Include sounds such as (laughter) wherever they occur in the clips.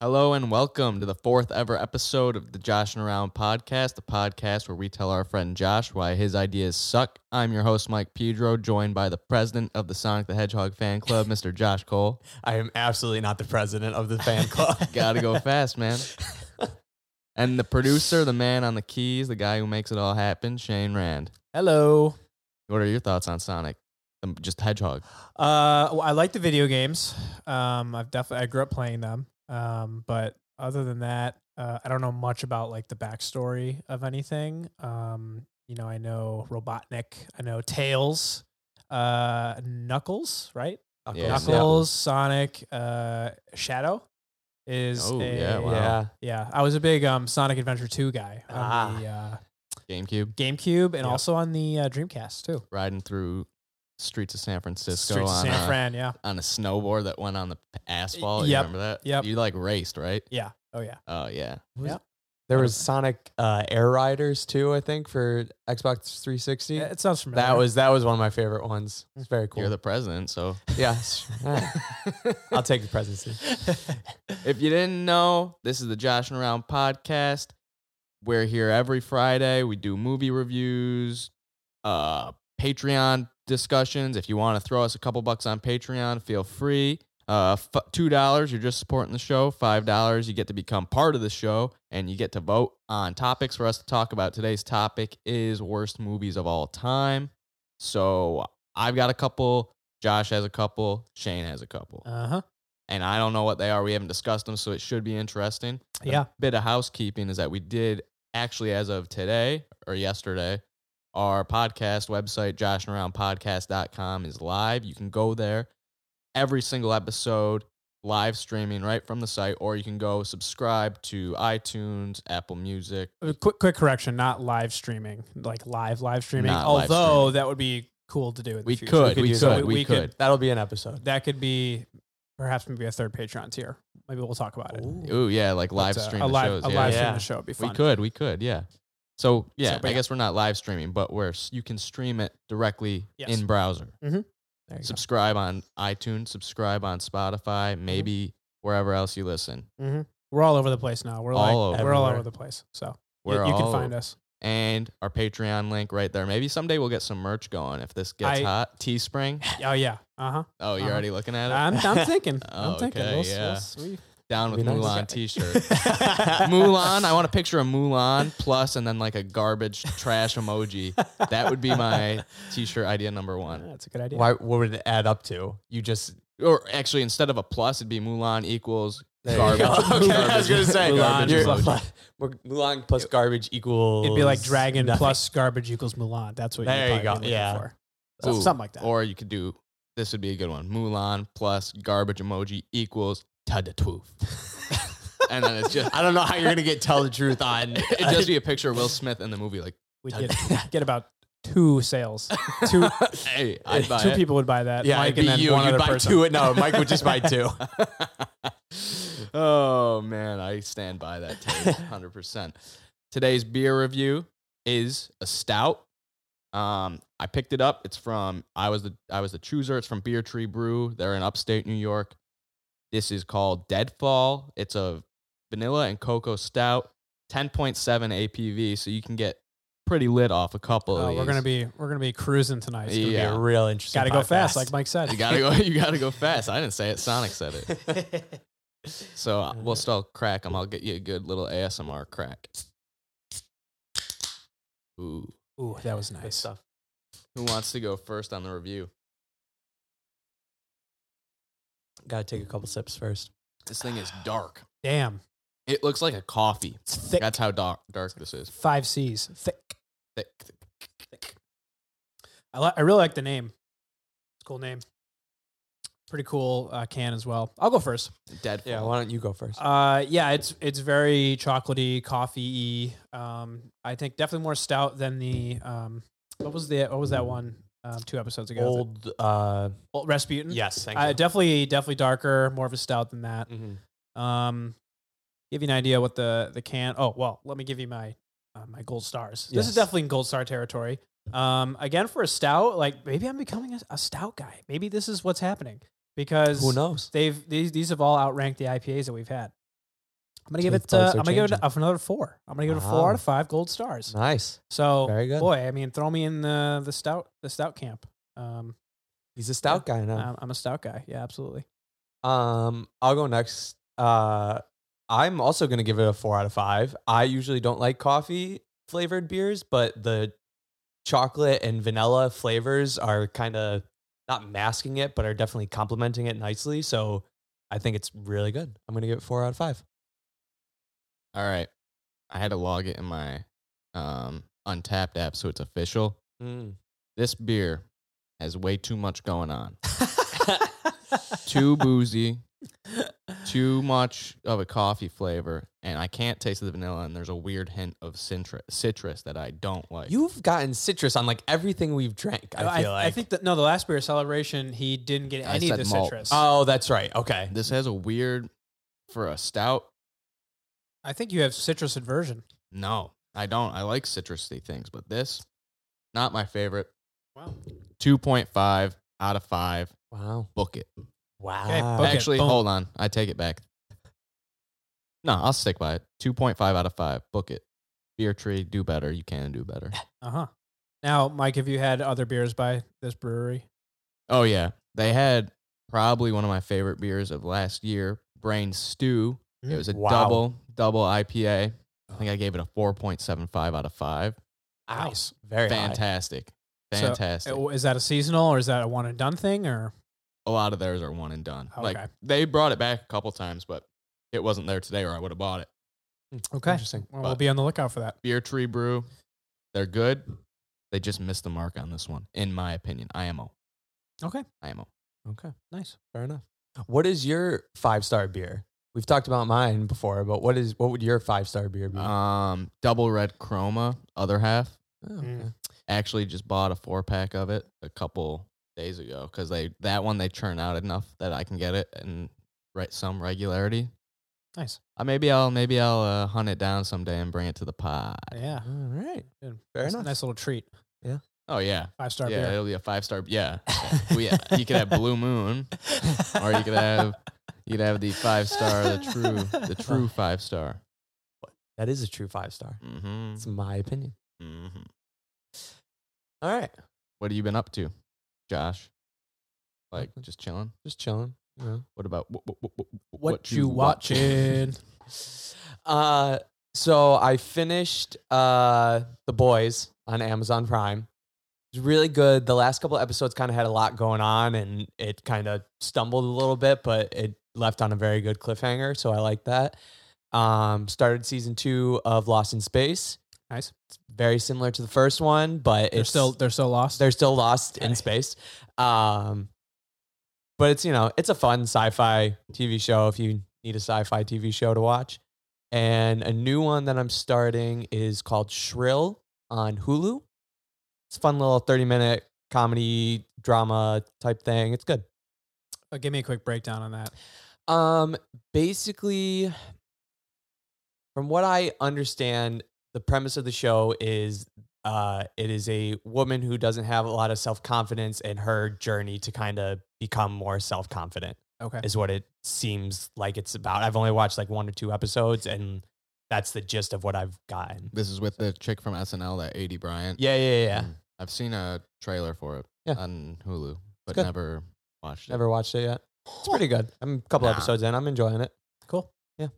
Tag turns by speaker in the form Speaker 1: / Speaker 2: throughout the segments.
Speaker 1: Hello and welcome to the fourth ever episode of the Josh and Around podcast, the podcast where we tell our friend Josh why his ideas suck. I'm your host, Mike Pedro, joined by the president of the Sonic the Hedgehog fan club, (laughs) Mr. Josh Cole.
Speaker 2: I am absolutely not the president of the fan club.
Speaker 1: (laughs) Gotta go fast, man. And the producer, the man on the keys, the guy who makes it all happen, Shane Rand.
Speaker 2: Hello.
Speaker 1: What are your thoughts on Sonic? Um, Just Hedgehog.
Speaker 3: Uh, well, I like the video games. Um, I've definitely I grew up playing them. Um, but other than that, uh, I don't know much about like the backstory of anything. Um, you know, I know Robotnik. I know Tails. Uh, Knuckles, right?
Speaker 1: Yeah,
Speaker 3: Knuckles, Sonic, uh, Shadow is
Speaker 1: Oh,
Speaker 3: a-
Speaker 1: yeah, wow.
Speaker 2: Yeah.
Speaker 3: yeah. I was a big um Sonic Adventure Two guy on
Speaker 2: Ah.
Speaker 3: the uh,
Speaker 1: GameCube.
Speaker 3: GameCube and
Speaker 2: Yep.
Speaker 3: also on the uh, Dreamcast too.
Speaker 1: Riding through streets of San Francisco
Speaker 3: Streets of
Speaker 1: on, uh,
Speaker 3: San
Speaker 1: a,
Speaker 3: Fran, yeah,
Speaker 1: on a snowboard that went on the p- asphalt. You
Speaker 3: Yep.
Speaker 1: remember that?
Speaker 3: Yep.
Speaker 1: You like raced, right?
Speaker 3: yeah, oh yeah.
Speaker 1: Oh, yeah.
Speaker 2: There was Sonic uh, Air Riders too, I think, for Xbox 360.
Speaker 3: It sounds familiar. Mm.
Speaker 2: That
Speaker 3: (laughs)
Speaker 2: was that was one of my favorite ones. It's very cool.
Speaker 1: You're the president, so
Speaker 2: (laughs) yeah.
Speaker 3: Uh-huh.
Speaker 2: I'll take the presidency.
Speaker 3: (laughs)
Speaker 1: if you didn't know, this is the Josh and Around podcast. We're here every Friday. We do movie reviews, uh, Patreon discussions. If you want to throw us a couple bucks on Patreon, feel free. Uh, f- two dollars, you're just supporting the show. Five dollars, you get to become part of the show, and you get to vote on topics for us to talk about. Today's topic is worst movies of all time. So I've got a couple. Josh has a couple. Shane has a couple
Speaker 3: uh huh.
Speaker 1: and I don't know what they are. We haven't discussed them, so it should be interesting. A
Speaker 3: Yeah.
Speaker 1: bit of housekeeping is that we did actually, as of today or yesterday, our podcast website, joshandaroundpodcast.com, is live. You can go there. Every single episode live streaming right from the site, or you can go subscribe to iTunes, Apple Music.
Speaker 3: Uh, quick quick correction, not live streaming, like live live streaming.
Speaker 1: Not live
Speaker 3: Although that would be cool to do. In the
Speaker 1: We
Speaker 3: future.
Speaker 1: could,
Speaker 2: we
Speaker 1: we
Speaker 2: could do
Speaker 1: could,
Speaker 3: that.
Speaker 1: we
Speaker 3: We could-
Speaker 1: could.
Speaker 2: That'll be an episode.
Speaker 3: That could be perhaps maybe a third Patreon tier. Maybe we'll talk about it.
Speaker 1: Ooh, yeah, like live
Speaker 3: But, uh,
Speaker 1: stream
Speaker 3: a
Speaker 1: the
Speaker 3: live
Speaker 1: shows.
Speaker 3: a
Speaker 1: yeah.
Speaker 3: live
Speaker 2: yeah.
Speaker 3: stream of the show would be fun.
Speaker 1: We could, we could, yeah. So yeah,
Speaker 3: but
Speaker 1: I
Speaker 3: yeah.
Speaker 1: guess we're not live streaming, but we're s- you can stream it directly
Speaker 3: Yes.
Speaker 1: in browser.
Speaker 2: There you go.
Speaker 1: subscribe on iTunes, subscribe on Spotify,
Speaker 3: Mm-hmm.
Speaker 1: maybe wherever else you listen.
Speaker 3: We're all over the place now. We're
Speaker 1: All
Speaker 3: like
Speaker 1: over.
Speaker 3: we're all
Speaker 2: Everywhere.
Speaker 3: over the place. So y-
Speaker 1: We're
Speaker 3: you
Speaker 1: all
Speaker 3: can
Speaker 1: (laughs)
Speaker 3: find us.
Speaker 1: and our Patreon link right there. Maybe someday we'll get some merch going if this gets
Speaker 3: I-
Speaker 1: hot.
Speaker 3: (laughs)
Speaker 1: Teespring.
Speaker 3: Oh yeah.
Speaker 1: (laughs)
Speaker 3: Uh huh.
Speaker 1: Oh, you're
Speaker 3: Uh-huh.
Speaker 1: already looking at it.
Speaker 3: I'm, I'm thinking.
Speaker 1: Oh,
Speaker 3: I'm thinking.
Speaker 1: okay,
Speaker 3: We'll-
Speaker 1: yeah.
Speaker 3: we'll see.
Speaker 1: Down with
Speaker 2: be nice.
Speaker 1: Mulan
Speaker 3: (laughs)
Speaker 1: T-shirt. Mulan. I want a picture of Mulan plus, and then like a garbage trash emoji. That would be
Speaker 3: (laughs)
Speaker 1: my T-shirt idea number one.
Speaker 3: That's a good (laughs) idea.
Speaker 2: Why, what would it add up to? You just
Speaker 1: Or actually, instead of a plus, it'd be Mulan equals
Speaker 2: There you
Speaker 1: garbage. (laughs)
Speaker 2: go. Okay, I
Speaker 1: Garbage.
Speaker 2: was gonna say
Speaker 1: Garbage
Speaker 2: you're-
Speaker 1: emoji.
Speaker 2: Mulan plus garbage equals.
Speaker 3: It'd be like dragon
Speaker 2: nothing.
Speaker 3: plus garbage equals Mulan. That's what
Speaker 2: There you
Speaker 3: you'd probably
Speaker 2: go,
Speaker 3: be looking
Speaker 2: yeah.
Speaker 3: for. So-
Speaker 1: Ooh,
Speaker 3: something like that.
Speaker 1: Or you could do this would be a good one. Mulan plus garbage emoji equals tud de twoof. (laughs) and then it's just
Speaker 2: (laughs) I don't know how you're gonna get tell the truth
Speaker 1: (laughs)
Speaker 2: on.
Speaker 1: it'd just be a picture of Will Smith in the movie like,
Speaker 3: We'd get (laughs) get about two sales. Two
Speaker 1: hey, (laughs)
Speaker 3: (laughs)
Speaker 2: (laughs)
Speaker 1: I'd buy
Speaker 3: two
Speaker 1: it.
Speaker 3: people would buy that.
Speaker 2: yeah,
Speaker 3: Mike
Speaker 2: it'd
Speaker 3: and
Speaker 2: be
Speaker 3: then
Speaker 2: you.
Speaker 3: one
Speaker 2: You'd
Speaker 3: other
Speaker 2: buy
Speaker 3: person.
Speaker 2: two. No, Mike would
Speaker 3: (laughs)
Speaker 2: just buy two.
Speaker 1: oh man, I stand by that
Speaker 3: (laughs)
Speaker 1: take 100%. Today's beer review is a stout. Um, I picked it up. It's from I was the I was the chooser. It's from Beer Tree Brew. They're in upstate New York. This is called Deadfall. It's a vanilla and cocoa stout, 10.7 APV, so you can get pretty lit off a couple of
Speaker 3: Oh,
Speaker 1: these.
Speaker 3: we're gonna be we're gonna be cruising tonight. It's
Speaker 2: It's
Speaker 3: gonna
Speaker 2: gonna
Speaker 3: be-
Speaker 2: be
Speaker 1: Yeah.
Speaker 2: a real interesting.
Speaker 3: Gotta go fast,
Speaker 2: podcast.
Speaker 3: like Mike said.
Speaker 1: You gotta go. (laughs) You gotta go fast. I didn't say it. Sonic said it.
Speaker 2: (laughs)
Speaker 1: So uh, we'll
Speaker 2: Uh,
Speaker 1: still crack them. I'll get you a good little ASMR crack. Ooh.
Speaker 3: Ooh, that was
Speaker 2: Good
Speaker 3: nice.
Speaker 2: stuff.
Speaker 1: Who wants to go first on the review?
Speaker 2: Gotta take a couple sips first.
Speaker 1: This thing is dark.
Speaker 3: Damn,
Speaker 1: It looks like a coffee.
Speaker 3: it's thick.
Speaker 1: That's how dark, dark this is.
Speaker 3: Five C's, thick.
Speaker 1: Thick.
Speaker 3: I li- I really like the name. It's a cool name. Pretty cool uh, can as well. I'll go first.
Speaker 1: Dead.
Speaker 2: Yeah, why don't you go first?
Speaker 3: Uh, yeah, it's it's very chocolatey, coffee. Um, I think definitely more stout than the um, what was the what was that one um, two episodes ago?
Speaker 2: Old. Uh,
Speaker 3: Old Rasputin.
Speaker 2: yes, thank
Speaker 3: uh, definitely definitely darker, more of a stout than that.
Speaker 2: Mhm.
Speaker 3: Um, give you an idea what the the can. Oh well, let me give you my uh, my gold stars. This
Speaker 2: Yes.
Speaker 3: is definitely in gold star territory. Um, again for a stout, like maybe I'm becoming a, a stout guy. Maybe this is what's happening because
Speaker 2: Who knows?
Speaker 3: they've these these have all outranked the IPAs that we've had. I'm gonna give
Speaker 2: Taste
Speaker 3: it. Uh,
Speaker 2: buds are
Speaker 3: I'm gonna give it
Speaker 2: changing.
Speaker 3: a- another four. I'm gonna give it a
Speaker 2: Wow.
Speaker 3: four out of five gold stars.
Speaker 2: Nice.
Speaker 3: So
Speaker 2: Very good.
Speaker 3: boy, I mean, throw me in the the stout the stout camp. Um,
Speaker 2: He's a stout guy now.
Speaker 3: I'm, I'm a stout guy. Yeah, absolutely.
Speaker 2: Um, I'll go next. Uh, I'm also gonna give it a four out of five. I usually don't like coffee flavored beers, but the chocolate and vanilla flavors are kind of not masking it, but are definitely complementing it nicely. So I think it's really good. I'm gonna give it four out of five.
Speaker 1: All right. I had to log it in my um, untapped app so it's official.
Speaker 3: Mm.
Speaker 1: This beer has way too much going on. Too boozy, too much of a coffee flavor, and I can't taste the vanilla, and there's a weird hint of citrus, citrus that I don't like.
Speaker 2: You've gotten citrus on like everything we've drank. I feel like.
Speaker 3: I think that no, the last beer celebration, he didn't get
Speaker 1: I
Speaker 3: any of
Speaker 1: said
Speaker 3: the
Speaker 1: malt.
Speaker 3: citrus.
Speaker 2: oh, that's right. Okay.
Speaker 1: This has a weird, for a stout,
Speaker 3: I think you have citrus aversion.
Speaker 1: no, I don't. I like citrusy things, but this, not my favorite.
Speaker 3: Wow.
Speaker 1: 2.5 out of 5.
Speaker 2: Wow.
Speaker 1: Book it.
Speaker 2: Wow.
Speaker 3: book it.
Speaker 1: Actually,
Speaker 3: boom.
Speaker 1: hold on. I take it back. No, I'll stick by it. 2.5 out of 5. Book it. Beer tree, do better. You can do
Speaker 3: (laughs)
Speaker 1: better.
Speaker 3: Uh huh. Now, Mike, have you had other beers by this brewery?
Speaker 1: Oh, yeah. They had probably one of my favorite beers of last year, Brain Stew. It
Speaker 3: Mm,
Speaker 1: was a
Speaker 2: wow.
Speaker 1: double, double IPA. I think I gave it a 4.75 out of 5.
Speaker 2: Wow.
Speaker 3: Nice.
Speaker 2: Very high.
Speaker 1: Fantastic.
Speaker 3: So,
Speaker 1: Fantastic.
Speaker 3: Uh, Is that a seasonal or is that a one and done thing? Or
Speaker 1: a lot of theirs are one and done. Like
Speaker 3: Okay.
Speaker 1: they brought it back a couple times, but it wasn't there today or I would have bought it.
Speaker 3: okay,
Speaker 2: Interesting.
Speaker 3: well, we'll
Speaker 1: But-
Speaker 3: be on the lookout for that.
Speaker 1: Beer Tree Brew, they're good. They just missed the mark on this one, in my opinion. IMO.
Speaker 3: Okay.
Speaker 1: IMO.
Speaker 2: Okay.
Speaker 3: Nice.
Speaker 2: Fair enough. What is your five star beer? We've talked about mine before, but what is what would your five star beer be?
Speaker 1: Um, double red chroma, other half.
Speaker 2: Oh,
Speaker 3: mm.
Speaker 2: okay.
Speaker 1: Actually just bought a four pack of it a couple days ago because they that one they churn out enough that I can get it and write some regularity.
Speaker 3: Nice.
Speaker 1: Uh, maybe I'll maybe I'll uh, hunt it down someday and bring it to the pod.
Speaker 3: Yeah.
Speaker 2: All right.
Speaker 3: Good.
Speaker 2: Fair
Speaker 3: Nice-
Speaker 2: enough.
Speaker 3: Nice little treat.
Speaker 1: Oh yeah,
Speaker 3: Five star
Speaker 1: yeah,
Speaker 3: beer.
Speaker 1: it'll be a five star. Yeah, we, you could have Blue Moon, or you could have you could have the five star, the true, the true five star.
Speaker 2: That is a true five star.
Speaker 1: Mm-hmm.
Speaker 2: It's my opinion.
Speaker 1: hmm
Speaker 2: All right.
Speaker 1: What have you been up to, Josh? Like
Speaker 2: Nothing.
Speaker 1: just chilling.
Speaker 2: Just chilling. You know.
Speaker 1: What about what, what, what,
Speaker 3: What, you watching?
Speaker 2: (laughs) Uh so I finished uh The Boys on Amazon Prime. It's really good. The last couple episodes kind of had a lot going on and it kind of stumbled a little bit, but it left on a very good cliffhanger, so I like that. Um started season 2 of Lost in Space.
Speaker 3: Nice.
Speaker 2: It's very similar to the first one, but
Speaker 3: they're
Speaker 2: it's
Speaker 3: still they're still lost.
Speaker 2: they're still lost
Speaker 3: Okay.
Speaker 2: in space. Um, but it's you know it's a fun sci-fi TV show if you need a sci-fi TV show to watch. And a new one that I'm starting is called Shrill on Hulu. It's a fun little 30 minute comedy drama type thing. It's good.
Speaker 3: Uh, give me a quick breakdown on that.
Speaker 2: Um, basically, from what I understand, the premise of the show is uh, it is a woman who doesn't have a lot of self confidence and her journey to kind of become more self confident
Speaker 3: Okay.
Speaker 2: is what it seems like it's about. I've only watched like one or two episodes, and that's the gist of what I've gotten.
Speaker 1: (laughs) This is with the chick from SNL, that AD Bryant.
Speaker 2: Yeah, yeah, yeah.
Speaker 1: Mm. I've seen a trailer for it
Speaker 2: Yeah.
Speaker 1: on Hulu, but
Speaker 2: good.
Speaker 1: never watched it.
Speaker 2: Never watched it yet. It's pretty good. I'm a couple
Speaker 1: Nah.
Speaker 2: episodes in. I'm enjoying it.
Speaker 3: Cool.
Speaker 2: Yeah.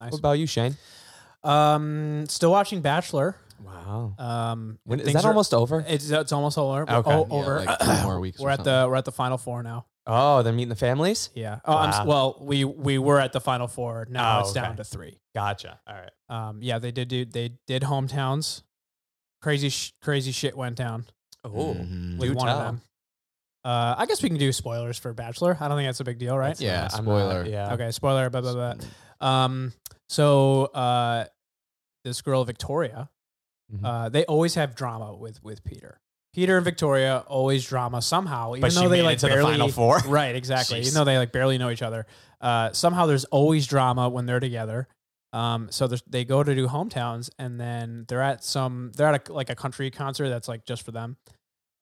Speaker 3: Nice.
Speaker 2: What about you, Shane?
Speaker 3: Um, still watching Bachelor.
Speaker 2: Wow.
Speaker 3: Um,
Speaker 2: When, is
Speaker 3: things
Speaker 2: that
Speaker 3: are-
Speaker 2: almost over?
Speaker 3: It's it's almost over. We're
Speaker 2: Okay.
Speaker 3: o-
Speaker 1: Yeah,
Speaker 3: over.
Speaker 1: like two more
Speaker 3: (clears throat)
Speaker 1: weeks or
Speaker 3: we're at the we're at the final four now.
Speaker 2: oh, they're meeting the families?
Speaker 3: Yeah. Oh, I'm,
Speaker 2: Wow.
Speaker 3: s- well, we we were at the final four. Now
Speaker 2: Oh,
Speaker 3: it's down
Speaker 2: okay.
Speaker 3: to three.
Speaker 2: Gotcha. All right.
Speaker 3: Um, yeah, they did do they did hometowns. Crazy sh- crazy shit went down
Speaker 2: Oh,
Speaker 1: Mhm.
Speaker 3: with
Speaker 2: Do
Speaker 3: one
Speaker 2: tell.
Speaker 3: of them. Uh, I guess we can do spoilers for Bachelor. I don't think that's a big deal, right?
Speaker 1: Yeah,
Speaker 2: I'm
Speaker 1: spoiler.
Speaker 2: yeah.
Speaker 3: Okay, spoiler. Blah blah blah. Um, so uh, this girl Victoria,
Speaker 2: Mhm.
Speaker 3: uh, they always have drama with with Peter. Peter and Victoria always drama somehow, even
Speaker 2: But
Speaker 3: though
Speaker 2: she
Speaker 3: they
Speaker 2: made
Speaker 3: like
Speaker 2: it to
Speaker 3: barely
Speaker 2: the final
Speaker 3: (laughs)
Speaker 2: four.
Speaker 3: right exactly, even
Speaker 2: Jeez.
Speaker 3: though they like barely know each other. Uh, somehow there's always drama when they're together. Um, so there's- they go to do hometowns, and then they're at some they're at a, like a country concert that's like just for them,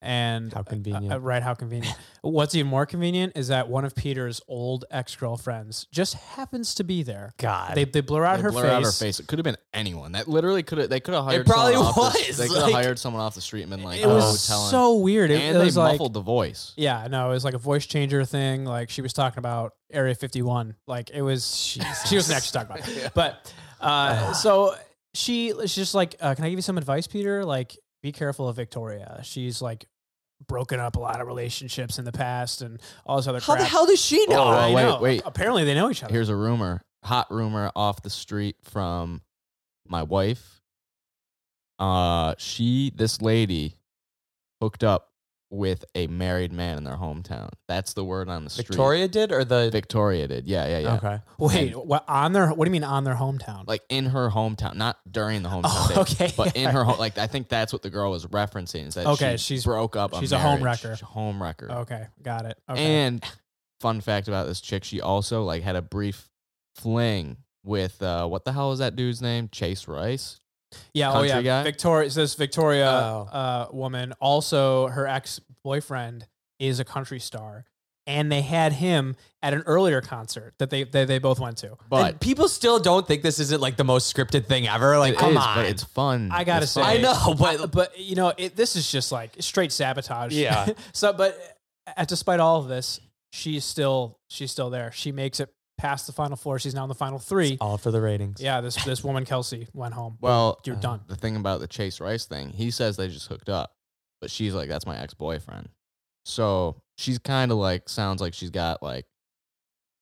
Speaker 3: And
Speaker 2: How (laughs) convenient.
Speaker 3: uh, right, how convenient. What's even more convenient is that one of Peter's old ex girlfriends just happens to be there.
Speaker 2: God.
Speaker 3: They, they blur out
Speaker 1: They
Speaker 3: her
Speaker 1: blur
Speaker 3: face.
Speaker 1: out her face. It could have been anyone. That literally could have. They could have hired.
Speaker 2: probably
Speaker 1: someone Off the,
Speaker 2: was,
Speaker 1: they could have
Speaker 2: like-
Speaker 1: hired someone off the street and been like,
Speaker 3: it
Speaker 1: "Oh,
Speaker 3: was
Speaker 1: tell him."
Speaker 3: so weird. It,
Speaker 1: and
Speaker 3: it
Speaker 1: they
Speaker 3: was like,
Speaker 1: muffled the
Speaker 3: (laughs)
Speaker 1: voice. (laughs)
Speaker 3: yeah, no, it was like a voice changer thing. Like she was talking about Area 51. Like it was, (laughs) she wasn't actually talking about it. But uh, so she, she's just like, uh, can I give you some advice, Peter? Like, be careful of Victoria. She's like broken up a lot of relationships in the past and all this other
Speaker 2: How
Speaker 3: crap.
Speaker 2: the hell does she know?
Speaker 1: Whoa, whoa,
Speaker 3: I
Speaker 1: Oh, wait,
Speaker 3: know.
Speaker 1: wait.
Speaker 3: Apparently they know each other.
Speaker 1: Here's a rumor, hot rumor off the street from my wife. Uh, she, this lady, hooked up with a married man in their hometown. That's the word on the street.
Speaker 2: Victoria did or the
Speaker 1: Victoria did. Yeah, yeah, yeah.
Speaker 2: Okay.
Speaker 3: Wait, what on their? What do you mean on their hometown?
Speaker 1: Like in her hometown, not during the hometown.
Speaker 3: (laughs) Oh,
Speaker 1: date,
Speaker 3: okay.
Speaker 1: But in her
Speaker 3: (laughs)
Speaker 1: home, like I think that's what the girl was referencing. Is that
Speaker 3: Okay,
Speaker 1: she
Speaker 3: she's-
Speaker 1: broke up.
Speaker 3: she's a
Speaker 1: marriage.
Speaker 3: homewrecker.
Speaker 1: She's a homewrecker.
Speaker 3: okay, got it. Okay.
Speaker 1: And fun fact about this chick, she also like had a brief fling with uh what the hell is that dude's name? Chase Rice.
Speaker 3: Yeah, oh
Speaker 1: Country
Speaker 3: yeah.
Speaker 1: guy?
Speaker 3: Victoria is this Victoria
Speaker 2: Oh.
Speaker 3: uh, woman. Also, her ex boyfriend is a country star, and they had him at an earlier concert that they they, they both went to.
Speaker 1: But
Speaker 2: And people still don't think this isn't like the most scripted thing ever. Like,
Speaker 1: it is,
Speaker 2: come on.
Speaker 1: but it's fun.
Speaker 3: I gotta
Speaker 1: It's
Speaker 3: say,
Speaker 1: fun.
Speaker 2: I know, but
Speaker 3: Uh, but you know, it, this is just like straight sabotage.
Speaker 2: Yeah.
Speaker 3: (laughs) so, but uh, despite all of this, she's still she's still there. She makes it past the final four. She's now in the final three.
Speaker 2: all for the ratings.
Speaker 3: Yeah, this this woman Kelsey went home. (laughs)
Speaker 1: Well,
Speaker 3: You're
Speaker 2: uh,
Speaker 3: done.
Speaker 1: the thing about the Chase Rice thing, he says they just hooked up, but she's like, that's my ex boyfriend. So she's kind of like, sounds like she's got like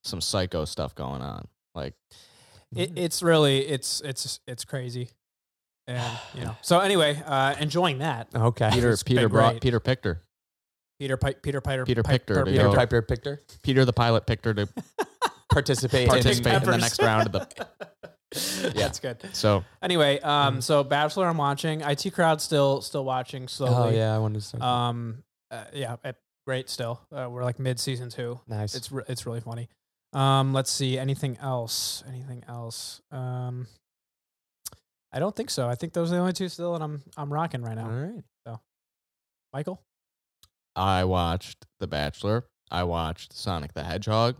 Speaker 1: some psycho stuff going on. Like,
Speaker 2: Mm-hmm.
Speaker 3: It, it's really it's it's it's crazy, and you know. So anyway, uh, enjoying that.
Speaker 2: Okay.
Speaker 1: Peter,
Speaker 3: It's
Speaker 1: Peter
Speaker 3: been
Speaker 1: brought
Speaker 3: great.
Speaker 1: Peter Pictor,
Speaker 3: Peter Pi- Peter Piter
Speaker 1: Peter
Speaker 3: Pi-
Speaker 1: Pictor,
Speaker 3: Pir-
Speaker 1: Peter
Speaker 2: Peter Piper Pictor.
Speaker 1: Peter the pilot Pictor to
Speaker 2: Participate. in-
Speaker 1: participate in the
Speaker 3: Peppers.
Speaker 1: next round of the. (laughs) Yeah.
Speaker 3: (laughs) That's good.
Speaker 1: So
Speaker 3: Anyway, um, so Bachelor, I'm watching. IT crowd still still watching
Speaker 2: Oh,
Speaker 3: slowly.
Speaker 2: yeah. I wanted to start.
Speaker 3: Um, uh, yeah, eh, great. Still, uh, we're like mid season two.
Speaker 2: nice.
Speaker 3: It's re- it's really funny. Um, let's see anything else. Anything else? Um, I don't think so. I think those are the only two still that I'm I'm rocking right now.
Speaker 2: all right.
Speaker 3: Michael. (laughs)
Speaker 1: I watched The Bachelor. I watched Sonic the Hedgehog,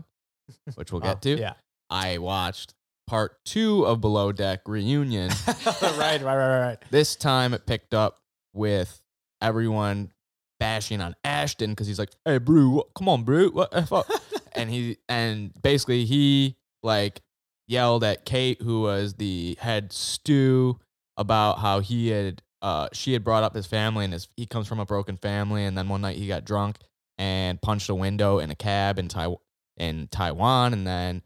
Speaker 1: which we'll get
Speaker 2: Oh,
Speaker 1: to.
Speaker 3: yeah.
Speaker 1: I watched part two of Below Deck Reunion.
Speaker 3: right, right, right, right, right.
Speaker 1: This time it picked up with everyone bashing on Ashton because he's like, "Hey, bro, what, come on, bro, what the
Speaker 3: (laughs)
Speaker 1: fuck?" and he and basically he like yelled at Kate, who was the head stew, about how he had uh she had brought up his family and his he comes from a broken family, and then one night he got drunk and punched a window in a cab in Taiwan in Taiwan, and then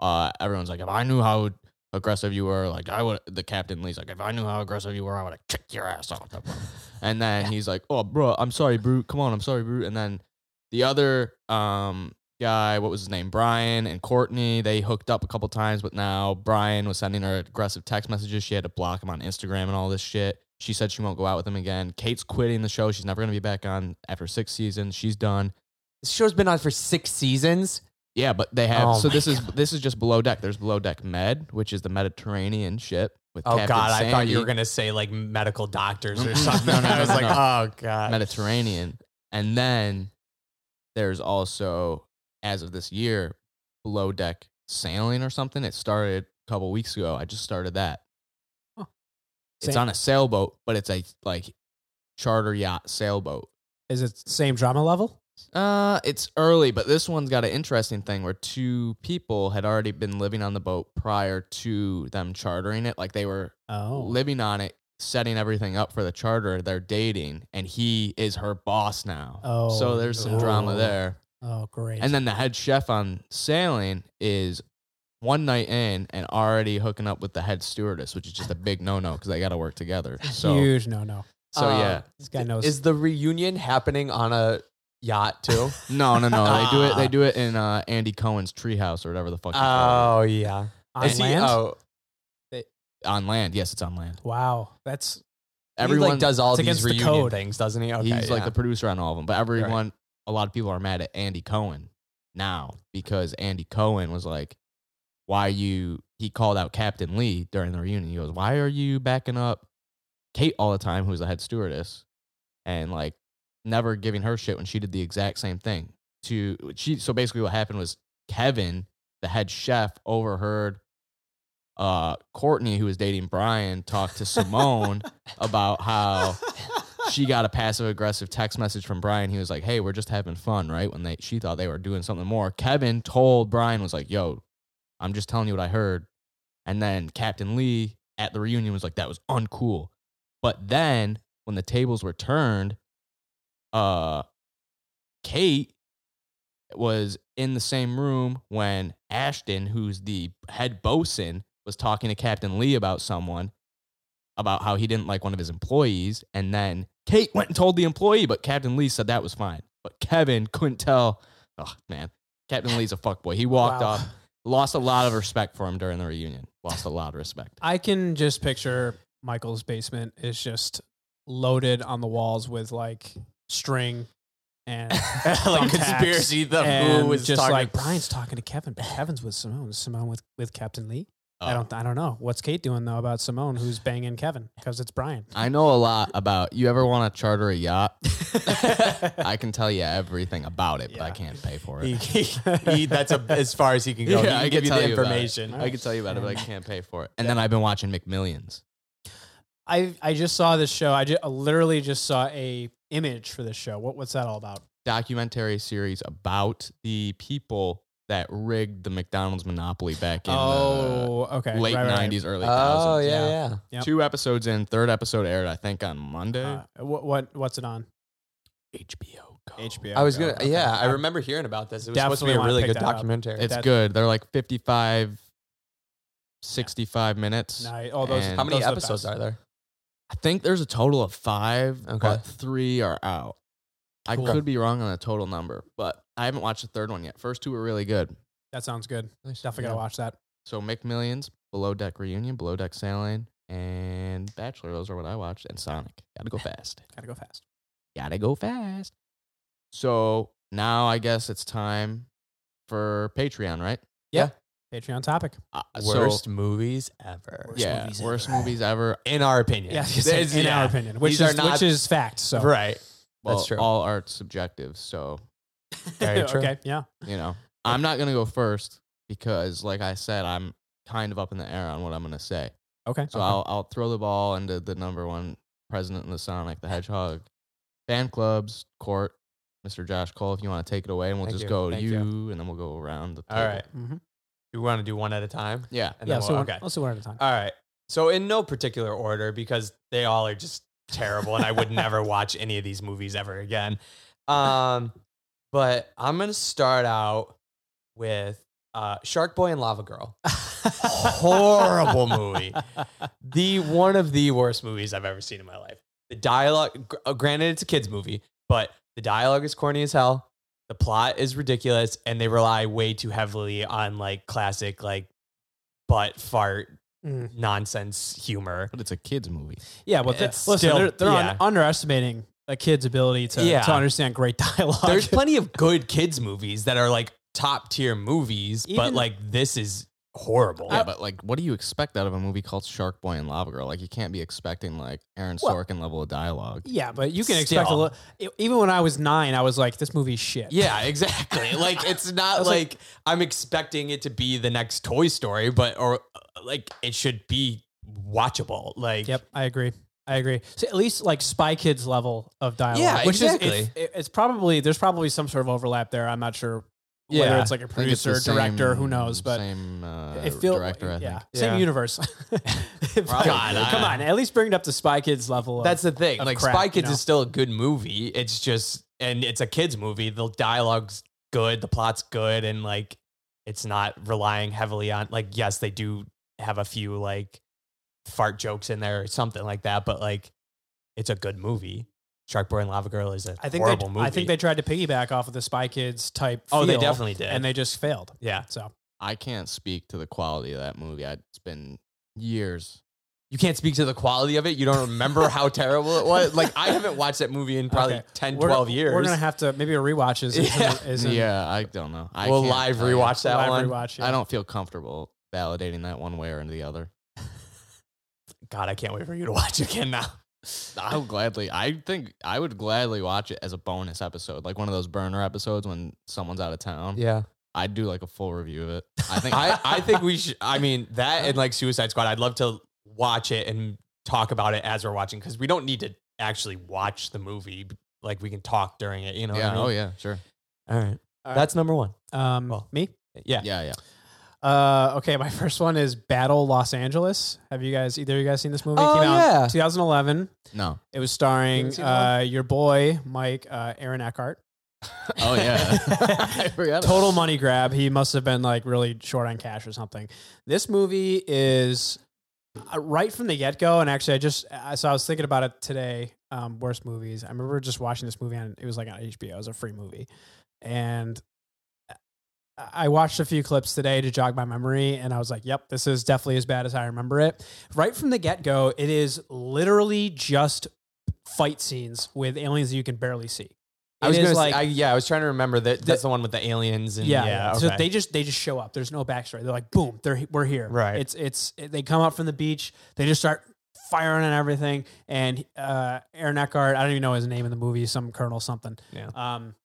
Speaker 1: uh everyone's like, if I knew how aggressive you were, like I would. The captain Lee's like, if I knew how aggressive you were, I would have kicked your ass off the boat. And then he's like, oh, bro, I'm sorry, Brute. Come on, I'm sorry, Brute. And then the other um guy, what was his name, Brian and Courtney, they hooked up a couple times, but now Brian was sending her aggressive text messages. She had to block him on Instagram and all this shit. She said she won't go out with him again. Kate's quitting the show. She's never going to be back on after six seasons. She's done.
Speaker 2: This show's been on for six seasons.
Speaker 1: Yeah, but they have.
Speaker 2: Oh
Speaker 1: so
Speaker 2: my
Speaker 1: this is this is just below deck. There's below deck med, which is the Mediterranean ship with
Speaker 2: Oh,
Speaker 1: Captain
Speaker 2: God. I thought you
Speaker 1: Sandy.
Speaker 2: were going to say like medical doctors (laughs)
Speaker 1: Mm-mm.
Speaker 2: or something.
Speaker 1: No, no,
Speaker 2: I was
Speaker 1: no,
Speaker 2: like,
Speaker 1: no.
Speaker 2: oh, God.
Speaker 1: Mediterranean. And then there's also, as of this year, below deck sailing or something. It started a couple weeks ago. I just started that.
Speaker 3: Huh.
Speaker 1: It's
Speaker 3: Same-
Speaker 1: on a sailboat, but it's a like charter yacht sailboat.
Speaker 3: Is it same drama level?
Speaker 1: Uh, it's early, but this one's got an interesting thing where two people had already been living on the boat prior to them chartering it. Like they were
Speaker 3: Oh,
Speaker 1: living on it, setting everything up for the charter. They're dating, and he is her boss now.
Speaker 3: Oh,
Speaker 1: so there's some drama
Speaker 3: no.
Speaker 1: there.
Speaker 3: oh, great.
Speaker 1: And then the head chef on sailing is one night in and already hooking up with the head stewardess, which is just a big no no because they got to work
Speaker 3: (laughs)
Speaker 1: together. So
Speaker 3: huge no no.
Speaker 1: so
Speaker 2: Uh,
Speaker 1: yeah,
Speaker 3: This guy knows.
Speaker 2: Is the reunion happening on a yacht too?
Speaker 1: no no no they do it
Speaker 2: Ah.
Speaker 1: they do it in uh, Andy Cohen's treehouse or whatever the fuck. you call
Speaker 2: oh, yeah.
Speaker 3: on
Speaker 2: Is he-
Speaker 3: land?
Speaker 2: oh,
Speaker 1: it. on land. Yes, it's on land.
Speaker 3: wow, that's
Speaker 1: Everyone
Speaker 2: he like does all
Speaker 3: It's
Speaker 2: these
Speaker 3: against the
Speaker 2: reunion
Speaker 3: code. (laughs)
Speaker 2: things, doesn't he? Okay,
Speaker 1: he's like
Speaker 2: yeah.
Speaker 1: the producer on all of them, but everyone, a lot of people are mad at Andy Cohen now because Andy Cohen was like, "Why you?" He called out Captain Lee during the reunion. He goes, "Why are you backing up Kate all the time, who's the head stewardess?" And like, never giving her shit when she did the exact same thing. To she so basically what happened was Kevin, the head chef, overheard uh Courtney, who was dating Brian, talk
Speaker 2: (laughs)
Speaker 1: to Simone about how she got a passive aggressive text message from Brian. He was like, "Hey, we're just having fun, right?" When they she thought they were doing something more. Kevin told Brian was like, "Yo, I'm just telling you what I heard." And then Captain Lee at the reunion was like, "That was uncool." But then when the tables were turned, uh Kate was in the same room when Ashton, who's the head bosun, was talking to Captain Lee about someone about how he didn't like one of his employees. And then Kate went and told the employee, but Captain Lee said that was fine. But Kevin couldn't tell. Oh, man. Captain Lee's a fuckboy. He walked
Speaker 3: Wow.
Speaker 1: off, lost a lot of respect for him during the reunion. Lost a lot of respect.
Speaker 3: I can just picture Michael's basement is just loaded on the walls with like string and
Speaker 2: (laughs) like
Speaker 3: thumbtacks
Speaker 2: conspiracy the
Speaker 3: and
Speaker 2: who was
Speaker 3: just
Speaker 2: talking-
Speaker 3: like Brian's talking to Kevin, but Kevin's with Simone. Is Simone with with Captain Lee.
Speaker 2: Oh.
Speaker 3: I don't. I don't know. What's Kate doing though about Simone, who's banging Kevin? Because it's Brian.
Speaker 1: I know a lot about you ever want to charter a (laughs) yacht? I can tell you everything about it, but I
Speaker 3: Yeah.
Speaker 1: can't pay for
Speaker 2: He,
Speaker 1: it.
Speaker 2: (laughs) he, he- that's a,
Speaker 1: (laughs)
Speaker 2: as far as he can
Speaker 1: Yeah,
Speaker 2: go. he
Speaker 1: I
Speaker 2: can
Speaker 1: can
Speaker 2: give you
Speaker 1: tell
Speaker 2: the
Speaker 1: you about it.
Speaker 2: information.
Speaker 1: I can tell you about it, but I can't pay for it. And then I've been watching McMillions.
Speaker 3: I I just saw this show. I, ju- I literally just saw a image for this show. What what's that all about?
Speaker 1: documentary series about the people that rigged the McDonald's monopoly back in
Speaker 3: oh, okay.
Speaker 1: the uh, late
Speaker 3: right, right, right.
Speaker 1: 90s, early 2000s.
Speaker 2: Oh yeah, yeah.
Speaker 3: Yep.
Speaker 1: Two episodes in, third episode aired, I think, on Monday.
Speaker 3: Uh, what what what's it on?
Speaker 1: HBO Go.
Speaker 3: HBO.
Speaker 2: I was gonna.
Speaker 3: Okay.
Speaker 2: Yeah, I
Speaker 3: I'm-
Speaker 2: remember hearing about this. It was supposed to be
Speaker 3: Definitely
Speaker 2: a
Speaker 3: wanna
Speaker 2: really
Speaker 3: pick
Speaker 2: good
Speaker 3: that up.
Speaker 2: documentary.
Speaker 1: It's
Speaker 3: That-
Speaker 1: good. They're like 55, 65 minutes.
Speaker 3: Night. Oh, those.
Speaker 1: And-
Speaker 2: How many
Speaker 3: those the
Speaker 2: episodes
Speaker 3: best.
Speaker 2: are there?
Speaker 1: I think there's a total of five,
Speaker 2: Okay.
Speaker 1: but three are out. I
Speaker 2: Cool.
Speaker 1: could be wrong on the total number, but I haven't watched the third one yet. First two were really good.
Speaker 3: That sounds good. Definitely
Speaker 2: Yeah.
Speaker 3: gotta watch that.
Speaker 1: So McMillions, Below Deck Reunion, Below Deck Sailing, and Bachelor. Those are what I watched. And Sonic. Gotta go fast.
Speaker 3: Gotta go fast.
Speaker 1: Gotta go fast. So now I guess it's time for Patreon, right?
Speaker 3: Patreon topic.
Speaker 1: Uh,
Speaker 2: Worst
Speaker 1: So,
Speaker 2: movies ever,
Speaker 3: Worst
Speaker 1: yeah,
Speaker 3: movies
Speaker 1: worst
Speaker 3: ever.
Speaker 1: movies ever.
Speaker 2: in our opinion.
Speaker 3: Yeah, (laughs)
Speaker 2: There's-
Speaker 3: in
Speaker 2: yeah.
Speaker 3: our opinion, which
Speaker 2: These
Speaker 3: is
Speaker 2: are not-
Speaker 3: which is fact. So (laughs)
Speaker 2: right.
Speaker 1: Well,
Speaker 2: That's true.
Speaker 1: All art subjective. So
Speaker 2: Very
Speaker 3: (laughs)
Speaker 2: true.
Speaker 3: okay, yeah.
Speaker 1: you know, I'm not gonna go first because, like I said, I'm kind of up in the air on what I'm gonna say.
Speaker 3: Okay.
Speaker 1: So I'll I'll throw the ball into the number one president in the Sonic the Hedgehog fan clubs court, Mr. Josh Cole. If you want to take it away, and we'll
Speaker 2: Thank
Speaker 1: just
Speaker 2: you.
Speaker 1: go to
Speaker 2: Thank
Speaker 1: you,
Speaker 2: you.
Speaker 1: and then we'll go around the.
Speaker 2: All
Speaker 1: table.
Speaker 2: right.
Speaker 3: Mm-hmm.
Speaker 2: You want to do one at a time?
Speaker 1: Yeah.
Speaker 2: And
Speaker 3: Yeah.
Speaker 2: then
Speaker 3: so
Speaker 2: we'll-
Speaker 3: one-
Speaker 2: okay.
Speaker 3: Let's do one at a time. (laughs)
Speaker 2: All right. So in no particular order, because they all are just terrible, and I would (laughs) never watch any of these movies ever again. Um, but I'm gonna start out with uh, Shark Boy and Lava Girl. (laughs) (laughs) Horrible movie. The one of the worst movies I've ever seen in my life. The dialogue, gr- uh, granted, it's a kids movie, but the dialogue is corny as hell. The plot is ridiculous, and they rely way too heavily on like classic like butt fart
Speaker 3: Mm.
Speaker 2: nonsense humor.
Speaker 1: But it's a kids movie.
Speaker 3: Yeah, well,
Speaker 2: It's
Speaker 3: that's listen,
Speaker 2: still-
Speaker 3: they're, they're
Speaker 2: yeah.
Speaker 3: un- underestimating a kid's ability to,
Speaker 2: Yeah.
Speaker 3: to understand great (laughs) dialogue.
Speaker 2: There's plenty of good kids movies that are like top tier movies, but
Speaker 3: Even-
Speaker 2: like this is horrible.
Speaker 1: Yeah, but like, what do you expect out of a movie called Shark Boy and Lava Girl? Like, you can't be expecting like Aaron
Speaker 3: Well-
Speaker 1: Sorkin level of dialogue.
Speaker 3: yeah, but you can expect a
Speaker 2: Still.
Speaker 3: little. Even when I was nine, I was like, "This movie's shit."
Speaker 2: Yeah, exactly. Like it's not
Speaker 3: was
Speaker 2: like,
Speaker 3: like-
Speaker 2: I'm expecting it to be the next Toy Story, but or uh, like it should be watchable. Like
Speaker 3: Yep, I agree. I agree. So at least like Spy Kids level of dialogue.
Speaker 2: Yeah,
Speaker 3: which
Speaker 2: exactly.
Speaker 3: Is, it's- it- it's probably there's probably some sort of overlap there. I'm not sure whether
Speaker 2: Yeah.
Speaker 3: it's like a
Speaker 1: I think it's
Speaker 3: producer,
Speaker 1: the
Speaker 3: director,
Speaker 1: same-
Speaker 3: who knows, but
Speaker 1: same uh,
Speaker 3: it feels
Speaker 1: director. I think.
Speaker 3: yeah,
Speaker 2: Yeah.
Speaker 3: same universe. (laughs) But
Speaker 2: God, I-
Speaker 3: come on, at least bring it up to Spy Kids level. Of,
Speaker 2: That's the thing.
Speaker 3: of
Speaker 2: Like
Speaker 3: crap,
Speaker 2: Spy
Speaker 3: you
Speaker 2: Kids
Speaker 3: know?
Speaker 2: is still a good movie. It's just and it's a kids movie. The dialogue's good, the plot's good, and like it's not relying heavily on like yes, they do have a few like fart jokes in there or something like that, but like it's a good movie. Shark Boy and Lava Girl is a
Speaker 3: I think
Speaker 2: horrible
Speaker 3: they,
Speaker 2: movie.
Speaker 3: I think they tried to piggyback off of the Spy Kids type.
Speaker 2: Oh, they
Speaker 3: feel,
Speaker 2: definitely did.
Speaker 3: and they just failed.
Speaker 2: yeah.
Speaker 3: So
Speaker 1: I can't speak to the quality of that movie. I, it's been years.
Speaker 2: You can't speak to the quality of it. You don't
Speaker 3: (laughs)
Speaker 2: remember how terrible it was. Like I haven't watched that movie in probably
Speaker 3: Okay.
Speaker 2: 10,
Speaker 3: we're-
Speaker 2: 12 years.
Speaker 3: We're gonna have to maybe a rewatch is, is,
Speaker 2: Yeah.
Speaker 3: is in-
Speaker 1: yeah, I don't know. I
Speaker 2: we'll
Speaker 1: can't
Speaker 2: live
Speaker 1: tell you.
Speaker 2: rewatch that
Speaker 3: live
Speaker 2: one.
Speaker 3: Rewatch,
Speaker 1: I don't feel comfortable validating that one way or the other.
Speaker 3: (laughs)
Speaker 2: God, I can't wait for you to watch it again now. (laughs)
Speaker 1: I'll gladly. I think I would gladly watch it as a bonus episode, like one of those burner episodes when someone's out of town.
Speaker 2: Yeah.
Speaker 1: I'd do like a full review of it. I
Speaker 2: (laughs)
Speaker 1: think
Speaker 2: I, I think we should. I mean, that and like Suicide Squad, I'd love to watch it and talk about it as we're watching because we don't need to actually watch the movie. Like we can talk during it, you know. what I
Speaker 1: yeah.
Speaker 2: mean?
Speaker 1: Oh yeah. Sure.
Speaker 2: All right.
Speaker 3: All right.
Speaker 2: That's number one.
Speaker 3: Um,
Speaker 2: Well.
Speaker 3: me.
Speaker 2: Yeah.
Speaker 1: Yeah. Yeah.
Speaker 3: Uh, okay, my (laughs) first one is Battle Los Angeles. Have you guys either of you guys seen this movie?
Speaker 2: Oh,
Speaker 3: it came out
Speaker 2: yeah.
Speaker 3: in 2011.
Speaker 2: (laughs)
Speaker 1: No.
Speaker 3: It was
Speaker 2: Haven't
Speaker 3: starring
Speaker 2: seen that
Speaker 3: uh, your boy Mike uh, Aaron Eckhart.
Speaker 1: Oh yeah. (laughs) I forgot. about
Speaker 3: Total
Speaker 1: it.
Speaker 3: money grab. He must have been like really short on cash or something. This movie is uh, right from the get go. And actually, I just I, so I was thinking about it today. Um, worst movies. I remember just watching this movie on it was like on HBO. It was a free movie, and uh, I- I watched a few clips today to jog my memory, and I was like, "Yep, this is definitely as bad as I remember it." Right from the get go, it is literally just fight scenes with aliens that you can barely see.
Speaker 2: I was
Speaker 3: It is
Speaker 2: gonna say, I, yeah, I was trying to remember that. That's the one with the aliens and
Speaker 3: yeah.
Speaker 2: yeah.
Speaker 3: So they just they just show up. There's no backstory. They're like, boom, they're we're here.
Speaker 2: Right.
Speaker 3: It's it's they come up from the beach. They just start firing and everything. And uh, Aaron Eckhart, I don't even know his name in the movie, some colonel something.
Speaker 2: Yeah.
Speaker 3: Um,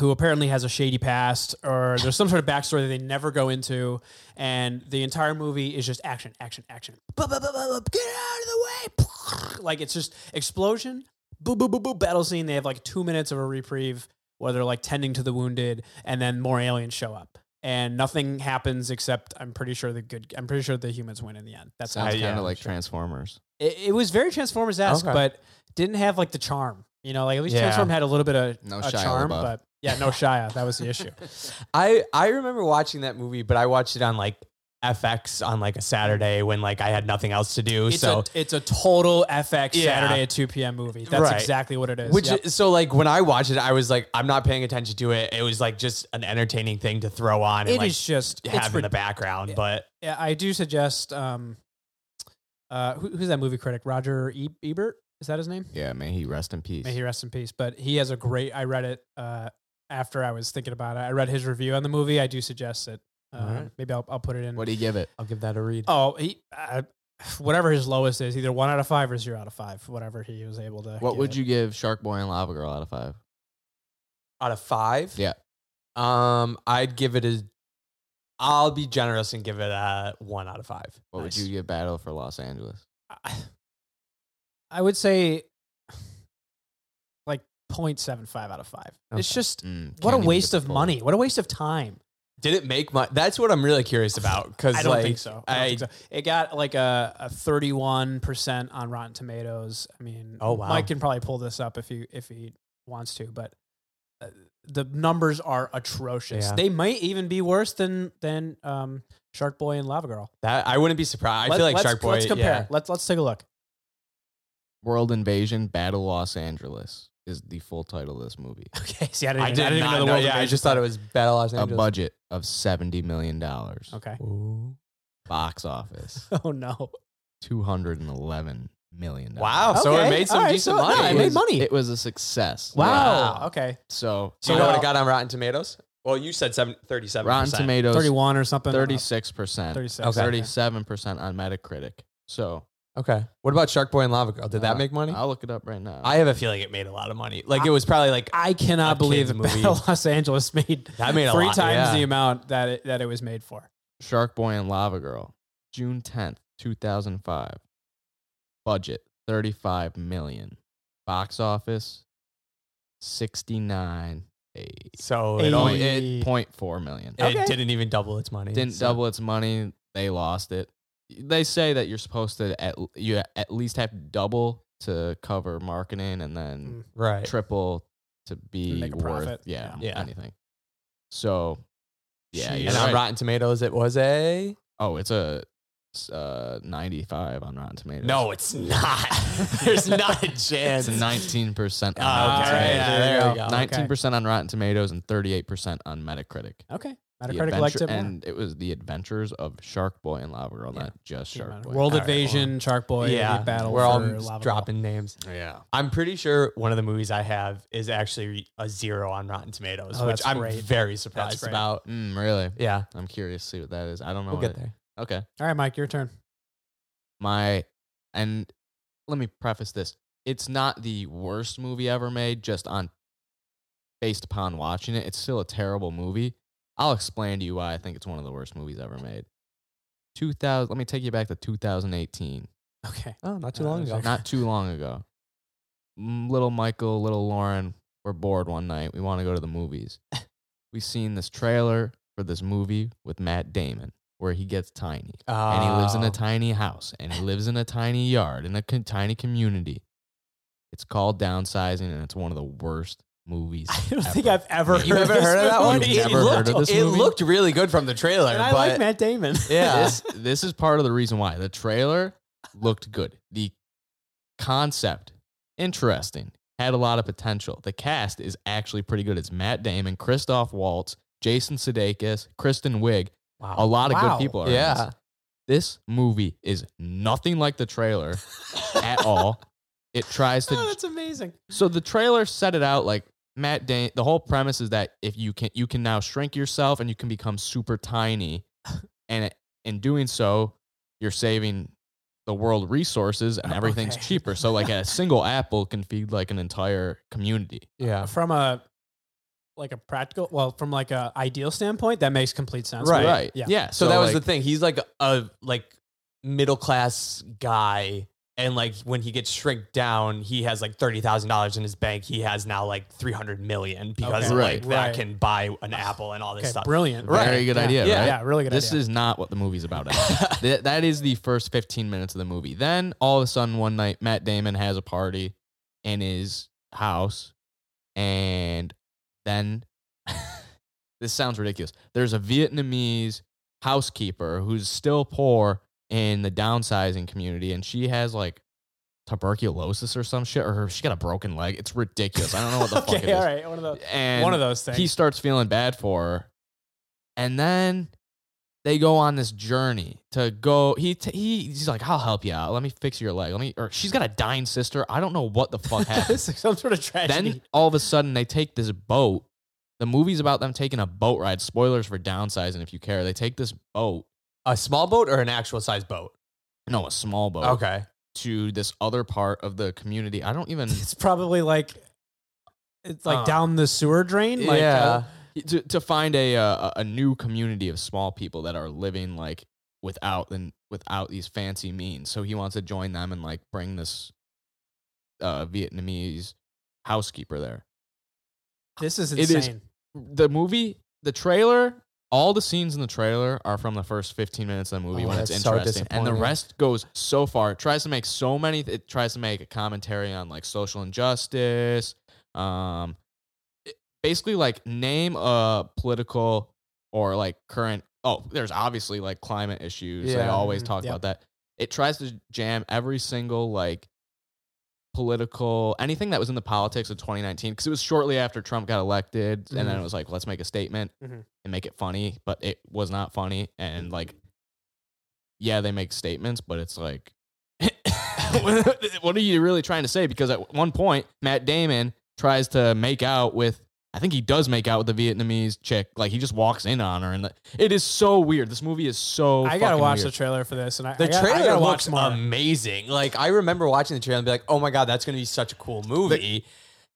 Speaker 3: who apparently has a shady past, or there's some sort of backstory that they never go into, and the entire movie is just action, action, action. Buh, buh, buh, buh, buh, Get out of the way! (laughs) Like it's just explosion, boo, boo, boo, boo, battle scene. They have like two minutes of a reprieve where they're like tending to the wounded, and then more aliens show up, and nothing happens except I'm pretty sure the good. I'm pretty sure the humans win in the end. That's how
Speaker 1: sounds
Speaker 2: I-
Speaker 1: kind
Speaker 2: yeah,
Speaker 1: of like
Speaker 2: sure.
Speaker 1: Transformers.
Speaker 3: it, it was very Transformers esque,
Speaker 2: Okay.
Speaker 3: but didn't have like the charm. You know, like at least
Speaker 2: Yeah.
Speaker 3: Transform had a little bit of
Speaker 1: No
Speaker 3: a
Speaker 1: Shia
Speaker 3: charm,
Speaker 1: LaBeouf.
Speaker 3: but yeah, no Shia. That was the
Speaker 1: (laughs)
Speaker 3: issue.
Speaker 2: I I remember watching that movie, but I watched it on like FX on like a Saturday when like I had nothing else to do.
Speaker 3: It's
Speaker 2: so
Speaker 3: a it's a total FX
Speaker 2: Yeah.
Speaker 3: Saturday at two p.m. movie. That's
Speaker 2: Right.
Speaker 3: exactly what it is.
Speaker 2: Which
Speaker 3: Yep.
Speaker 2: is- so like when I watched it, I was like, I'm not paying attention to it. It was like just an entertaining thing to throw on and
Speaker 3: it
Speaker 2: like
Speaker 3: is just
Speaker 2: have
Speaker 3: it's
Speaker 2: in the background. But
Speaker 3: Yeah, I do suggest. Um, uh, who, who's that movie critic? Roger e- Ebert is that his name?
Speaker 1: Yeah. May he rest in peace.
Speaker 3: May he rest in peace. But he has a great. I read it uh, after I was thinking about it. I read his review on the movie. I do suggest it. Uh,
Speaker 2: All right.
Speaker 3: Maybe I'll, I'll put it in.
Speaker 1: what do you give it?
Speaker 2: I'll give that a read.
Speaker 3: oh, he, uh, whatever his lowest is, either one out of five or zero out of five. Whatever he was able to.
Speaker 1: What
Speaker 3: give
Speaker 1: would
Speaker 3: it.
Speaker 1: you give Shark Boy and Lava Girl out of five?
Speaker 2: Out of five,
Speaker 1: Yeah.
Speaker 2: Um, I'd give it a. I'll be generous and give it a one out of five.
Speaker 1: What would you give Battle for Los Angeles?
Speaker 3: I- (sighs) I would say like 0.75 out of 5. It's
Speaker 2: Okay.
Speaker 3: just
Speaker 1: Mm,
Speaker 3: what
Speaker 1: can't
Speaker 3: a
Speaker 1: even get
Speaker 3: waste
Speaker 1: the
Speaker 3: of
Speaker 1: full-
Speaker 3: money. What a waste of time.
Speaker 2: Did it make my? That's what I'm really curious about because
Speaker 3: I don't
Speaker 2: like
Speaker 3: think so. I, don't
Speaker 2: I-
Speaker 3: think so. It got like a, a 31% on Rotten Tomatoes. I mean,
Speaker 2: Oh, wow.
Speaker 3: Mike can probably pull this up if he if he wants to, but uh, the numbers are atrocious.
Speaker 2: Yeah.
Speaker 3: They might even be worse than than um, Shark Boy and Lava Girl.
Speaker 2: that I wouldn't be surprised. I
Speaker 3: Let-
Speaker 2: feel like
Speaker 3: let's-
Speaker 2: Shark Boy.
Speaker 3: Let's compare.
Speaker 2: yeah.
Speaker 3: Let's let's take a look. (laughs)
Speaker 1: World Invasion Battle Los Angeles is the full title of this
Speaker 3: (laughs)
Speaker 1: movie.
Speaker 3: Okay, see, I didn't,
Speaker 2: I
Speaker 3: even- I
Speaker 2: did
Speaker 3: didn't even
Speaker 2: not
Speaker 3: know the
Speaker 2: know.
Speaker 3: world
Speaker 2: Yeah, I
Speaker 3: invasion
Speaker 2: just thought it was Oh. Battle Los
Speaker 1: A
Speaker 2: Angeles.
Speaker 1: budget of seventy million dollars.
Speaker 3: Okay.
Speaker 2: Ooh.
Speaker 1: Box
Speaker 3: (laughs)
Speaker 1: office
Speaker 3: Oh no.
Speaker 1: two hundred and eleven million.
Speaker 2: Wow. So
Speaker 3: Okay,
Speaker 2: it made some
Speaker 3: all right,
Speaker 2: decent
Speaker 3: so- no,
Speaker 2: money.
Speaker 3: it made
Speaker 1: was-
Speaker 3: money.
Speaker 1: It was a success.
Speaker 3: Wow.
Speaker 2: Wow.
Speaker 3: Okay.
Speaker 1: So
Speaker 2: Do you know what
Speaker 3: Wow.
Speaker 2: it got on Rotten Tomatoes? Well, you said seven, 37%.
Speaker 1: Rotten Tomatoes
Speaker 3: 31 or something. Oh,
Speaker 1: thirty six percent,
Speaker 3: 36.
Speaker 2: Okay.
Speaker 1: thirty seven percent on Metacritic. So
Speaker 2: Okay. What about Shark Boy and Lava Girl? Did that
Speaker 1: Uh,
Speaker 2: make money?
Speaker 1: I'll look it up right now.
Speaker 2: I have a feeling it made a lot of money. Like it was probably like
Speaker 3: I cannot
Speaker 2: A
Speaker 3: believe
Speaker 2: kid's
Speaker 3: that
Speaker 2: movie.
Speaker 3: Battle (laughs) Los Angeles
Speaker 2: (laughs)
Speaker 3: made
Speaker 2: that made a
Speaker 3: three
Speaker 2: lot,
Speaker 3: times
Speaker 2: yeah.
Speaker 3: the amount that it, that it was made for.
Speaker 1: Shark Boy and Lava Girl, June tenth, two thousand five. Budget thirty five million. Box office sixty nine eight.
Speaker 2: So
Speaker 3: Eight.
Speaker 2: it
Speaker 1: Point
Speaker 2: only
Speaker 1: eight point four million.
Speaker 2: it
Speaker 3: Okay.
Speaker 2: didn't even double its money.
Speaker 1: Didn't
Speaker 2: so-
Speaker 1: double its money. They lost it. They say that you're supposed to at you at least have to double to cover marketing and then
Speaker 2: Right.
Speaker 1: triple to be
Speaker 3: Mm, make a
Speaker 1: worth
Speaker 3: profit.
Speaker 1: Yeah,
Speaker 2: Yeah. Yeah.
Speaker 1: anything. So yeah,
Speaker 3: Jeez.
Speaker 1: you're
Speaker 2: and on
Speaker 1: right.
Speaker 2: Rotten Tomatoes, it was a
Speaker 1: oh, it's a it's, uh, 95 on Rotten Tomatoes.
Speaker 2: no. It's (laughs) not. There's not a chance.
Speaker 1: it's 19 percent.
Speaker 2: Oh, okay.
Speaker 3: All right,
Speaker 2: Yeah,
Speaker 3: Ah, there
Speaker 2: there
Speaker 3: you go.
Speaker 2: we go.
Speaker 3: Nine-
Speaker 1: 19 percent on Rotten Tomatoes and 38 percent on Metacritic.
Speaker 3: Okay.
Speaker 1: The
Speaker 3: Metacritic
Speaker 1: adventure-
Speaker 3: liked it more.
Speaker 1: and it was the adventures of Shark Boy and Lava Girl,
Speaker 2: Yeah.
Speaker 1: not just
Speaker 3: Doesn't
Speaker 1: Shark
Speaker 3: matter.
Speaker 1: Boy.
Speaker 3: World
Speaker 2: All right,
Speaker 3: Invasion, Shark Boy,
Speaker 2: yeah,
Speaker 3: the Battle
Speaker 2: we're all
Speaker 3: for
Speaker 2: just
Speaker 3: Lava
Speaker 2: dropping names.
Speaker 1: Yeah,
Speaker 2: I'm pretty sure one of the movies I have is actually a zero on Rotten Tomatoes,
Speaker 3: Oh,
Speaker 2: which
Speaker 3: that's
Speaker 2: I'm
Speaker 3: great.
Speaker 2: very surprised
Speaker 3: great.
Speaker 2: about.
Speaker 1: mm, really.
Speaker 2: Yeah,
Speaker 1: I'm curious to see what that is. I don't know.
Speaker 2: we'll
Speaker 1: what
Speaker 2: get there.
Speaker 1: it- Okay,
Speaker 3: Girl. All right, Mike, your turn.
Speaker 1: my and let me preface this. It's not the worst movie ever made, just on based upon watching it. It's still a terrible movie. I'll explain to you why I think it's one of the worst movies ever made. 2000 Let me take you back to 2018.
Speaker 3: Okay.
Speaker 2: Oh, not too
Speaker 3: Uh,
Speaker 2: long
Speaker 3: it's
Speaker 2: ago.
Speaker 3: like-
Speaker 1: Not too long ago. M- Little Michael, little Lauren, we're bored one night. We want to go to the
Speaker 2: (laughs)
Speaker 1: movies. we seen this trailer for this movie with Matt Damon where he gets tiny and he lives in
Speaker 2: Oh.
Speaker 1: a tiny house and he lives in a tiny yard in a con- tiny community. It's called Downsizing and it's one of the worst movies.
Speaker 3: (laughs) (laughs) I don't think
Speaker 1: ever.
Speaker 3: I've ever
Speaker 1: You
Speaker 2: You
Speaker 3: heard
Speaker 2: ever heard of that one?
Speaker 1: You've
Speaker 2: It
Speaker 1: never
Speaker 2: looked-
Speaker 1: heard of this
Speaker 2: It
Speaker 1: movie?
Speaker 2: (laughs) looked really good from the trailer,
Speaker 3: And
Speaker 2: but
Speaker 3: I like Matt Damon.
Speaker 2: (laughs) yeah,
Speaker 1: this (laughs) this is part of the reason why the trailer looked good. The concept interesting, had a lot of potential. The cast is actually pretty good. It's Matt Damon, Christoph Waltz, Jason Sudeikis, Kristen Wiig.
Speaker 2: wow.
Speaker 1: A lot of
Speaker 3: Wow. Oh,
Speaker 1: good people are. in
Speaker 2: yeah.
Speaker 1: this. this movie is nothing like the
Speaker 3: (laughs)
Speaker 1: trailer at all. It tries to
Speaker 3: Oh, that's amazing.
Speaker 1: so the trailer set it out like Matt Dane. The whole premise is that if you can, you can now shrink yourself and you can become super tiny, and it- in doing so, you're saving the world resources and everything's
Speaker 3: Okay.
Speaker 1: cheaper. So like a single apple can feed like an entire community.
Speaker 2: Yeah.
Speaker 3: From a like a practical, well, from like a ideal standpoint, that makes complete sense.
Speaker 2: Right.
Speaker 1: Yeah.
Speaker 3: Yeah.
Speaker 2: So, that was
Speaker 1: like,
Speaker 2: the thing. He's like a like middle class guy, and like when he gets shrink down, he has like thirty thousand dollars in his bank. He has now like three hundred million because
Speaker 3: Okay.
Speaker 1: Right.
Speaker 2: like that
Speaker 3: Right.
Speaker 2: can buy an apple and all this
Speaker 3: Okay.
Speaker 2: stuff.
Speaker 3: Brilliant.
Speaker 1: Very
Speaker 3: Right.
Speaker 1: good
Speaker 3: yeah.
Speaker 1: idea,
Speaker 3: Yeah.
Speaker 1: right?
Speaker 3: yeah, Really good
Speaker 1: This
Speaker 3: (laughs) idea.
Speaker 1: is not what the movie's about. at all. Th- that is the first 15 minutes of the movie. Then all of a sudden, one night, Matt Damon has a party in his house. And then (laughs) this sounds ridiculous. There's a Vietnamese housekeeper who's still poor in the downsizing community, and she has like tuberculosis or some shit, or her, she got a broken leg. It's ridiculous. I don't know what the fuck it
Speaker 3: (laughs) okay.
Speaker 1: is.
Speaker 3: All right. One of those.
Speaker 1: And
Speaker 3: One of those things.
Speaker 1: he
Speaker 3: (laughs)
Speaker 1: starts feeling bad for her and then they go on this journey to go he, t- he he's like i'll help you out let me fix your leg let me or she's got a dying sister i don't know what the fuck happened
Speaker 3: This is some sort of tragedy.
Speaker 1: then all of a sudden they take this boat the movie's about them taking a boat ride spoilers for downsizing if you care they take this boat
Speaker 2: (laughs) a small boat or an actual size boat?
Speaker 1: no a small boat
Speaker 2: Okay.
Speaker 1: to this other part of the community i don't even
Speaker 3: it's probably like it's like
Speaker 2: Uh,
Speaker 3: down the sewer drain. Like,
Speaker 2: yeah.
Speaker 3: uh,
Speaker 1: to, to find a, uh, a new community of small people that are living like without and without these fancy means. So he wants to join them and like bring this uh, Vietnamese housekeeper there.
Speaker 3: this is
Speaker 1: It is-
Speaker 3: insane.
Speaker 1: The movie, the trailer, all the scenes in the trailer are from the first 15 minutes of the movie
Speaker 2: Oh,
Speaker 1: when it's
Speaker 2: that's so
Speaker 1: interesting. and the
Speaker 2: disappointing.
Speaker 1: rest goes so far. It tries to make so many, it tries to make a commentary on like social injustice. Um, it- basically, like name a political or like current. Oh, there's obviously like climate issues. They
Speaker 2: Yeah. mm-hmm,
Speaker 1: always
Speaker 3: Mhm.
Speaker 1: talk
Speaker 3: Yep.
Speaker 1: about that. It tries to jam every single like political anything that was in the politics of 2019 because it was shortly after Trump got elected, and then it
Speaker 3: Mhm.
Speaker 1: was like let's make a statement
Speaker 3: Mhm.
Speaker 1: and make it funny, but it was not funny. And
Speaker 3: Mm-hmm.
Speaker 1: like, yeah, they make statements, but it's like, (laughs) what are you really trying to say? Because at one point, Matt Damon tries to make out with. I think he does make out with the Vietnamese chick. Like he just walks in on her, and the, it is so weird. This movie is so.
Speaker 3: I gotta watch
Speaker 1: the
Speaker 3: the trailer for this, and I
Speaker 2: The
Speaker 3: I gotta, I
Speaker 2: trailer
Speaker 3: gotta
Speaker 2: looks
Speaker 3: watch more.
Speaker 2: amazing. Like I remember watching the trailer and be like, "Oh my god, that's going to be such a cool movie."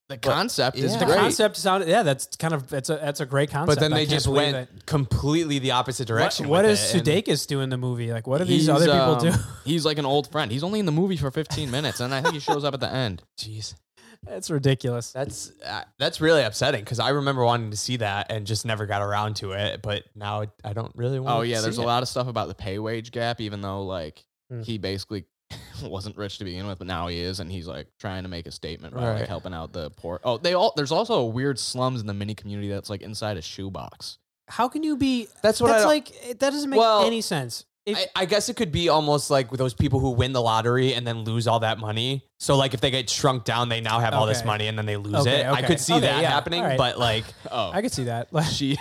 Speaker 1: the
Speaker 2: but-
Speaker 1: concept is
Speaker 2: Yeah.
Speaker 3: the
Speaker 1: great.
Speaker 3: concept sounded yeah. That's kind of that's a that's a great concept.
Speaker 2: but then
Speaker 3: I
Speaker 2: they
Speaker 3: can't
Speaker 2: just
Speaker 3: believe
Speaker 2: went
Speaker 3: that-
Speaker 2: completely the opposite
Speaker 3: What,
Speaker 2: direction.
Speaker 3: what
Speaker 2: with
Speaker 3: does
Speaker 2: it, and-
Speaker 3: Sudeikis do in the movie? Like, what do these
Speaker 1: He's,
Speaker 3: other people
Speaker 1: um,
Speaker 3: do? (laughs)
Speaker 1: (laughs) He's like an old friend. He's only in the movie for 15 minutes, and I think he shows up at the
Speaker 3: (laughs)
Speaker 1: end.
Speaker 2: Jeez.
Speaker 3: That's ridiculous.
Speaker 2: That's uh, that's really upsetting because I remember wanting to see that and just never got around to it. But now I- I don't really want.
Speaker 1: Oh yeah, there's a lot of stuff about the pay wage gap, even though like
Speaker 3: Hmm.
Speaker 1: he basically (laughs) wasn't rich to begin with, but now he is, and he's like trying to make a statement by like
Speaker 2: Right.
Speaker 1: helping out the poor. Oh, they all there's also a weird slums in the mini community that's like inside a shoebox.
Speaker 3: How can you be?
Speaker 2: That's what
Speaker 3: that's
Speaker 2: I. Like,
Speaker 3: like it- that doesn't make
Speaker 2: Well,
Speaker 3: any sense. If,
Speaker 2: I, I guess it could be almost like with those people who win the lottery and then lose all that money. So like if they get shrunk down, they now have all this
Speaker 3: Okay.
Speaker 2: money and then they lose
Speaker 3: Okay,
Speaker 2: it. I
Speaker 3: okay.
Speaker 2: could see
Speaker 3: Okay,
Speaker 2: that
Speaker 3: yeah,
Speaker 2: happening,
Speaker 3: all right. (laughs)
Speaker 2: but like
Speaker 1: Oh,
Speaker 3: I could see that. (laughs)
Speaker 1: (laughs)
Speaker 3: Like,
Speaker 1: she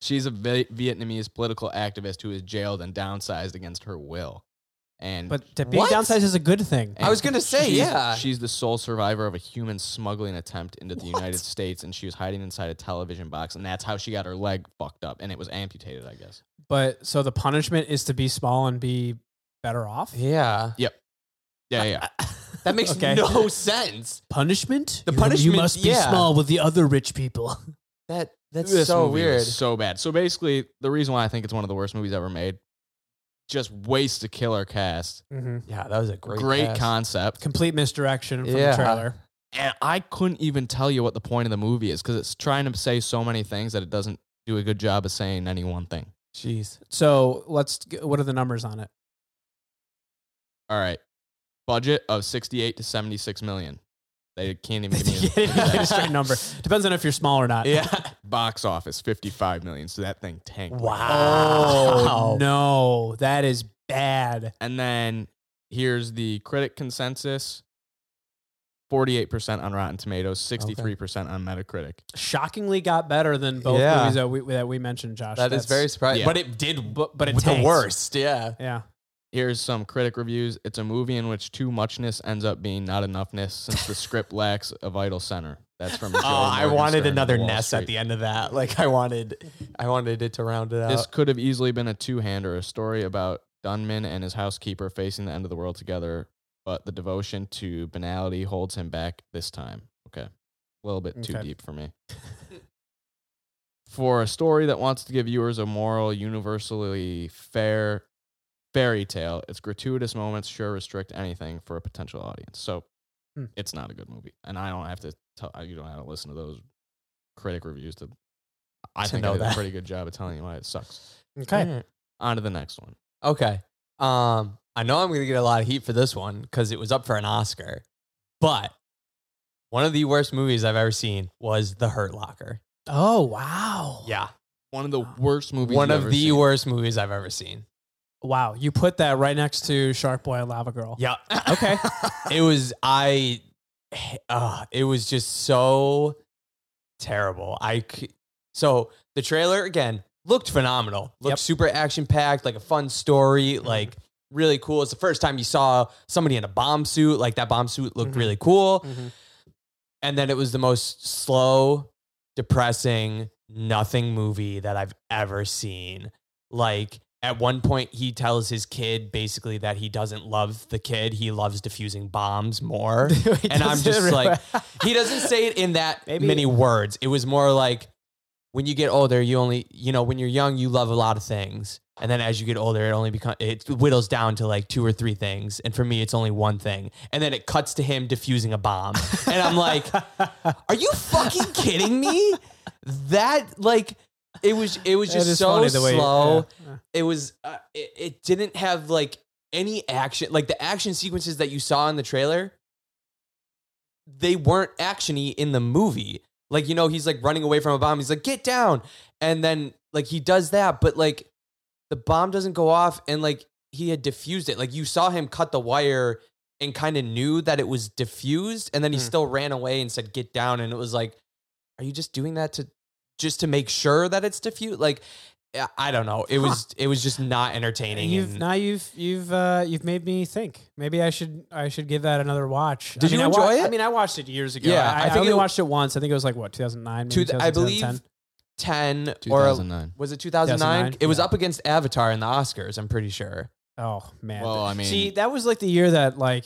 Speaker 1: she's a Vi- Vietnamese political activist who is jailed and downsized against her will, and
Speaker 3: but to being
Speaker 2: What?
Speaker 3: downsized is a good thing.
Speaker 2: I was gonna say,
Speaker 1: she's-
Speaker 2: yeah.
Speaker 1: She's the sole survivor of a human smuggling attempt into the United States, and she was hiding inside a television box, and that's how she got her leg fucked up, and it was amputated, I guess.
Speaker 3: But so the punishment is to be small and be better off.
Speaker 2: yeah,
Speaker 1: Yeah, yeah.
Speaker 2: That makes
Speaker 3: Okay.
Speaker 2: no sense.
Speaker 3: Punishment?
Speaker 2: The
Speaker 3: You-
Speaker 2: punishment,
Speaker 3: You must be
Speaker 2: yeah.
Speaker 3: small with the other rich people. (laughs)
Speaker 2: That that's
Speaker 1: This
Speaker 2: so
Speaker 1: movie
Speaker 2: weird.
Speaker 1: was so bad. So basically, the reason why I think it's one of the worst movies ever made, just waste a killer cast.
Speaker 3: Mm-hmm.
Speaker 2: yeah, that was a great
Speaker 1: Great,
Speaker 2: cast.
Speaker 1: concept.
Speaker 3: Complete misdirection from
Speaker 2: Yeah.
Speaker 3: the trailer.
Speaker 1: And I couldn't even tell you what the point of the movie is because it's trying to say so many things that it doesn't do a good job of saying any one thing.
Speaker 2: Jeez.
Speaker 3: So let's. g- What are the numbers on it? (laughs)
Speaker 1: All right. Budget of 68 to 76 million. They can't even
Speaker 3: They
Speaker 1: give
Speaker 3: (laughs)
Speaker 1: me a-
Speaker 3: didn't get a straight number. Depends on if you're small or not.
Speaker 2: Yeah.
Speaker 1: (laughs) Box office 55 million. So that thing tanked.
Speaker 2: Wow.
Speaker 3: Oh
Speaker 2: (laughs)
Speaker 3: no, that is bad.
Speaker 1: And then here's the critic consensus 48% on Rotten Tomatoes, 63% on Metacritic.
Speaker 3: Shockingly, got better than both
Speaker 2: Yeah.
Speaker 3: movies that we that we mentioned, Josh.
Speaker 2: That is
Speaker 3: That's-
Speaker 2: very surprising.
Speaker 1: yeah.
Speaker 2: But it did
Speaker 3: But but it
Speaker 2: with the
Speaker 3: tanks.
Speaker 2: worst. Yeah.
Speaker 3: Yeah.
Speaker 1: Here's some critic reviews. It's a movie in which too muchness ends up being not enoughness since the script lacks a vital center. That's from Joe
Speaker 2: (laughs) Oh, I wanted
Speaker 1: Morgenstern of
Speaker 2: another
Speaker 1: Wall
Speaker 2: nest at
Speaker 1: Street.
Speaker 2: the end of that. Like I wanted, I wanted it to round it out.
Speaker 1: This could have easily been a two-hander, a story about Dunman and his housekeeper facing the end of the world together, but the devotion to banality holds him back this time. Okay. A little bit too
Speaker 3: Okay.
Speaker 1: deep for me. for a story that wants to give viewers a moral, universally fair fairy tale, its gratuitous moments sure restrict anything for a potential audience. So
Speaker 3: Hmm.
Speaker 1: it's not a good movie. And I don't have to tell you don't have to listen to those critic reviews to I
Speaker 2: To
Speaker 1: think
Speaker 2: know
Speaker 1: I did
Speaker 2: that.
Speaker 1: a pretty good job of telling you why it sucks.
Speaker 3: Okay.
Speaker 2: Alright.
Speaker 1: On to the next one.
Speaker 2: Okay. Um, I know I'm going to get a lot of heat for this one because it was up for an Oscar, but one of the worst movies I've ever seen was The Hurt Locker.
Speaker 3: Oh wow.
Speaker 2: Yeah,
Speaker 1: One of the worst movies.
Speaker 2: one
Speaker 1: you've
Speaker 2: of
Speaker 1: ever
Speaker 2: the
Speaker 1: seen. (laughs)
Speaker 2: worst movies I've ever seen.
Speaker 3: Wow. You put that right next to Shark Boy and Lava Girl.
Speaker 2: Yeah. (laughs)
Speaker 3: Okay.
Speaker 2: it was I. Uh, it was just so terrible. I c- so the trailer again looked phenomenal. Looked
Speaker 3: Yep.
Speaker 2: super action packed, like a fun story, like really cool. It's the first time you saw somebody in a bomb suit. Like that bomb suit looked
Speaker 3: Mhm.
Speaker 2: really cool.
Speaker 3: Mhm.
Speaker 2: And then it was the most slow, depressing, nothing movie that I've ever seen. Like at one point, he tells his kid basically that he doesn't love the kid; he loves defusing bombs more.
Speaker 3: He
Speaker 2: (laughs) And I'm
Speaker 3: does it
Speaker 2: just
Speaker 3: really
Speaker 2: like- (laughs)
Speaker 3: well.
Speaker 2: he doesn't say it in that
Speaker 3: Maybe-
Speaker 2: many words. It was more like when you get older, you only you know when you're young, you love a lot of things, and then as you get older, it only becomes it whittles down to like two or three things. And for me, it's only one thing. And then it cuts to him defusing a bomb, and
Speaker 3: (laughs)
Speaker 2: I'm like, are you fucking kidding me? That like. It was it was
Speaker 3: That
Speaker 2: just
Speaker 3: is
Speaker 2: so
Speaker 3: funny the way-
Speaker 2: slow
Speaker 3: yeah.
Speaker 2: it was uh, it, it didn't have like any action like the action sequences that you saw in the trailer they weren't actiony in the movie like you know he's like running away from a bomb he's like get down and then like he does that but like the bomb doesn't go off and like he had diffused it like you saw him cut the wire and kind of knew that it was diffused and then he
Speaker 3: Hmm.
Speaker 2: still ran away and said get down and it was like are you just doing that to just to make sure that it's diffused like I- I don't know. It was it was just not entertaining.
Speaker 3: You've
Speaker 2: and-
Speaker 3: now you've you've uh, you've made me think. Maybe I should I should give that another watch.
Speaker 2: Did
Speaker 3: I
Speaker 2: you
Speaker 3: I wa-
Speaker 2: enjoy it?
Speaker 3: I mean, I watched it years ago.
Speaker 2: Yeah,
Speaker 3: I,
Speaker 2: I
Speaker 3: I,
Speaker 2: think
Speaker 3: only
Speaker 2: it-
Speaker 3: watched it once. I think it was like what 2009,
Speaker 2: Two-
Speaker 3: maybe
Speaker 2: I
Speaker 3: 2010,
Speaker 2: believe 10 or
Speaker 1: 2009.
Speaker 2: was it 2009?
Speaker 3: 2009,
Speaker 2: It was
Speaker 3: yeah.
Speaker 2: up against Avatar in the Oscars, I'm pretty sure.
Speaker 3: Oh man.
Speaker 1: Well, I mean-
Speaker 3: see, that was like the year that like,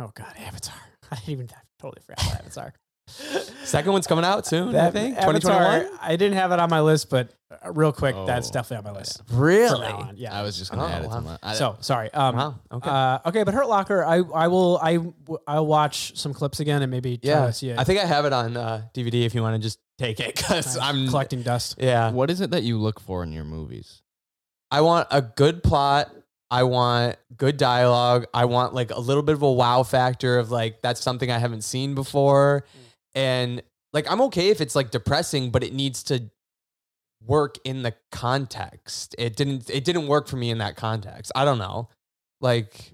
Speaker 3: oh god, Avatar. (laughs) I didn't even I totally forgot about
Speaker 2: (laughs)
Speaker 3: Avatar.
Speaker 2: Second one's coming out soon, I
Speaker 3: That-
Speaker 2: think.
Speaker 3: Avatar,
Speaker 2: 2021?
Speaker 3: I didn't have it on my list, but uh, real quick, that's
Speaker 1: Oh,
Speaker 3: definitely on my list. From now
Speaker 2: Really?
Speaker 3: on, Yeah.
Speaker 1: I was just gonna
Speaker 2: Oh,
Speaker 1: add it
Speaker 2: wow.
Speaker 1: to my. I,
Speaker 3: so sorry. Um,
Speaker 2: Wow. Uh-huh. Okay.
Speaker 3: Uh, okay, but Hurt Locker, I I will I w- I'll watch some clips again and maybe try
Speaker 2: yeah.
Speaker 3: to see it.
Speaker 2: I think I have it on uh, DVD if you want to just take it cuz I'm
Speaker 3: collecting dust.
Speaker 2: Yeah.
Speaker 1: what is it that you look for in your movies?
Speaker 2: I want a good plot. I want good dialogue. I want like a little bit of a wow factor of like that's something I haven't seen before. And like I'm okay if it's like depressing, but it needs to work in the context. It didn't it didn't work for me in that context. I don't know. Like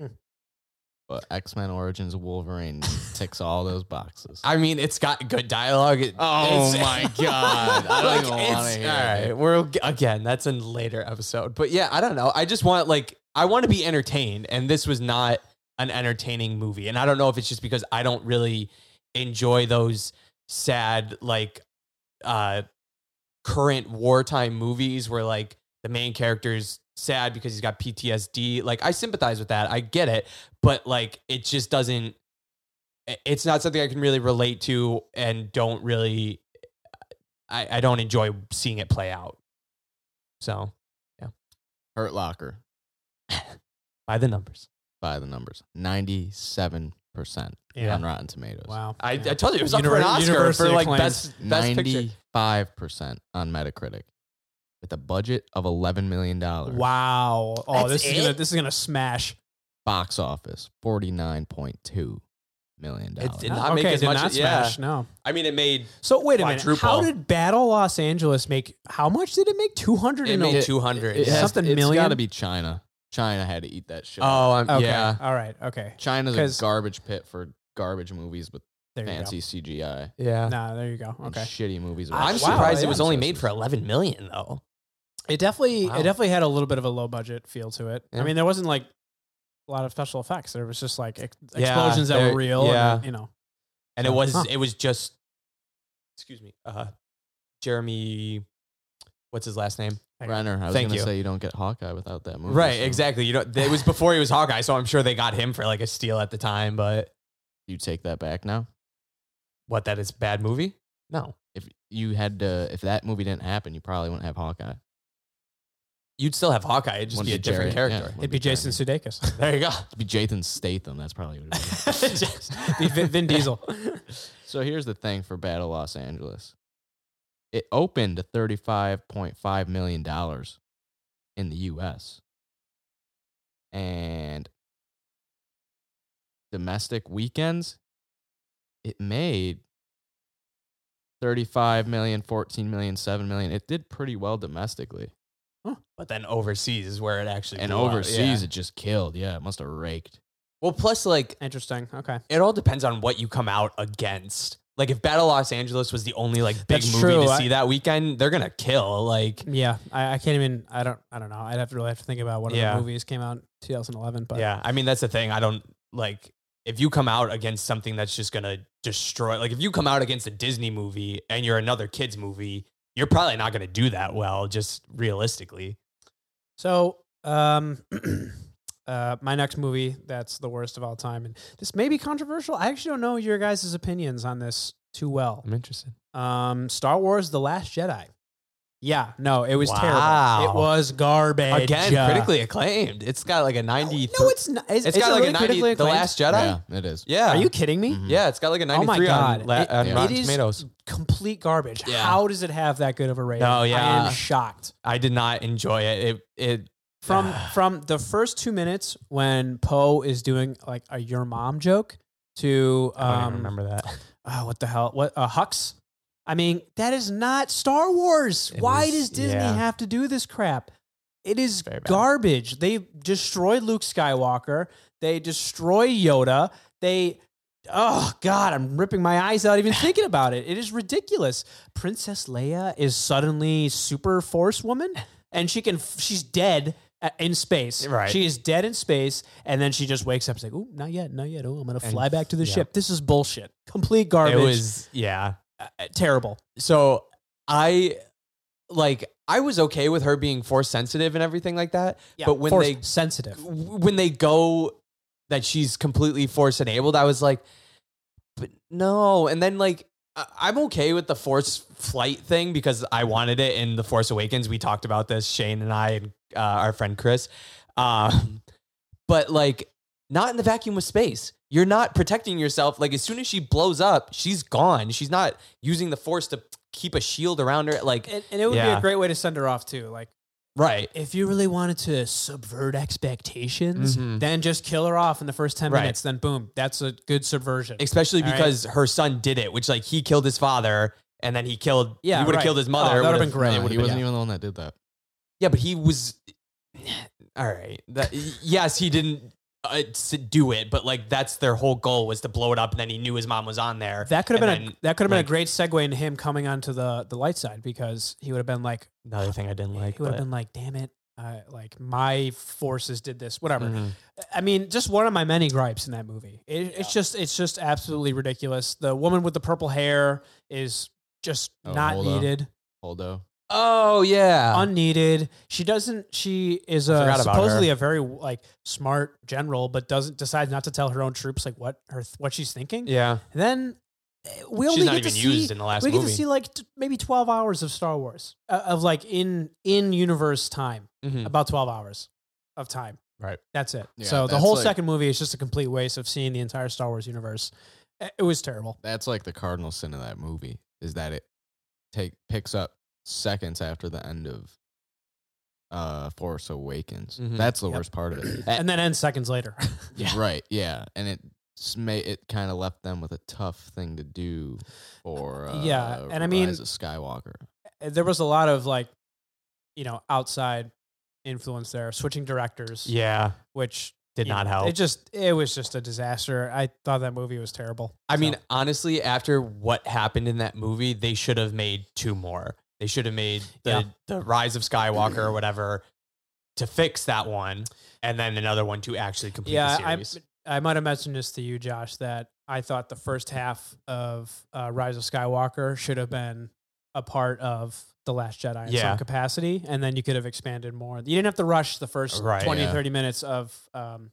Speaker 1: But X Men Origins Wolverine ticks all those boxes.
Speaker 2: I mean, it's got good dialogue. It-
Speaker 1: Oh
Speaker 2: it's- (laughs)
Speaker 1: my God. I don't even wanna
Speaker 2: it's-
Speaker 1: hear
Speaker 2: all
Speaker 1: it.
Speaker 2: right, We're again. That's in later episode. But yeah, I don't know. I just want like I want to be entertained, and this was not an entertaining movie. And I don't know if it's just because I don't really enjoy those sad like uh current wartime movies where like the main character's sad because he's got PTSD. Like I sympathize with that. I get it, but like it just doesn't i- it's not something I can really relate to and don't really I, I don't enjoy seeing it play out. So
Speaker 1: Hurt Locker
Speaker 2: by the numbers.
Speaker 1: by the numbers, ninety-seven percent
Speaker 3: Yeah.
Speaker 1: on Rotten Tomatoes.
Speaker 3: Wow.
Speaker 2: I,
Speaker 3: Yeah.
Speaker 2: I told you it was up for an
Speaker 3: Univer-
Speaker 2: Oscar for
Speaker 3: university
Speaker 2: like
Speaker 3: acclaimed.
Speaker 2: best best picture.
Speaker 1: Ninety-five percent on Metacritic, with a budget of eleven million dollars.
Speaker 3: Wow. Oh,
Speaker 2: That's
Speaker 3: this is gonna
Speaker 2: it?
Speaker 3: this is gonna smash.
Speaker 1: Box office forty-nine point two million
Speaker 2: It's-
Speaker 1: dollars.
Speaker 2: Did not make
Speaker 3: Uh, okay,
Speaker 2: as
Speaker 3: did
Speaker 2: much-
Speaker 3: not
Speaker 2: yeah.
Speaker 3: smash. No.
Speaker 2: I mean, it made
Speaker 3: So wait a minute.
Speaker 2: Quadruple.
Speaker 3: How did Battle Los Angeles make? How much did it make? Two hundred
Speaker 2: it
Speaker 3: and
Speaker 2: made
Speaker 1: it-
Speaker 2: two hundred.
Speaker 1: It has,
Speaker 3: Something
Speaker 1: It's
Speaker 3: million?
Speaker 1: got to be China. China had to eat that shit. up.
Speaker 2: Oh, I'm,
Speaker 3: Okay.
Speaker 2: yeah.
Speaker 3: All right. Okay.
Speaker 1: China's a
Speaker 3: 'cause-
Speaker 1: garbage pit for garbage movies with
Speaker 3: There
Speaker 1: fancy CGI.
Speaker 2: Yeah.
Speaker 3: you go. Nah, there you go.
Speaker 1: and
Speaker 3: Okay.
Speaker 1: shitty movies. with
Speaker 2: I'm
Speaker 1: shitty
Speaker 2: surprised
Speaker 3: yeah.
Speaker 2: it was only made
Speaker 1: processes.
Speaker 2: for 11 million though.
Speaker 3: It definitely
Speaker 2: Wow.
Speaker 3: it definitely had a little bit of a low budget feel to it.
Speaker 2: Yeah.
Speaker 3: I mean, there wasn't like a lot of special effects. There was just like ex-
Speaker 2: Yeah,
Speaker 3: explosions that
Speaker 2: there-
Speaker 3: were real.
Speaker 2: yeah.
Speaker 3: And, you know.
Speaker 2: and it
Speaker 3: Yeah.
Speaker 2: was
Speaker 3: Huh.
Speaker 2: it was just excuse me uh jeremy what's his last name
Speaker 1: Renner. I was
Speaker 2: Thank
Speaker 1: gonna
Speaker 2: you.
Speaker 1: say you don't get Hawkeye without that movie.
Speaker 2: right
Speaker 1: so
Speaker 2: exactly you know it was before he was hawkeye so i'm sure they got him for like a steal at the time but
Speaker 1: You take that back now.
Speaker 2: what that is a bad movie no
Speaker 1: If you had to, if that movie didn't happen, you probably wouldn't have Hawkeye.
Speaker 2: you'd still have hawkeye it'd just
Speaker 1: Wouldn't
Speaker 2: be a different
Speaker 1: Jared- yeah,
Speaker 2: character
Speaker 1: wouldn't
Speaker 3: It'd be Jason
Speaker 1: Jared.
Speaker 3: Sudeikis.
Speaker 2: (laughs)
Speaker 3: (laughs)
Speaker 2: there you go
Speaker 1: It'd be Jathan Statham. That's probably what it would be.
Speaker 2: Just-
Speaker 3: Be Vin, Vin Diesel.
Speaker 1: So here's the thing for Battle Los Angeles. It opened to $35.5 million in the US. And domestic weekends, it made 35 million, 14 million, 7 million. It did pretty well domestically.
Speaker 2: but then overseas is where it actually
Speaker 1: And
Speaker 2: blew up,
Speaker 1: overseas,
Speaker 2: yeah.
Speaker 1: it just killed. Yeah, it must have raked.
Speaker 2: well plus like
Speaker 3: Interesting. Okay.
Speaker 2: it all depends on what you come out against like if battle los angeles was the only like big
Speaker 3: That's
Speaker 2: movie
Speaker 3: true.
Speaker 2: to
Speaker 3: I-
Speaker 2: see that weekend they're gonna kill like
Speaker 3: Yeah, I, I can't even. I don't. I don't know. I'd have to really have to think about what
Speaker 2: Yeah.
Speaker 3: other movies came out in 2011. But
Speaker 2: yeah, I mean that's the thing. I don't like if you come out against something that's just gonna destroy. Like if you come out against a Disney movie and you're another kids movie, you're probably not gonna do that well. Just realistically,
Speaker 3: So, um, (clears throat) uh, my next movie that's the worst of all time, and this may be controversial. I actually don't know your guys' opinions on this too well.
Speaker 2: interested.
Speaker 3: Um, Star Wars: The Last Jedi. Yeah, no, it was
Speaker 2: Wow.
Speaker 3: terrible. It was garbage.
Speaker 2: Again,
Speaker 3: Uh,
Speaker 2: critically acclaimed. It's got like a ninety.
Speaker 3: No, it's not. It's,
Speaker 2: it's got like
Speaker 3: really
Speaker 2: a ninety.
Speaker 3: critically
Speaker 2: The
Speaker 3: acclaimed-
Speaker 2: Last Jedi. Mm-hmm.
Speaker 1: Yeah,
Speaker 2: Yeah,
Speaker 1: it is.
Speaker 2: yeah.
Speaker 3: Are you kidding me?
Speaker 1: Mhm.
Speaker 2: it's got like a
Speaker 3: Oh my
Speaker 2: ninety-three on,
Speaker 3: God.
Speaker 2: la-
Speaker 3: It-
Speaker 2: on
Speaker 1: it
Speaker 2: Rotten
Speaker 3: is-
Speaker 2: Tomatoes.
Speaker 3: Complete garbage.
Speaker 2: Yeah.
Speaker 3: How does it have that good of a rating?
Speaker 2: No,
Speaker 3: I
Speaker 2: yeah.
Speaker 3: am shocked.
Speaker 2: I did not enjoy it. It it (sighs)
Speaker 3: from from the first two minutes when Poe is doing like a your mom joke to
Speaker 2: I don't even
Speaker 3: um
Speaker 2: remember that.
Speaker 3: oh, what the hell what uh, Hux. I mean that is not Star Wars.
Speaker 2: It
Speaker 3: Why
Speaker 2: was-
Speaker 3: does Disney
Speaker 2: yeah.
Speaker 3: have to do this crap? It is
Speaker 2: Very bad.
Speaker 3: garbage. They destroyed Luke Skywalker. They destroy Yoda. They oh god, I'm ripping my eyes out even thinking about it. It is ridiculous. Princess Leia is suddenly super force woman and she can she's dead a- in space.
Speaker 2: Right.
Speaker 3: She is dead in space and then she just wakes up and like, "Oh, not yet, not yet. Oh, I'm going to
Speaker 2: And-
Speaker 3: fly back to the
Speaker 2: yeah.
Speaker 3: ship." This is bullshit. Complete garbage.
Speaker 2: It was yeah.
Speaker 3: Uh, uh, terrible.
Speaker 2: So I like I was okay with her being force sensitive and everything like that.
Speaker 3: Yeah,
Speaker 2: but when
Speaker 3: force
Speaker 2: they
Speaker 3: sensitive.
Speaker 2: when they go that she's completely force enabled, I was like, but no. And then like I- I'm okay with the force flight thing because I wanted it in the Force Awakens. We talked about this, Shane and I and uh, our friend Chris. Um, but like not in the vacuum of space. You're not protecting yourself. Like as soon as she blows up, she's gone. She's not using the force to keep a shield around her. Like
Speaker 3: And, and it would be
Speaker 2: Yeah.
Speaker 3: a great way to send her off too. Like
Speaker 2: right.
Speaker 3: if you really wanted to subvert expectations,
Speaker 2: Mhm.
Speaker 3: then just kill her off in the first 10
Speaker 2: Right.
Speaker 3: minutes, then boom, that's a good subversion.
Speaker 2: especially
Speaker 3: All right.
Speaker 2: because her son did it, which like he killed his father, and then he killed.
Speaker 3: Yeah,
Speaker 2: he would have
Speaker 3: right.
Speaker 2: killed his mother.
Speaker 3: Oh, that would've
Speaker 2: would've-
Speaker 3: been great.
Speaker 2: it
Speaker 1: No,
Speaker 2: would've
Speaker 1: he
Speaker 2: been-
Speaker 1: wasn't
Speaker 2: yeah.
Speaker 1: even the one that did that.
Speaker 2: Yeah, but he was. (sighs) All right. That, yes, he didn't uh, s- do it, but like that's their whole goal was to blow it up, and then he knew his mom was on there.
Speaker 3: that could have
Speaker 2: and
Speaker 3: been a,
Speaker 2: then,
Speaker 3: that could have been
Speaker 2: like-
Speaker 3: a great segue into him coming onto the the light side because he would have been like
Speaker 2: another thing I didn't like.
Speaker 3: he would have
Speaker 2: but-
Speaker 3: been like damn it uh, like my forces did this whatever
Speaker 2: Mhm.
Speaker 3: I mean, just one of my many gripes in that movie. It, It's just, it's just absolutely ridiculous. The woman with the purple hair is just
Speaker 1: Oh,
Speaker 3: not
Speaker 1: hold on.
Speaker 3: needed.
Speaker 1: Holdo.
Speaker 2: Oh yeah.
Speaker 3: unneeded. She doesn't. She is
Speaker 2: I
Speaker 3: a,
Speaker 2: forgot about her.
Speaker 3: supposedly a very like smart general, but doesn't decides not to tell her own troops like what her what she's thinking.
Speaker 2: yeah.
Speaker 3: And then eh, we only
Speaker 2: She's not
Speaker 3: get to
Speaker 2: even
Speaker 3: see
Speaker 2: used in the last
Speaker 3: we
Speaker 2: movie.
Speaker 3: get to see like t- maybe twelve hours of Star Wars uh, of like in in universe time,
Speaker 2: Mhm.
Speaker 3: about twelve hours of time.
Speaker 2: Right.
Speaker 3: That's it.
Speaker 1: Yeah,
Speaker 3: so the
Speaker 1: that's
Speaker 3: whole
Speaker 1: like-
Speaker 3: second movie is just a complete waste of seeing the entire Star Wars universe. Eh, It was terrible.
Speaker 1: That's like the cardinal sin of that movie is that it take picks up seconds after the end of uh Force Awakens.
Speaker 2: Mhm.
Speaker 1: That's the
Speaker 3: Mm-hmm. Yep.
Speaker 1: worst part of
Speaker 3: (coughs)
Speaker 2: Eh.
Speaker 1: it.
Speaker 3: And then ends seconds later. (laughs)
Speaker 2: Yeah.
Speaker 1: Right. Yeah. And it s- may it kind of left them with a tough thing to do for uh,
Speaker 3: Yeah, and I mean-
Speaker 1: Rise of Skywalker.
Speaker 3: Eh, there was a lot of like, you know, outside influence there, switching directors,
Speaker 2: Yeah.
Speaker 3: which
Speaker 2: Did
Speaker 3: you
Speaker 2: not
Speaker 3: know,
Speaker 2: help.
Speaker 3: It just it was just a disaster. I thought that movie was terrible.
Speaker 2: I
Speaker 3: So,
Speaker 2: mean, honestly, after what happened in that movie, they should have made two more. They should have made the,
Speaker 3: Yeah.
Speaker 2: the Rise of
Speaker 3: (clears throat)
Speaker 2: Skywalker or whatever to fix that one, and then another one to actually complete
Speaker 3: yeah,
Speaker 2: the
Speaker 3: I
Speaker 2: series.
Speaker 3: I might have mentioned this to you, Josh, that I thought the first half of uh, Rise of Skywalker should have been a part of the Last Jedi in
Speaker 2: Yeah.
Speaker 3: some capacity, and then you could have expanded more. You didn't have to rush the first
Speaker 2: Uh, Right,
Speaker 3: 20,
Speaker 1: yeah.
Speaker 3: 30 minutes of um,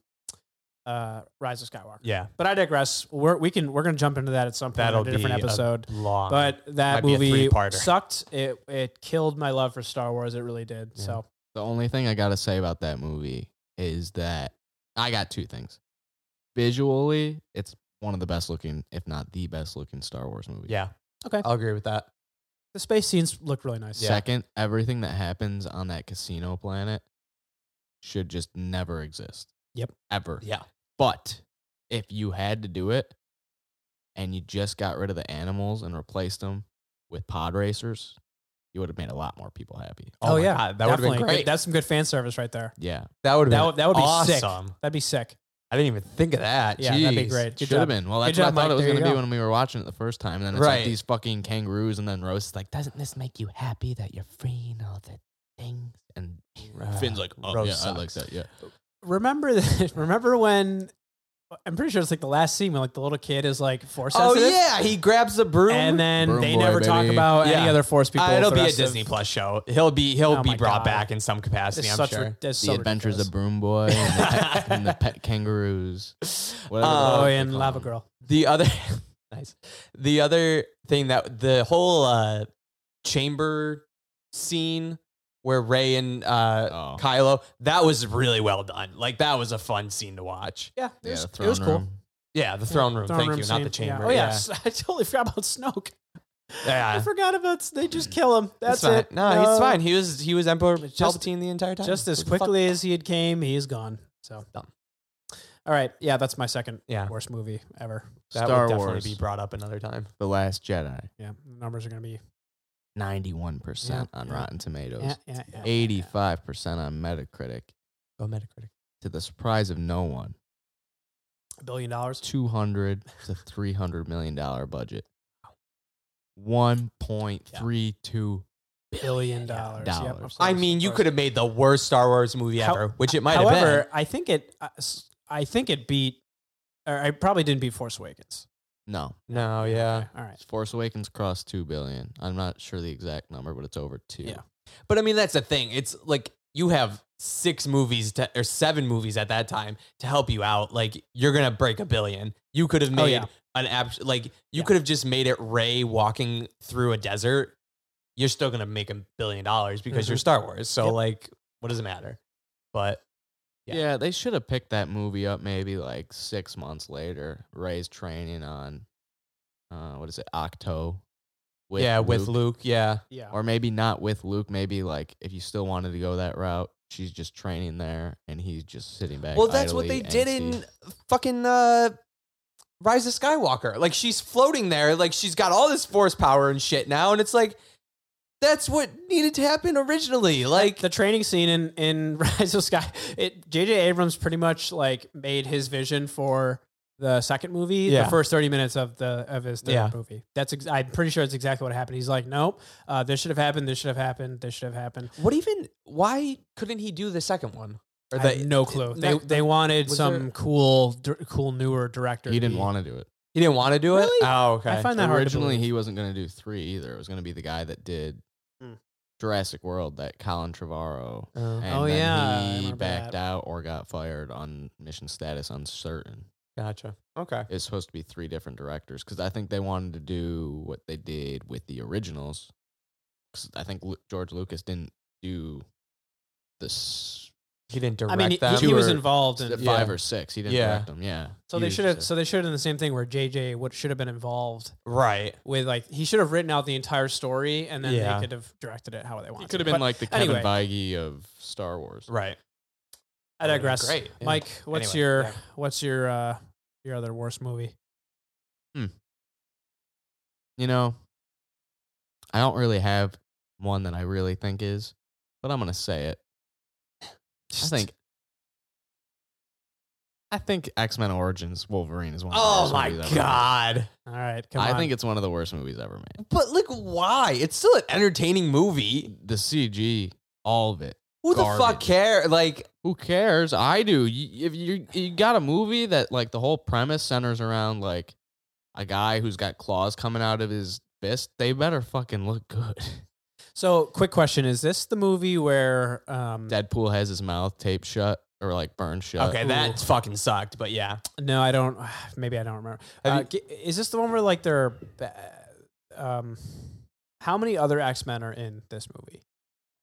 Speaker 3: uh, Rise of Skywalker.
Speaker 2: yeah,
Speaker 3: But I digress. We're we can we're gonna jump into that at some point
Speaker 2: that'll
Speaker 3: in
Speaker 2: be
Speaker 3: a different
Speaker 2: a
Speaker 3: episode.
Speaker 2: long.
Speaker 3: but that
Speaker 2: might be a
Speaker 3: movie
Speaker 2: three-parter.
Speaker 3: sucked. It it killed my love for Star Wars. It really did.
Speaker 2: Yeah.
Speaker 3: So
Speaker 1: The only thing I gotta say about that movie is that I got two things. Visually, it's one of the best looking, if not the best looking Star Wars movie.
Speaker 2: yeah,
Speaker 3: Okay.
Speaker 2: I'll agree with that.
Speaker 3: the space scenes look really nice.
Speaker 2: Yeah.
Speaker 1: Second, everything that happens on that casino planet should just never exist.
Speaker 3: Yep.
Speaker 1: Ever.
Speaker 2: Yeah,
Speaker 1: But if you had to do it and you just got rid of the animals and replaced them with pod racers, you would have made a lot more people happy.
Speaker 3: Oh,
Speaker 2: my
Speaker 3: yeah,
Speaker 2: God, that would have been
Speaker 3: Definitely.
Speaker 2: great.
Speaker 3: That's some good fan service right there.
Speaker 1: Yeah.
Speaker 2: That would
Speaker 3: That
Speaker 2: have
Speaker 3: would
Speaker 2: been
Speaker 3: that would be sick.
Speaker 2: awesome.
Speaker 3: That'd be sick.
Speaker 2: I didn't even think of that.
Speaker 3: Yeah, that'd be
Speaker 2: (sighs) Jeez.
Speaker 3: great. Good
Speaker 1: Should have
Speaker 3: job.
Speaker 1: been. Well,
Speaker 3: Good
Speaker 1: that's what
Speaker 3: job,
Speaker 1: I thought
Speaker 3: Mike.
Speaker 1: it was
Speaker 3: There
Speaker 1: going
Speaker 3: you
Speaker 1: to be
Speaker 3: go.
Speaker 1: when we were watching it the first time. And then it's
Speaker 2: Right.
Speaker 1: like these fucking kangaroos. And then Rose is like, doesn't this make you happy that you're freeing all the things? And
Speaker 2: Ah,
Speaker 1: Finn's like, oh,
Speaker 2: Rose
Speaker 1: yeah, I
Speaker 2: sucks.
Speaker 1: like that. Yeah.
Speaker 3: Remember (laughs) that, remember when I'm pretty sure it's like the last scene when like the little kid is like force
Speaker 2: Oh
Speaker 3: sensitive.
Speaker 2: yeah, he grabs the broom.
Speaker 3: And then
Speaker 1: Broom
Speaker 3: they
Speaker 1: boy,
Speaker 3: never talk
Speaker 1: baby.
Speaker 3: about
Speaker 2: Yeah.
Speaker 3: any other force people.
Speaker 2: Uh, it'll
Speaker 3: for the
Speaker 2: be a
Speaker 3: rest of-
Speaker 2: Disney Plus show. He'll be he'll
Speaker 3: Oh
Speaker 2: be
Speaker 3: my
Speaker 2: brought
Speaker 3: God.
Speaker 2: back in some
Speaker 3: It's
Speaker 2: capacity. I'm
Speaker 3: such
Speaker 2: sure.
Speaker 3: it's
Speaker 1: the
Speaker 3: so
Speaker 1: Adventures
Speaker 3: ridiculous.
Speaker 1: of Broom Boy and the
Speaker 3: (laughs)
Speaker 1: pet, and the pet kangaroos. Whatever the
Speaker 2: Uh,
Speaker 1: fuck
Speaker 3: Oh,
Speaker 1: they
Speaker 3: and
Speaker 1: call
Speaker 3: Lava
Speaker 1: them.
Speaker 3: Girl.
Speaker 2: the other (laughs) nice the other thing that the whole uh chamber scene where ray and uh
Speaker 1: Oh.
Speaker 2: kylo that was really well done like that was a fun scene to watch
Speaker 3: Yeah, it
Speaker 1: Yeah,
Speaker 3: was,
Speaker 1: the
Speaker 3: it was
Speaker 1: throne
Speaker 3: cool.
Speaker 1: room.
Speaker 2: yeah the throne room thank you not the
Speaker 3: scene. Yeah.
Speaker 2: chamber
Speaker 3: Oh yeah, S- (laughs) I totally forgot about Snoke.
Speaker 2: yeah,
Speaker 3: I forgot about they just kill him. That's
Speaker 2: It's fine.
Speaker 3: it. Uh,
Speaker 2: no he's fine he was he was emperor
Speaker 3: Just-
Speaker 2: palpatine the entire time
Speaker 3: Just as
Speaker 2: What the fuck?
Speaker 3: quickly as he had came, he is gone. So
Speaker 2: Dumb.
Speaker 3: All right, yeah, that's my second (laughs)
Speaker 2: yeah
Speaker 3: worst movie ever.
Speaker 2: that
Speaker 1: Star
Speaker 2: would definitely
Speaker 1: Wars.
Speaker 2: be brought up another time
Speaker 1: The Last Jedi.
Speaker 3: Yeah, the numbers are gonna be eh,
Speaker 1: 91% on
Speaker 3: yeah.
Speaker 1: Rotten Tomatoes,
Speaker 3: yeah, yeah, yeah.
Speaker 1: 85% on Metacritic.
Speaker 2: go metacritic
Speaker 1: To the surprise of no one,
Speaker 3: A billion dollars.
Speaker 1: 200
Speaker 3: (laughs)
Speaker 1: to 300 million dollar budget. 1.32
Speaker 3: Billion dollars. Yep, of
Speaker 1: dollars.
Speaker 2: i
Speaker 3: course,
Speaker 2: mean
Speaker 3: of
Speaker 2: you
Speaker 3: course.
Speaker 2: could have made the worst star wars movie
Speaker 3: How-
Speaker 2: ever which it might have been
Speaker 3: However, I think it. I s- I think it beat. Or I probably didn't beat Force Awakens.
Speaker 1: No.
Speaker 2: no yeah
Speaker 3: All right.
Speaker 1: Force Awakens crossed 2 billion. I'm not sure the exact number, but it's over 2.
Speaker 3: Yeah.
Speaker 2: But I mean, that's the thing. It's like you have six movies to, or seven movies at that time to help you out. Like you're gonna break a billion. You could have made
Speaker 3: Oh, yeah.
Speaker 2: an app. Like you
Speaker 3: Yeah.
Speaker 2: could have just made it Ray walking through a desert. You're still gonna make a billion dollars because you're Star Wars. So
Speaker 3: Mm-hmm. Yep.
Speaker 2: like, what does it matter? But Yeah.
Speaker 1: Yeah, they should have picked that movie up maybe like 6 months later. Ray's training on uh what is it? Octo.
Speaker 2: yeah, with Luke, yeah,
Speaker 3: Yeah.
Speaker 1: or maybe not with Luke. Maybe like if you still wanted to go that route, she's just training there and he's just sitting back.
Speaker 2: Well, that's what they
Speaker 1: idly,
Speaker 2: did
Speaker 1: angsty.
Speaker 2: in fucking uh, Rise of Skywalker. Like she's floating there, like she's got all this force power and shit now, and it's like that's what needed to happen originally. Like
Speaker 3: the training scene in in (laughs) Rise of Sky, it J.J. Abrams pretty much like made his vision for the second movie,
Speaker 2: Yeah.
Speaker 3: the first thirty minutes of the of his third
Speaker 2: Yeah.
Speaker 3: movie. That's ex- I'm pretty sure it's exactly what happened. He's like, nope, uh, this should have happened. This should have happened. This should have happened.
Speaker 2: what even? Why couldn't he do the second one? Or
Speaker 3: I have no clue. They
Speaker 2: not-
Speaker 3: they wanted
Speaker 2: was
Speaker 3: some
Speaker 2: there-
Speaker 3: cool dir- cool newer director.
Speaker 1: He
Speaker 3: to
Speaker 1: didn't
Speaker 3: be-
Speaker 1: want to do it.
Speaker 2: he didn't want to do it.
Speaker 3: Really?
Speaker 2: Oh, okay.
Speaker 3: I find that hard to
Speaker 1: Originally,
Speaker 3: believe.
Speaker 1: he wasn't going to do three either. It was going to be the guy that did
Speaker 3: Hmm.
Speaker 1: Jurassic World that Colin Trevorrow
Speaker 2: Oh,
Speaker 1: and
Speaker 3: Oh,
Speaker 1: then
Speaker 3: yeah, I
Speaker 1: he
Speaker 3: remember
Speaker 1: backed
Speaker 3: that.
Speaker 1: out or got fired on mission status uncertain.
Speaker 2: gotcha. Okay.
Speaker 1: It's supposed to be three different directors because I think they wanted to do what they did with the originals. 'Cause I think Lu- George Lucas didn't do this
Speaker 2: He didn't direct
Speaker 3: I mean, he,
Speaker 2: them.
Speaker 3: he- he was
Speaker 1: Tour-
Speaker 3: involved in.
Speaker 1: five
Speaker 2: Yeah.
Speaker 1: or six. He didn't
Speaker 2: Yeah.
Speaker 1: direct them. Yeah.
Speaker 3: So
Speaker 1: He
Speaker 3: they
Speaker 1: was
Speaker 3: should have.
Speaker 1: just-
Speaker 3: So they should have done the same thing where JJ would should have been involved
Speaker 2: right.
Speaker 3: with like he should have written out the entire story and then
Speaker 2: Yeah.
Speaker 3: they could have directed it how they wanted.
Speaker 1: He could have
Speaker 3: it.
Speaker 1: been
Speaker 3: But
Speaker 1: like the Kevin
Speaker 3: anyway.
Speaker 1: Feige of Star Wars.
Speaker 2: Right.
Speaker 3: I digress.
Speaker 2: Great. Yeah.
Speaker 3: Mike, what's
Speaker 2: Anyway,
Speaker 3: your
Speaker 2: yeah.
Speaker 3: what's your uh your other worst movie?
Speaker 1: You know, I don't really have one that I really think is, but I'm gonna say (sighs) it. I think. I think X Men Origins Wolverine is one. Of the
Speaker 2: Oh
Speaker 1: worst
Speaker 2: my
Speaker 1: movies ever made.
Speaker 2: god.
Speaker 3: All right, come
Speaker 1: I
Speaker 3: on.
Speaker 1: think it's one of the worst movies ever made.
Speaker 2: But look, why? It's still an entertaining movie.
Speaker 1: The CG, all of it.
Speaker 2: Who the fuck
Speaker 1: Garbage.
Speaker 2: care? Like,
Speaker 1: Who cares? I do. You, if you you got a movie that like the whole premise centers around like a guy who's got claws coming out of his fist, they better fucking look good.
Speaker 3: so. Quick question: Is this the movie where um
Speaker 1: Deadpool has his mouth taped shut or like burned shut.
Speaker 2: Mm. okay,
Speaker 3: Ooh.
Speaker 2: that fucking sucked. But yeah,
Speaker 3: No, I don't. (sighs) Maybe I don't remember.
Speaker 2: Have
Speaker 3: Uh,
Speaker 2: you-
Speaker 3: g- is this the one where like they're ba- um how many other X Men are in this movie?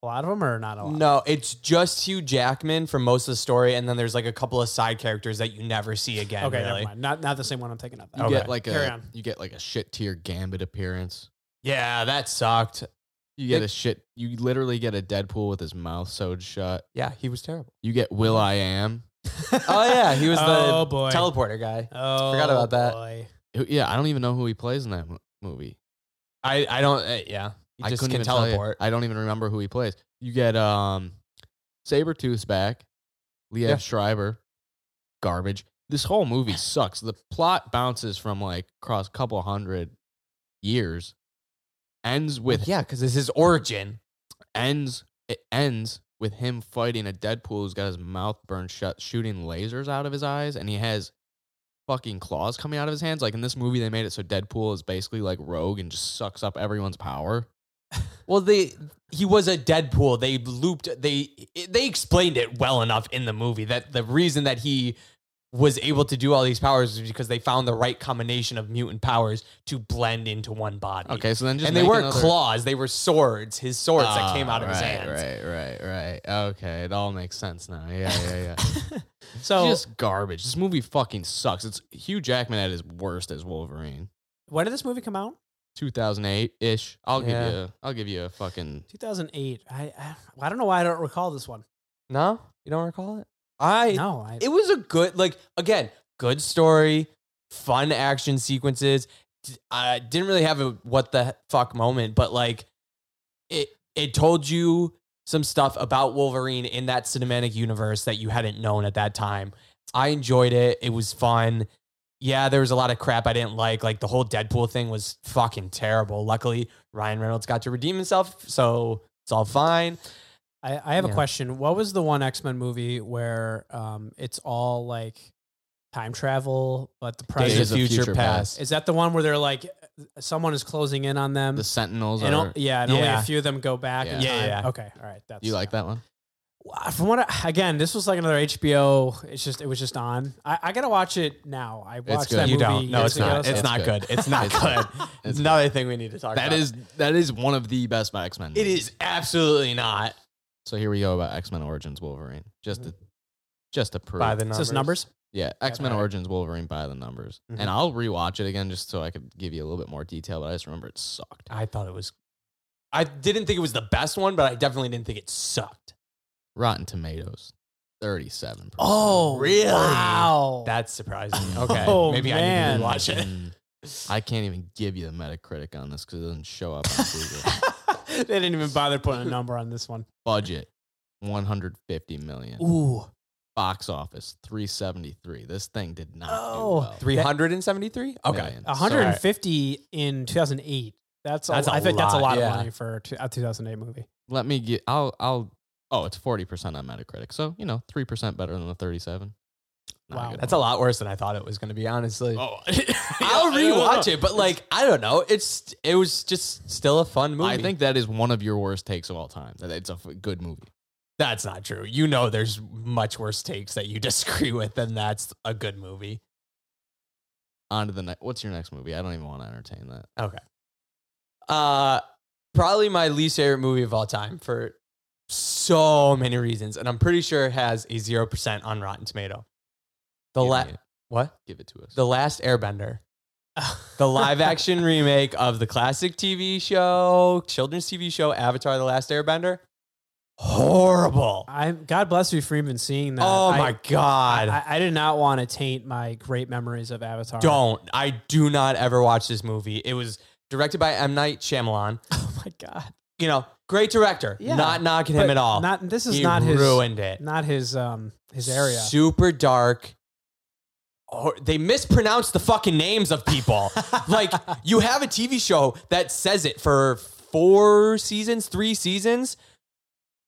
Speaker 3: A lot of them or not a lot?
Speaker 2: no, it's just Hugh Jackman for most of the story, and then there's like a couple of side characters that you never see again.
Speaker 3: Okay,
Speaker 2: really.
Speaker 3: never mind. Not not the same one I'm thinking of.
Speaker 1: You
Speaker 2: Okay.
Speaker 1: get like
Speaker 3: Carry
Speaker 1: a
Speaker 3: on.
Speaker 1: you get like a shit tier gambit appearance.
Speaker 2: Yeah, that sucked.
Speaker 1: You get
Speaker 2: It-
Speaker 1: a shit. You literally get a Deadpool with his mouth sewed shut.
Speaker 2: Yeah, he was terrible.
Speaker 1: You get Will
Speaker 2: Mm-hmm.
Speaker 1: I Am.
Speaker 2: (laughs) Oh yeah,
Speaker 3: (laughs)
Speaker 2: he was the
Speaker 3: oh boy.
Speaker 2: teleporter guy.
Speaker 3: oh,
Speaker 2: forgot about that.
Speaker 3: boy.
Speaker 1: Who- Yeah, I don't even know who he plays in that mo- movie.
Speaker 2: I I don't. Uh, yeah, he
Speaker 1: I
Speaker 2: just
Speaker 1: couldn't
Speaker 2: can
Speaker 1: even tell you.
Speaker 2: teleport.
Speaker 1: I don't even remember who he plays. You get um, Sabretooth's back, Liev
Speaker 2: Yeah.
Speaker 1: Schreiber, garbage. This whole
Speaker 2: (laughs)
Speaker 1: movie sucks. The plot bounces from like across a couple hundred years, ends with
Speaker 2: yeah, because it's his origin.
Speaker 1: ends it ends with him fighting a Deadpool who's got his mouth burned shut, shooting lasers out of his eyes, and he has fucking claws coming out of his hands. Like in this movie, they made it so Deadpool is basically like rogue and just sucks up everyone's power.
Speaker 2: Well, they he was a Deadpool. They looped. They they explained it well enough in the movie that the reason that he was able to do all these powers is because they found the right combination of mutant powers to blend into one body.
Speaker 1: Okay, so then just
Speaker 2: and they
Speaker 1: make
Speaker 2: weren't
Speaker 1: another-
Speaker 2: claws; they were swords. His swords that
Speaker 1: Ah,
Speaker 2: came out of his
Speaker 1: right,
Speaker 2: hands.
Speaker 1: Right, right, right. Okay, it all makes sense now. Yeah, yeah, yeah. (laughs)
Speaker 3: So
Speaker 1: just garbage. This movie fucking sucks. It's Hugh Jackman at his worst as Wolverine.
Speaker 3: when did this movie come out?
Speaker 1: 2008 ish. I'll
Speaker 2: Yeah.
Speaker 1: give you. A, I'll give you a fucking.
Speaker 3: 2008. I, I I don't know why I don't recall this one.
Speaker 2: No, you don't recall it. I
Speaker 3: no, I,
Speaker 2: it was a good like again good story fun action sequences D- i didn't really have a what the fuck moment but like it it told you some stuff about wolverine in that cinematic universe that you hadn't known at that time i enjoyed it it was fun yeah there was a lot of crap i didn't like like the whole deadpool thing was fucking terrible luckily ryan reynolds got to redeem himself so it's all fine
Speaker 3: I, I have a
Speaker 2: Yeah.
Speaker 3: question. What was the one X Men movie where um it's all like time travel, but the
Speaker 1: Days
Speaker 3: present
Speaker 1: of Future Past.
Speaker 3: Is that the one where they're like, someone is closing in on them?
Speaker 1: The Sentinels
Speaker 3: and
Speaker 1: are.
Speaker 3: o- yeah, and only
Speaker 2: Yeah.
Speaker 3: a few of them go back. in
Speaker 2: Yeah. Yeah,
Speaker 3: time?
Speaker 2: yeah.
Speaker 3: Okay, all right. That's
Speaker 1: You like that one?
Speaker 3: Wow, From what I, again, this was like another HBO. It's just it was just on. I, I gotta watch it now. I watched
Speaker 1: good.
Speaker 3: that
Speaker 2: you
Speaker 3: movie.
Speaker 2: don't no
Speaker 3: years
Speaker 2: it's not
Speaker 3: ago,
Speaker 2: it's
Speaker 3: so-
Speaker 2: not good it's not
Speaker 1: It's
Speaker 2: good
Speaker 1: good.
Speaker 2: it's
Speaker 1: It's
Speaker 2: another thing we need to talk
Speaker 1: That
Speaker 2: about
Speaker 1: is that is one of the best X Men.
Speaker 2: It is absolutely not.
Speaker 1: So here we go about X Men Origins Wolverine. Just to just to prove.
Speaker 2: By
Speaker 3: It's
Speaker 2: the numbers.
Speaker 3: just numbers.
Speaker 1: yeah, Mm-hmm. X Men
Speaker 3: alright.
Speaker 1: Origins Wolverine by the numbers.
Speaker 2: Mhm.
Speaker 1: And I'll rewatch it again just so I could give you a little bit more detail. But I just remember it sucked.
Speaker 2: I thought it was. I didn't think it was the best one, but I definitely didn't think it sucked.
Speaker 1: Rotten Tomatoes, thirty seven. Oh,
Speaker 3: (laughs)
Speaker 2: Really?
Speaker 3: Wow.
Speaker 2: That's surprising. Okay,
Speaker 3: Oh,
Speaker 2: maybe
Speaker 3: man.
Speaker 2: I need to rewatch
Speaker 1: I can't even give you the Metacritic on this because it doesn't show up on
Speaker 2: (laughs)
Speaker 1: Google.
Speaker 3: they didn't even bother putting a number on this one.
Speaker 1: Budget. 150 million.
Speaker 3: Ooh.
Speaker 1: Box office 373. This thing did not
Speaker 3: Oh,
Speaker 1: do
Speaker 2: it. Three hundred and seventy-three.
Speaker 1: well.
Speaker 2: Okay,
Speaker 1: Million.
Speaker 3: 150 in 2008. That's,
Speaker 2: That's
Speaker 3: a,
Speaker 2: a
Speaker 3: I think that's a lot
Speaker 2: lot, yeah.
Speaker 3: of money for two- a 2008 movie. (sighs)
Speaker 1: let me get I'll I'll oh it's 40% on Metacritic. So, you know, 3% better than the 37. Not
Speaker 3: Wow.
Speaker 1: good
Speaker 2: That's a lot worse than I thought it was going to be, honestly. (laughs)
Speaker 1: Oh,
Speaker 2: I'll rewatch it, but like I don't know. It's it was just still a fun movie.
Speaker 1: I think that is one of your worst takes of all time. That it's a f- good movie.
Speaker 2: that's not true. You know, there's much worse takes that you (laughs) disagree with, and that's a good movie.
Speaker 1: On to the next. What's your next movie? I don't even want to entertain that.
Speaker 2: Uh, probably my least favorite movie of all time for so many reasons, and I'm pretty sure it has a zero percent on Rotten Tomato. The
Speaker 1: Give
Speaker 2: la-
Speaker 1: me it.
Speaker 2: what?
Speaker 1: Give it to us.
Speaker 2: The Last Airbender. the live
Speaker 3: (laughs)
Speaker 2: action remake of the classic TV show, children's TV show Avatar: The Last Airbender. Horrible.
Speaker 3: I God bless you for even seeing that.
Speaker 2: Oh
Speaker 3: I-
Speaker 2: my god.
Speaker 3: I, I did not want to taint my great memories of Avatar.
Speaker 2: Don't. I do not ever watch this movie. It was directed by M Night Shyamalan.
Speaker 3: (laughs) Oh my god.
Speaker 2: You know, great director.
Speaker 3: Yeah.
Speaker 2: Not knocking him
Speaker 3: But
Speaker 2: at all.
Speaker 3: Not this is
Speaker 2: he
Speaker 3: not his
Speaker 2: ruined it.
Speaker 3: not his um his area.
Speaker 2: Super dark. Or they mispronounce the fucking names
Speaker 3: (laughs)
Speaker 2: of people. like you have a TV show that says it for four seasons, three seasons,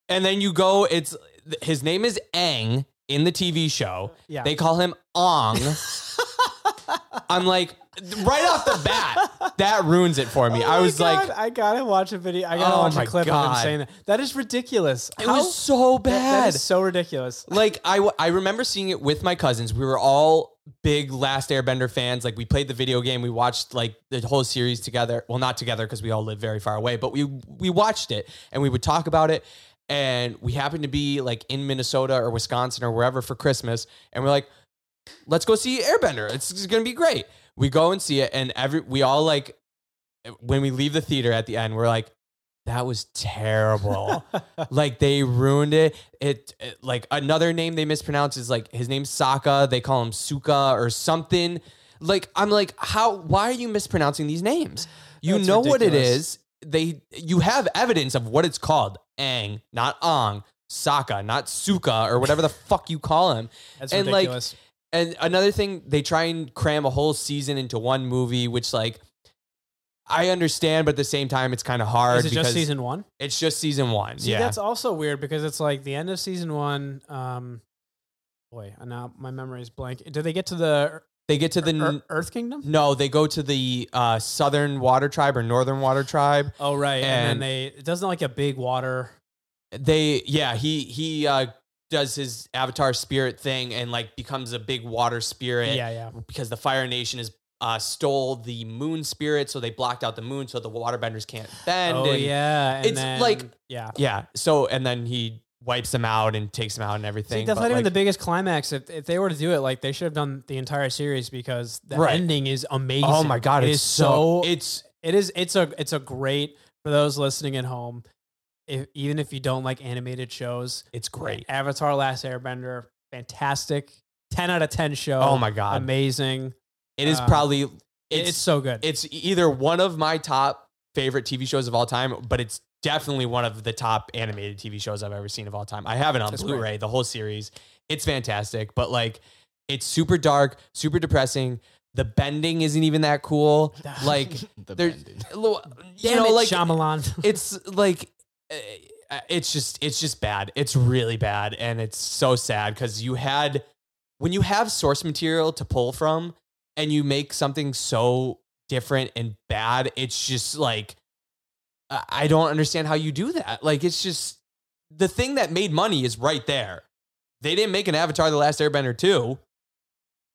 Speaker 2: and then you go. It's his name is Aang in the TV show.
Speaker 3: Yeah.
Speaker 2: They call him Ong.
Speaker 3: (laughs)
Speaker 2: I'm like, right off the bat, that ruins it for me.
Speaker 3: Oh
Speaker 2: I
Speaker 3: my
Speaker 2: was
Speaker 3: God,
Speaker 2: like,
Speaker 3: I gotta watch a video. I gotta
Speaker 2: Oh
Speaker 3: watch
Speaker 2: my
Speaker 3: a clip of
Speaker 2: God.
Speaker 3: him saying that. That is ridiculous.
Speaker 2: it
Speaker 3: How-
Speaker 2: was so
Speaker 3: that-
Speaker 2: bad.
Speaker 3: that is so ridiculous. (laughs)
Speaker 2: like I, w- I remember seeing it with my cousins. We were all big Last Airbender fans. Like we played the video game, we watched like the whole series together. Well, not together because we all live very far away, but we we watched it and we would talk about it. And we happened to be like in Minnesota or Wisconsin or wherever for Christmas, and we're like, let's go see Airbender. It's, it's gonna be great. We go and see it, and every we all like when we leave the theater at the end, we're like, that was terrible. like they ruined it. it. it- like another name they mispronounce is like his name's Saka. They call him Suka or something. Like I'm like, how? Why are you mispronouncing these names? You
Speaker 3: That's
Speaker 2: know what it
Speaker 3: ridiculous.
Speaker 2: is. They you have evidence of what it's called. Ang, not Ong. Saka, not Suka or whatever the fuck you call him.
Speaker 3: That's
Speaker 2: And, like,
Speaker 3: ridiculous.
Speaker 2: And another thing, they try and cram a whole season into one movie, which like I understand, but at the same time, it's kind of hard.
Speaker 3: is it
Speaker 2: because
Speaker 3: just season one?
Speaker 2: It's just season one.
Speaker 3: See,
Speaker 2: yeah,
Speaker 3: that's also weird because it's like the end of season one. Um, boy, and now my memory is blank. Did they get to the
Speaker 2: they get to the
Speaker 3: Ear- Ear- Earth Kingdom?
Speaker 2: no, they go to the uh, Southern Water Tribe or Northern Water Tribe.
Speaker 3: Oh right, and,
Speaker 2: And-
Speaker 3: then they it doesn't like a big water.
Speaker 2: They yeah, he he uh, does his Avatar spirit thing and like becomes a big water spirit.
Speaker 3: Yeah, yeah.
Speaker 2: because the Fire Nation is. Uh, stole the moon spirit, so they blocked out the moon, so the waterbenders can't bend.
Speaker 3: oh
Speaker 2: and-
Speaker 3: yeah, and
Speaker 2: it's
Speaker 3: then-
Speaker 2: like-
Speaker 3: yeah.
Speaker 2: Yeah. So and then he wipes them out and takes them out and everything.
Speaker 3: See, that's
Speaker 2: but,
Speaker 3: not even
Speaker 2: like,
Speaker 3: the biggest climax. If, if they were to do it, like they should have done the entire series because the
Speaker 2: Right.
Speaker 3: ending is amazing.
Speaker 2: Oh my god!
Speaker 3: It
Speaker 2: it's
Speaker 3: is so
Speaker 2: It's
Speaker 3: it is it's a it's a great for those listening at home. If, even if you don't like animated shows,
Speaker 2: it's great.
Speaker 3: Avatar: Last Airbender, fantastic, ten out of ten show.
Speaker 2: Oh my god!
Speaker 3: amazing!
Speaker 2: it is
Speaker 3: um,
Speaker 2: probably
Speaker 3: It's,
Speaker 2: it's
Speaker 3: so (laughs) good.
Speaker 2: it's e-, either one of my top favorite TV shows of all time, but it's definitely one of the top animated TV shows I've ever seen of all time. I have it on
Speaker 3: That's great.
Speaker 2: Blu-ray, the whole series. It's fantastic, but like it's super dark, super depressing. The bending isn't even that cool.
Speaker 3: (laughs)
Speaker 2: Like
Speaker 1: (laughs) The
Speaker 2: there's-
Speaker 1: Bending.
Speaker 2: lo- you
Speaker 3: Damn
Speaker 2: know,
Speaker 3: it,
Speaker 2: like
Speaker 3: Shyamalan.
Speaker 2: it's like uh, it's just it's just bad it's really bad and it's so sad because you had when you have source material to pull from and you make something so different and bad it's just like i I don't understand how you do that like it's just the thing that made money is right there they didn't make an avatar the last airbender 2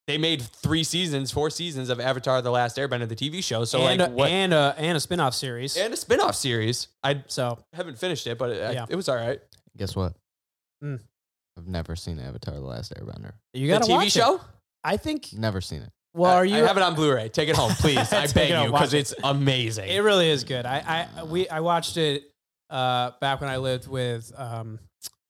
Speaker 2: they made three seasons four seasons of avatar the last airbender the tv show (laughs) so
Speaker 3: and,
Speaker 2: like
Speaker 3: a,
Speaker 2: what
Speaker 3: and a and a spinoff series.
Speaker 2: and a spin-off series i
Speaker 3: so
Speaker 2: haven't finished it, but it, I-
Speaker 3: Yeah.
Speaker 2: it was all right.
Speaker 1: (laughs) Guess what?
Speaker 3: Mm.
Speaker 1: I've never seen Avatar: The Last Airbender.
Speaker 3: you
Speaker 2: The
Speaker 3: got to
Speaker 2: TV
Speaker 3: watch it.
Speaker 2: show? Mm,
Speaker 3: I think.
Speaker 1: Never seen it.
Speaker 3: Well,
Speaker 2: I-
Speaker 3: are you?
Speaker 2: I have it on Blu-ray. Take it home, please.
Speaker 3: (laughs)
Speaker 2: I
Speaker 3: Take
Speaker 2: beg
Speaker 3: it home,
Speaker 2: you,
Speaker 3: watch
Speaker 2: because
Speaker 3: it.
Speaker 2: it's amazing.
Speaker 3: It really is good. I, I we I watched it uh, back when I lived with um,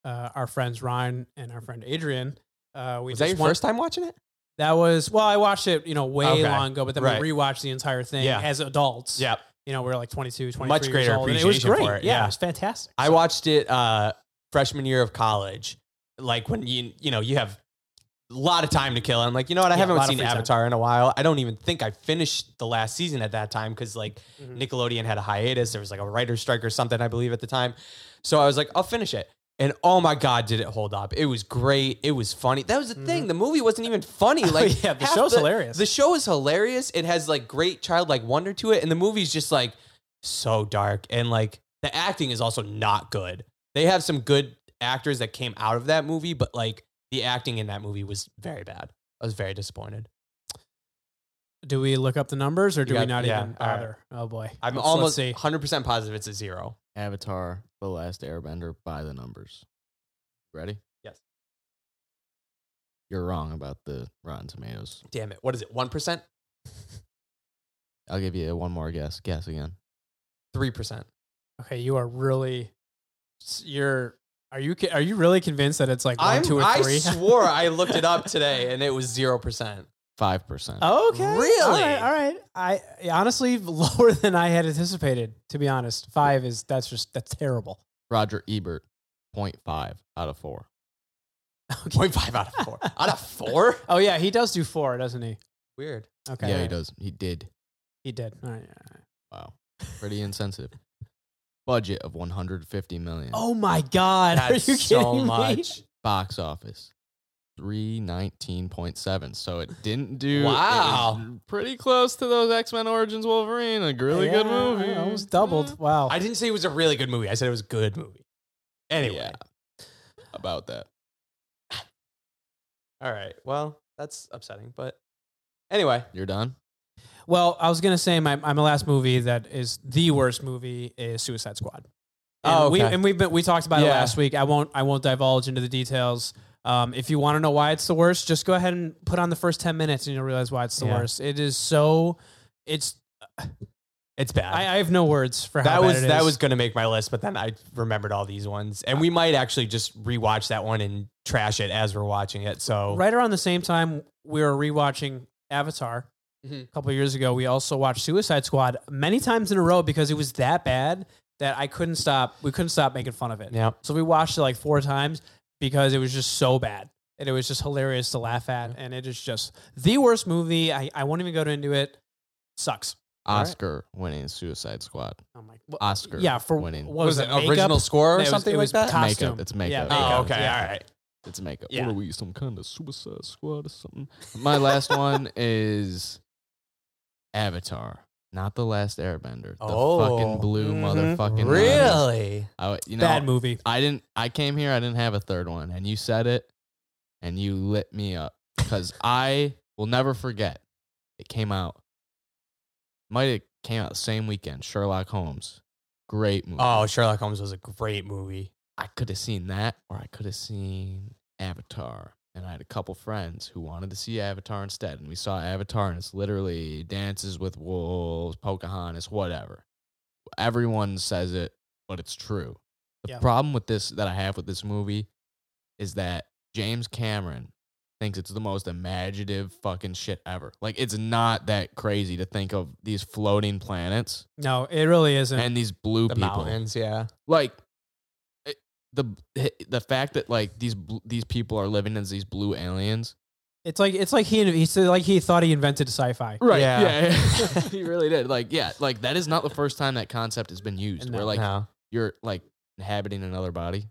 Speaker 3: uh, our friends Ryan and our friend Adrian. Uh, we
Speaker 2: was that
Speaker 3: just
Speaker 2: your
Speaker 3: wa-
Speaker 2: first time watching it?
Speaker 3: That was well. I watched it, you know, way
Speaker 2: Okay.
Speaker 3: long ago, but then
Speaker 2: Right.
Speaker 3: we rewatched the entire thing
Speaker 2: Yeah.
Speaker 3: as adults.
Speaker 2: Yeah,
Speaker 3: you know, we were like 22, 23
Speaker 2: Much
Speaker 3: years
Speaker 2: greater
Speaker 3: old, and it was
Speaker 2: appreciation
Speaker 3: great.
Speaker 2: for it,
Speaker 3: Yeah,
Speaker 2: yeah.
Speaker 3: it was fantastic.
Speaker 2: I watched it uh, freshman year of college. Like when you you know you have a lot of time to kill. I'm like, you know what? I
Speaker 3: Yeah, a
Speaker 2: haven't
Speaker 3: lot of
Speaker 2: seen
Speaker 3: free time.
Speaker 2: Avatar in a while. I don't even think I finished the last season at that time because like
Speaker 3: Mhm.
Speaker 2: Nickelodeon had a hiatus. There was like a writer's strike or something, I believe, at the time. So I was like, I'll finish it. And oh my God, did it hold up? It was great. It was funny. That was the thing. The movie wasn't
Speaker 3: (laughs)
Speaker 2: even funny. Like,
Speaker 3: Mm-hmm. Oh, yeah, the
Speaker 2: half
Speaker 3: show's hilarious.
Speaker 2: The show is hilarious. It has like great childlike wonder to it. And the movie's just like so dark. And like the acting is also not good. They have some good actors that came out of that movie, but like the acting in that movie was very bad. I was very disappointed.
Speaker 3: Do we look up the numbers or do
Speaker 2: You
Speaker 3: we
Speaker 2: got-
Speaker 3: not
Speaker 2: yeah,
Speaker 3: even
Speaker 2: all right.
Speaker 3: bother? Oh boy.
Speaker 2: I'm
Speaker 3: Let's- let's
Speaker 2: almost
Speaker 3: see.
Speaker 2: 100% positive it's a zero.
Speaker 1: Avatar: The Last Airbender by the numbers. Ready?
Speaker 2: Yes.
Speaker 1: You're wrong about the Rotten Tomatoes.
Speaker 2: Damn it. What is it? 1%?
Speaker 1: I'll give you one more guess. Guess again.
Speaker 2: 3%.
Speaker 3: Okay, you are really s- you're are you ki- are you really convinced that it's like one,
Speaker 2: I'm,
Speaker 3: two, or
Speaker 2: I
Speaker 3: three? (laughs)
Speaker 2: swore I looked it up today and it was 0%.
Speaker 1: Five percent.
Speaker 3: okay. All
Speaker 2: Really?
Speaker 3: right. All right. I honestly (laughs) lower than I had anticipated, to be honest. 5 is that's just that's terrible.
Speaker 1: Roger Ebert, 0.5 out of four.
Speaker 2: 0.5 out of 4. out of
Speaker 3: (laughs)
Speaker 2: 4?
Speaker 3: Oh yeah, he does do 4, doesn't he?
Speaker 2: Weird.
Speaker 3: Okay.
Speaker 1: Yeah, he does. He did.
Speaker 3: He did. All right. all right.
Speaker 1: Wow. Pretty insensitive. Budget of 150 million.
Speaker 3: Oh my god.
Speaker 2: That's
Speaker 3: are you
Speaker 2: so
Speaker 3: kidding me?
Speaker 2: much.
Speaker 1: Box office. 319.7. So it didn't do it
Speaker 2: Wow.
Speaker 1: was pretty close to those X-Men Origins Wolverine. A really good
Speaker 3: Yeah,
Speaker 1: movie. Eh,
Speaker 3: Almost doubled. Wow.
Speaker 2: I didn't say it was a really good movie. I said it was a good movie. Anyway.
Speaker 1: Yeah. About that.
Speaker 2: All right. Well, that's upsetting, but anyway.
Speaker 1: You're done?
Speaker 3: Well, I was gonna say my my last movie that is the worst movie is Suicide Squad. And
Speaker 2: Oh,
Speaker 3: we
Speaker 2: okay.
Speaker 3: and we've been we talked about it
Speaker 2: Yeah.
Speaker 3: last week. I won't I won't divulge into the details. Um, if you want to know why it's the worst, just go ahead and put on the first ten minutes, and you'll realize why it's the
Speaker 2: Yeah.
Speaker 3: worst. It is so. It's
Speaker 2: It's bad.
Speaker 3: I, I have no words for how
Speaker 2: that
Speaker 3: bad
Speaker 2: was
Speaker 3: it
Speaker 2: that
Speaker 3: is. Uh,
Speaker 2: was going to make my list, but then I remembered all these ones, and we might actually just rewatch that one and trash it as we're watching it. So
Speaker 3: right around the same time we were rewatching Avatar
Speaker 2: Mhm.
Speaker 3: a couple of years ago. We also watched Suicide Squad many times in a row because it was that bad that I couldn't stop. We couldn't stop making fun of it.
Speaker 2: yeah,
Speaker 3: So we watched it like four times because it was just so bad. And it was just hilarious to laugh at. And it is just the worst movie. I, I won't even go into it. Sucks. All right.
Speaker 1: Oscar winning Suicide Squad.
Speaker 3: Oh my well,
Speaker 1: Oscar
Speaker 3: yeah, for
Speaker 1: winning.
Speaker 3: what was, it? Makeup?
Speaker 2: original score or
Speaker 3: It was-
Speaker 2: something
Speaker 3: it
Speaker 2: like
Speaker 3: was
Speaker 2: that?
Speaker 3: co-
Speaker 1: makeup.
Speaker 3: costume.
Speaker 1: It's
Speaker 3: Yeah,
Speaker 1: makeup.
Speaker 3: makeup.
Speaker 2: oh, okay,
Speaker 3: Yeah.
Speaker 2: all right.
Speaker 1: It's makeup.
Speaker 2: Yeah.
Speaker 1: What are we, some kind of suicide squad or something? My (laughs) last one is Avatar, not the last Airbender. The
Speaker 2: Oh. mm-hmm.
Speaker 1: fucking blue
Speaker 3: Mhm.
Speaker 1: motherfucking Avatar.
Speaker 2: Really?
Speaker 1: I, you know,
Speaker 3: Bad movie.
Speaker 1: I didn't. I came here. I didn't have a third one, and you said it, and you lit me up because I will never forget. It came out. Might have came out the same weekend. Sherlock Holmes, great movie.
Speaker 2: Oh, Sherlock Holmes was a great movie.
Speaker 1: I could have seen that or I could have seen Avatar. And I had a couple friends who wanted to see Avatar instead. And we saw Avatar, and it's literally Dances with Wolves, Pocahontas, whatever. Everyone says it, but it's true. The
Speaker 3: Yeah.
Speaker 1: problem with this that I have with this movie is that James Cameron thinks it's the most imaginative fucking shit ever. Like, it's not that crazy to think of these floating planets
Speaker 3: No, it really isn't.
Speaker 1: and these blue
Speaker 2: The
Speaker 1: people
Speaker 2: mountains, yeah.
Speaker 1: like it- the eh, the fact that like these bl- these people are living as these blue aliens.
Speaker 3: it's like it's like he he's like he thought he invented sci-fi.
Speaker 1: Right.
Speaker 2: Yeah.
Speaker 1: (laughs)
Speaker 2: (laughs)
Speaker 1: he really did. Like yeah, like that is not the first time that concept has been used.
Speaker 3: No.
Speaker 1: where like
Speaker 2: No.
Speaker 1: you're like inhabiting another body.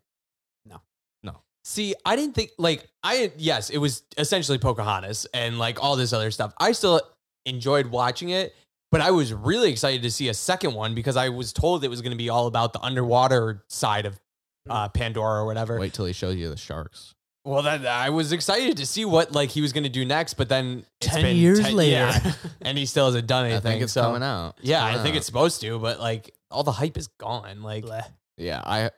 Speaker 2: See, I didn't think like I yes, it was essentially Pocahontas and like all this other stuff. I still enjoyed watching it, but I was really excited to see a second one because I was told it was going to be all about the underwater side of
Speaker 3: Hmm.
Speaker 2: uh, Pandora or whatever.
Speaker 1: Wait till he shows you the sharks.
Speaker 2: Well, that I was excited to see what like he was going to do next, but then it's
Speaker 3: 10
Speaker 2: been
Speaker 3: years later.
Speaker 2: yeah,
Speaker 3: (laughs)
Speaker 2: and he still hasn't done
Speaker 1: I
Speaker 2: anything.
Speaker 1: think it's
Speaker 2: so-
Speaker 1: coming Uh. out. It's
Speaker 2: Yeah,
Speaker 1: coming
Speaker 2: I think
Speaker 1: out.
Speaker 2: it's supposed to, but like all the hype is gone. Like
Speaker 3: Bleh.
Speaker 1: yeah. I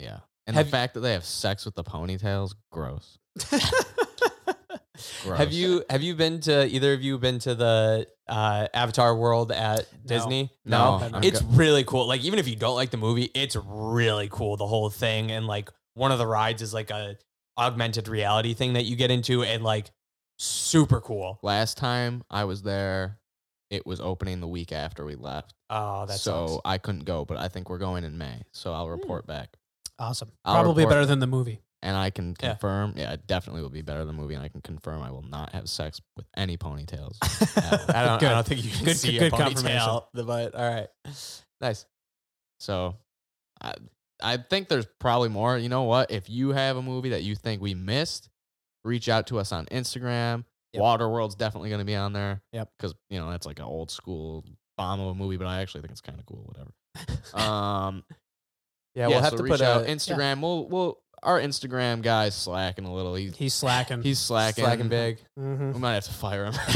Speaker 1: yeah. And
Speaker 2: Have
Speaker 1: the
Speaker 2: you-
Speaker 1: fact that they have sex with the ponytails, gross. Gross.
Speaker 2: (laughs) Have you have you been to either of you been to the uh, Avatar World at Disney?
Speaker 1: No.
Speaker 3: No.
Speaker 1: I'm
Speaker 2: it's
Speaker 1: go-
Speaker 2: really cool. Like even if you don't like the movie, it's really cool the whole thing. And like one of the rides is like a augmented reality thing that you get into, and like super cool.
Speaker 1: last time I was there, it was opening the week after we left.
Speaker 2: Oh, that's
Speaker 1: so
Speaker 2: so.
Speaker 1: I couldn't go, but I think we're going in May. So I'll report back,
Speaker 3: Awesome.
Speaker 1: I'll
Speaker 3: Probably
Speaker 1: report-
Speaker 3: better than the movie.
Speaker 2: (laughs)
Speaker 1: and I can
Speaker 2: Yeah.
Speaker 1: confirm. Yeah, it definitely will be better than the movie, and I can confirm I will not have sex with any ponytails.
Speaker 2: I don't,
Speaker 3: (laughs) Good.
Speaker 2: I don't think you can
Speaker 3: Good-
Speaker 2: see
Speaker 3: good
Speaker 2: a
Speaker 3: confirmation.
Speaker 2: ponytail, but all right, nice.
Speaker 1: so, I, I think there's probably more. You know what? If you have a movie that you think we missed, reach out to us on Instagram.
Speaker 3: Yep.
Speaker 1: Waterworld's definitely going to be on there.
Speaker 3: Yep.
Speaker 1: Because you know that's like an old school bomb of a movie, but I actually think it's kind of cool. Whatever. um.
Speaker 2: Yeah, we'll have
Speaker 1: so
Speaker 2: to
Speaker 1: reach
Speaker 2: put
Speaker 1: out
Speaker 2: a
Speaker 1: Instagram. We'll we'll our Instagram guy's slacking a little. He's
Speaker 3: He's Mm-hmm. slacking.
Speaker 1: he's slacking.
Speaker 2: slacking big.
Speaker 3: Mhm.
Speaker 1: We might have to fire
Speaker 3: (laughs)
Speaker 1: him.
Speaker 2: (laughs)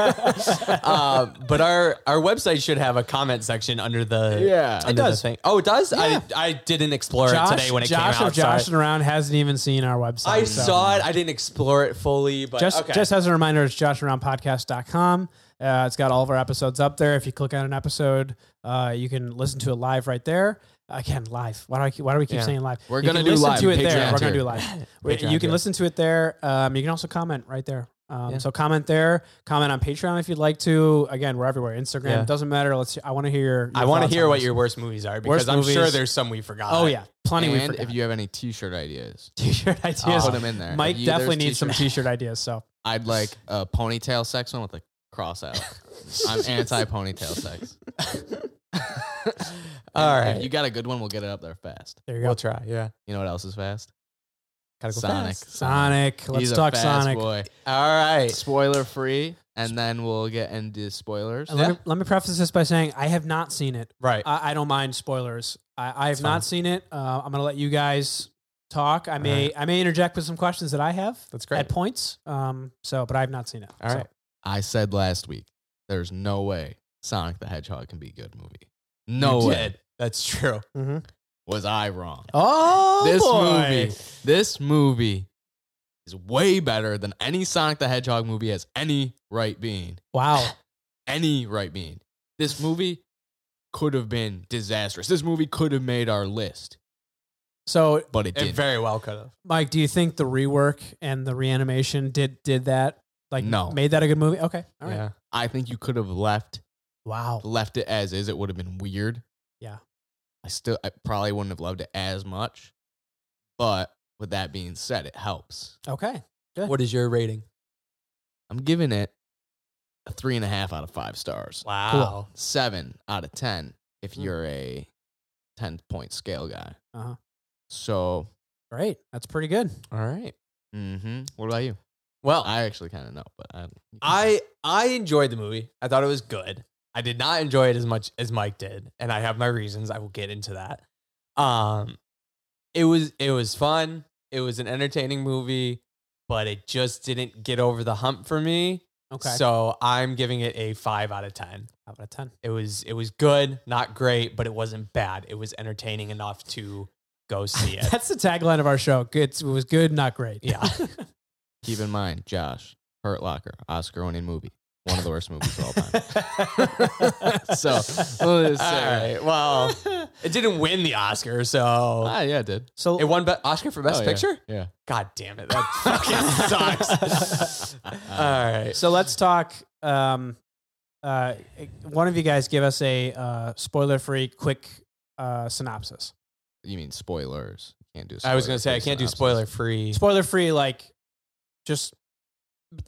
Speaker 2: uh, but our our website should have a comment section under the
Speaker 1: (laughs) yeah.
Speaker 2: under the
Speaker 3: does.
Speaker 2: thing. Oh, it does.
Speaker 3: Yeah.
Speaker 2: I I didn't explore
Speaker 3: Josh,
Speaker 2: it today when it
Speaker 3: Josh
Speaker 2: came out.
Speaker 3: of Josh
Speaker 2: sorry.
Speaker 3: and Around hasn't even seen our website.
Speaker 2: I
Speaker 3: so-
Speaker 2: saw it. I didn't explore it fully, but
Speaker 3: just
Speaker 2: okay.
Speaker 3: just as a reminder, it's josharoundpodcast.com. Uh, it's got all of our episodes up there. If you click on an episode, uh, you can listen to it live right there. Again, live. Why do I keep, why do we keep
Speaker 2: Yeah.
Speaker 3: saying live?
Speaker 1: We're
Speaker 3: You
Speaker 1: gonna
Speaker 3: can
Speaker 1: do
Speaker 3: listen
Speaker 1: live.
Speaker 3: To it there.
Speaker 1: Patreon
Speaker 3: We're gonna
Speaker 1: tier. (laughs)
Speaker 3: do live. We-
Speaker 2: Patreon
Speaker 3: you can
Speaker 2: tier.
Speaker 3: listen to it there. Um, you can also comment right there. Um,
Speaker 2: Yeah.
Speaker 3: So comment there. Comment on Patreon if you'd like to. Again, we're everywhere. Instagram
Speaker 2: Yeah.
Speaker 3: doesn't matter. Let's. I want to hear. Your, your
Speaker 2: I want to
Speaker 3: thoughts
Speaker 2: hear
Speaker 3: on
Speaker 2: what
Speaker 3: this.
Speaker 2: your worst movies are because I'm
Speaker 3: movies.
Speaker 2: sure there's some we forgot.
Speaker 3: Oh yeah, plenty. we
Speaker 1: And
Speaker 3: forgot.
Speaker 1: if you have any T-shirt ideas,
Speaker 3: (laughs) t-shirt ideas,
Speaker 2: Yes.
Speaker 1: put them in there.
Speaker 3: Mike
Speaker 1: If you- there's
Speaker 3: definitely needs some
Speaker 1: t-shirts.
Speaker 3: t-shirt ideas. So
Speaker 1: I'd like a ponytail sex one with a cross
Speaker 3: (laughs)
Speaker 1: out. I'm anti ponytail sex. (laughs)
Speaker 2: All
Speaker 1: And
Speaker 2: right.
Speaker 1: If you got a good one, we'll get it up there fast.
Speaker 3: there you go.
Speaker 2: We'll try. Yeah.
Speaker 1: You know what else is fast?
Speaker 2: Gotta go
Speaker 1: Sonic.
Speaker 2: fast.
Speaker 3: Sonic. Let's
Speaker 1: He's a
Speaker 3: talk
Speaker 1: fast
Speaker 3: Sonic.
Speaker 1: Boy.
Speaker 2: All right.
Speaker 1: Spoiler free, and then we'll get into spoilers.
Speaker 3: And let, me, let me preface this by saying I have not seen it.
Speaker 2: Right.
Speaker 3: I, I don't mind spoilers. I, I have
Speaker 2: It's
Speaker 3: not
Speaker 2: fine.
Speaker 3: seen it. Uh, I'm going to let you guys talk. I may I may interject with some questions that I have
Speaker 2: That's great.
Speaker 3: at points. Um, so, but I have not seen it.
Speaker 2: All
Speaker 3: So,
Speaker 2: right.
Speaker 1: I said last week, there's no way Sonic the Hedgehog can be a good movie. No
Speaker 2: You
Speaker 1: way.
Speaker 2: did. That's true.
Speaker 3: mhm.
Speaker 1: Was I wrong?
Speaker 2: Oh,
Speaker 1: this
Speaker 2: boy.
Speaker 1: movie, this movie is way better than any Sonic the Hedgehog movie has any right being.
Speaker 3: Wow.
Speaker 1: any right being. This movie could have been disastrous. This movie could have made our list,
Speaker 3: So,
Speaker 1: but it
Speaker 2: It
Speaker 1: didn't.
Speaker 2: very well could have.
Speaker 3: Mike, do you think the rework and the reanimation did did that? Like,
Speaker 1: No.
Speaker 3: made that a good movie? Okay. All right.
Speaker 2: Yeah.
Speaker 1: I think you could have left
Speaker 3: Wow.
Speaker 1: left it as is. It would have been weird.
Speaker 3: Yeah.
Speaker 1: I still I probably wouldn't have loved it as much. But with that being said, it helps.
Speaker 3: Okay.
Speaker 2: What is your rating?
Speaker 1: I'm giving it a three and a half out of five stars.
Speaker 2: Wow.
Speaker 1: Seven out of ten if
Speaker 3: Hmm.
Speaker 1: you're a ten point scale guy.
Speaker 3: Uh-huh.
Speaker 1: So
Speaker 3: Great. That's pretty good.
Speaker 2: All right.
Speaker 1: hmm what about you?
Speaker 2: Well,
Speaker 1: I actually kind of know, but I,
Speaker 2: Oh. I I enjoyed the movie. I thought it was good. I did not enjoy it as much as Mike did, and I have my reasons. I will get into that. Um, it was it was fun. It was an entertaining movie, but it just didn't get over the hump for me.
Speaker 3: Okay.
Speaker 2: So I'm giving it a five out of ten.
Speaker 3: Five out of 10.
Speaker 2: It was it was good, not great, but it wasn't bad. It was entertaining enough to go see
Speaker 3: (laughs)
Speaker 2: it.
Speaker 3: (laughs) That's the tagline of our show. Good, it was good, not great. (laughs)
Speaker 2: yeah. (laughs)
Speaker 1: Keep in mind, Josh, Hurt Locker, Oscar winning movie. One of the worst movies of all
Speaker 2: (laughs)
Speaker 1: time. So, we'll just
Speaker 2: all
Speaker 1: say-
Speaker 2: right. Well,
Speaker 3: (laughs)
Speaker 2: it didn't win the Oscar, so
Speaker 1: Ah, yeah, it did.
Speaker 3: So
Speaker 2: It won be- Oscar for Best
Speaker 1: Oh, yeah.
Speaker 2: Picture?
Speaker 1: Yeah.
Speaker 2: God damn it. That fucking sucks. All right.
Speaker 3: so let's talk. Um, uh, one of you guys give us a uh, spoiler-free quick uh, synopsis.
Speaker 1: You mean spoilers? Can't do.
Speaker 2: I was going to say, I
Speaker 1: spoiler-free
Speaker 2: can't do
Speaker 1: synopsis.
Speaker 2: spoiler free.
Speaker 3: Spoiler-free, like just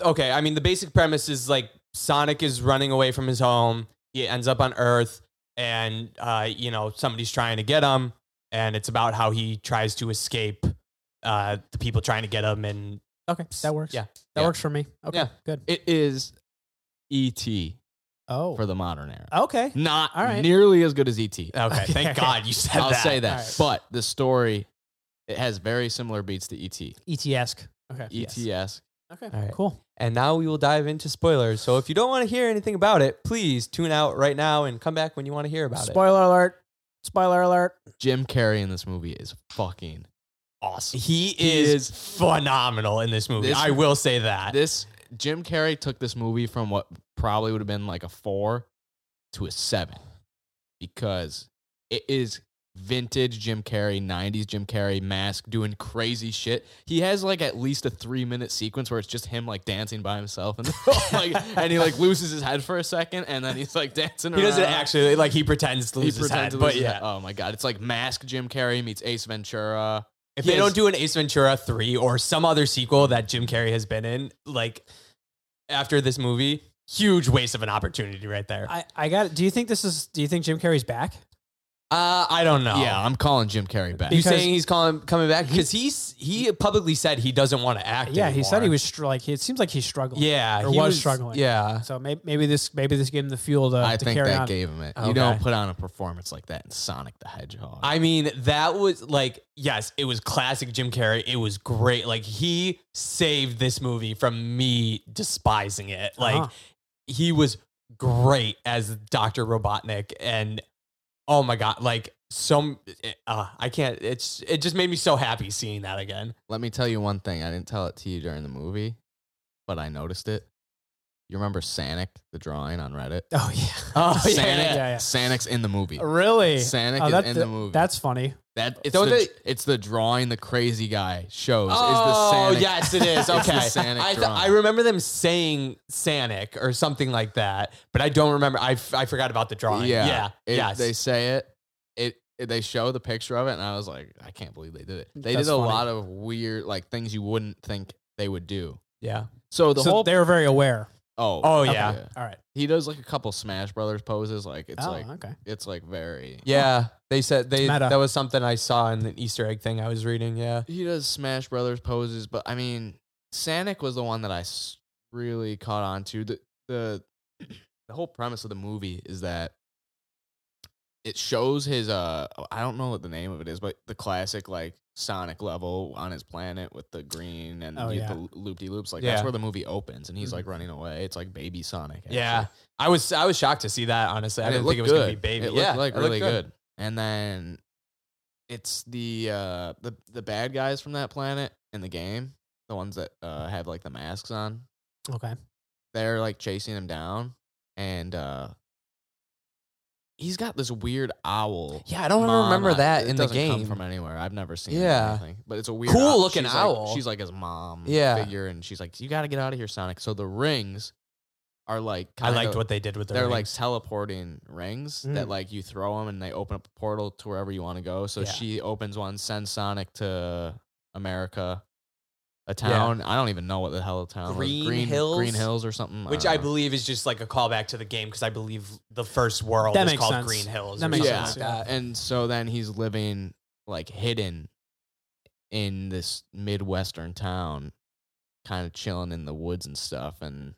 Speaker 2: Okay. I mean, the basic premise is like Sonic is running away from his home. He ends up on Earth, and, uh, you know, somebody's trying to get him. And it's about how he tries to escape uh, the people trying to get him. And
Speaker 3: okay, that works.
Speaker 2: Yeah.
Speaker 3: that
Speaker 2: Yeah.
Speaker 3: works for me. Okay,
Speaker 2: Yeah.
Speaker 3: good.
Speaker 1: It is E.T.
Speaker 3: Oh,
Speaker 1: for the modern era.
Speaker 2: Uh,
Speaker 3: okay.
Speaker 1: Not
Speaker 3: All right.
Speaker 1: nearly as good as E.T.
Speaker 2: Okay.
Speaker 3: Okay.
Speaker 2: Thank God you said
Speaker 1: I'll
Speaker 2: Uh, that.
Speaker 1: say that.
Speaker 3: All right.
Speaker 1: But the story, it has very similar beats to E E.T.
Speaker 3: E ETS. Okay.
Speaker 2: E
Speaker 1: E.T.S.
Speaker 3: Okay.
Speaker 2: All right.
Speaker 3: Cool.
Speaker 2: And now we will dive into spoilers. So if you don't want to hear anything about it, please tune out right now and come back when you want to hear about it.
Speaker 3: Spoiler alert. Spoiler alert.
Speaker 1: Jim Carrey in this movie is fucking awesome.
Speaker 2: He
Speaker 1: is-
Speaker 2: is, phenomenal in this movie.
Speaker 1: This-
Speaker 2: I will say that.
Speaker 1: this Jim Carrey took this movie from what probably would have been like a four to a seven because it is vintage Jim Carrey, 90s Jim Carrey mask doing crazy shit. He has like at least a three minute sequence where it's just him like dancing by himself (laughs) and like and he like loses his head for a second and then he's like dancing
Speaker 2: he doesn't
Speaker 1: around.
Speaker 2: actually like he pretends to
Speaker 1: He
Speaker 2: lose his
Speaker 1: pretends
Speaker 2: head,
Speaker 1: to lose
Speaker 2: but
Speaker 1: his
Speaker 2: yeah.
Speaker 1: head. Oh my god. It's like mask Jim Carrey meets Ace Ventura.
Speaker 2: If
Speaker 1: He
Speaker 2: they
Speaker 1: has-
Speaker 2: don't do an Ace Ventura 3 or some other sequel that Jim Carrey has been in, like after this movie, huge waste of an opportunity right there.
Speaker 3: I, I got it. Do you think this is? Do you think Jim Carrey's back?
Speaker 2: Uh, I don't know.
Speaker 1: Yeah, I'm calling Jim Carrey back.
Speaker 2: You
Speaker 3: Because-
Speaker 2: saying he's calling coming back because he's he publicly said he doesn't want to act.
Speaker 3: Yeah, he said he
Speaker 2: anymore.
Speaker 3: was str- like it seems like he's struggling.
Speaker 2: Yeah,
Speaker 3: or
Speaker 2: he
Speaker 3: was struggling.
Speaker 2: Yeah,
Speaker 3: So maybe, maybe this maybe this gave him the fuel to,
Speaker 1: I
Speaker 3: to
Speaker 1: think
Speaker 3: carry
Speaker 1: that
Speaker 3: on.
Speaker 1: gave him it.
Speaker 2: Okay.
Speaker 1: You don't put on a performance like that in Sonic the Hedgehog.
Speaker 2: I mean that was like yes, it was classic Jim Carrey. It was great. Like he saved this movie from me despising it. Like
Speaker 3: Uh-huh.
Speaker 2: he was great as Doctor Robotnik, and oh my god, like so uh, I can't. It's it just made me so happy seeing that again.
Speaker 1: Let me tell you one thing. I didn't tell it to you during the movie, but I noticed it. You remember Sonic the drawing on Reddit?
Speaker 3: Oh (laughs) yeah. (laughs)
Speaker 2: Oh
Speaker 1: Sonic,
Speaker 3: yeah, yeah.
Speaker 1: Sonic's in the movie.
Speaker 3: Really?
Speaker 1: Sonic
Speaker 3: Oh,
Speaker 1: is
Speaker 3: that-
Speaker 1: in the movie.
Speaker 3: That's funny.
Speaker 1: that. It's the,
Speaker 2: Don't they-
Speaker 1: it's the drawing the crazy guy shows.
Speaker 2: oh,
Speaker 1: (laughs) is the Sonic.
Speaker 2: yes, it is.
Speaker 1: the
Speaker 2: Okay.
Speaker 1: Sanic
Speaker 2: I, th-
Speaker 1: drawing.
Speaker 2: I remember them saying Sanic or something like that, but I don't remember. I, f- I forgot about the drawing. Yeah. yeah.
Speaker 1: It-
Speaker 2: yes.
Speaker 1: They say it. It. it- They show the picture of it, and I was like, I can't believe they did it. They
Speaker 3: That's
Speaker 1: did a
Speaker 3: funny.
Speaker 1: lot of weird, like things you wouldn't think they would do.
Speaker 2: yeah.
Speaker 1: So the
Speaker 3: so
Speaker 1: whole
Speaker 3: they were very aware.
Speaker 1: oh
Speaker 2: Oh,
Speaker 1: okay.
Speaker 2: yeah.
Speaker 3: All right.
Speaker 1: he does like a couple Smash Brothers poses. Like it's
Speaker 3: oh,
Speaker 1: like
Speaker 3: okay.
Speaker 1: it's like very
Speaker 2: Yeah. They said they
Speaker 3: Meta.
Speaker 2: that was something I saw in the Easter egg thing I was reading. Yeah.
Speaker 1: he does Smash Brothers poses, but I mean, Sonic was the one that I s- really caught on to. The the (clears throat) the whole premise of the movie is that it shows his uh I don't know what the name of it is, but the classic like Sonic level on his planet with the green and
Speaker 3: Oh,
Speaker 1: you-
Speaker 3: yeah. Mm-hmm.
Speaker 1: the loop de loops. Like
Speaker 2: Yeah.
Speaker 1: that's where the movie opens, and he's like running away. It's like baby Sonic. actually.
Speaker 2: Yeah. I was I was shocked to see that, honestly. I
Speaker 1: And
Speaker 2: didn't think it was
Speaker 1: looked
Speaker 2: gonna be baby.
Speaker 1: It looked
Speaker 2: yeah,
Speaker 1: like
Speaker 2: it looked
Speaker 1: really good. And then it's the uh the the bad guys from that planet in the game, the ones that uh have like the masks on.
Speaker 3: Okay.
Speaker 1: They're like chasing him down and uh he's got this weird owl.
Speaker 2: Yeah, I don't
Speaker 1: mon-
Speaker 2: remember that
Speaker 1: it
Speaker 2: in the
Speaker 1: doesn't come
Speaker 2: game.
Speaker 1: from anywhere. I've never seen
Speaker 2: Yeah.
Speaker 1: it or anything. But it's a weird
Speaker 2: Cool
Speaker 1: owl.
Speaker 2: looking
Speaker 1: She's,
Speaker 2: owl.
Speaker 1: Like, she's like his mom
Speaker 2: Yeah.
Speaker 1: figure and she's like, You gotta get out of here, Sonic. So the rings are like
Speaker 2: I liked
Speaker 1: kinda-
Speaker 2: what they did with their
Speaker 1: they're
Speaker 2: rings.
Speaker 1: like teleporting rings that like you throw them and they open up a portal to wherever you want to go. So
Speaker 2: Yeah.
Speaker 1: she opens one, sends Sonic to America, a town. I don't even know what the hell the town
Speaker 2: Green
Speaker 1: was.
Speaker 2: Hills?
Speaker 1: Green Hills or something.
Speaker 2: which
Speaker 1: don't
Speaker 2: I
Speaker 1: know.
Speaker 2: believe is just like a callback to the game because I believe the first world
Speaker 3: That
Speaker 2: is
Speaker 3: makes
Speaker 2: called
Speaker 3: sense.
Speaker 2: Green Hills.
Speaker 3: That
Speaker 2: or
Speaker 3: makes
Speaker 2: something
Speaker 1: sense,
Speaker 2: like
Speaker 3: yeah.
Speaker 2: that.
Speaker 1: And so then he's living like hidden in this midwestern town, kind of chilling in the woods and stuff. And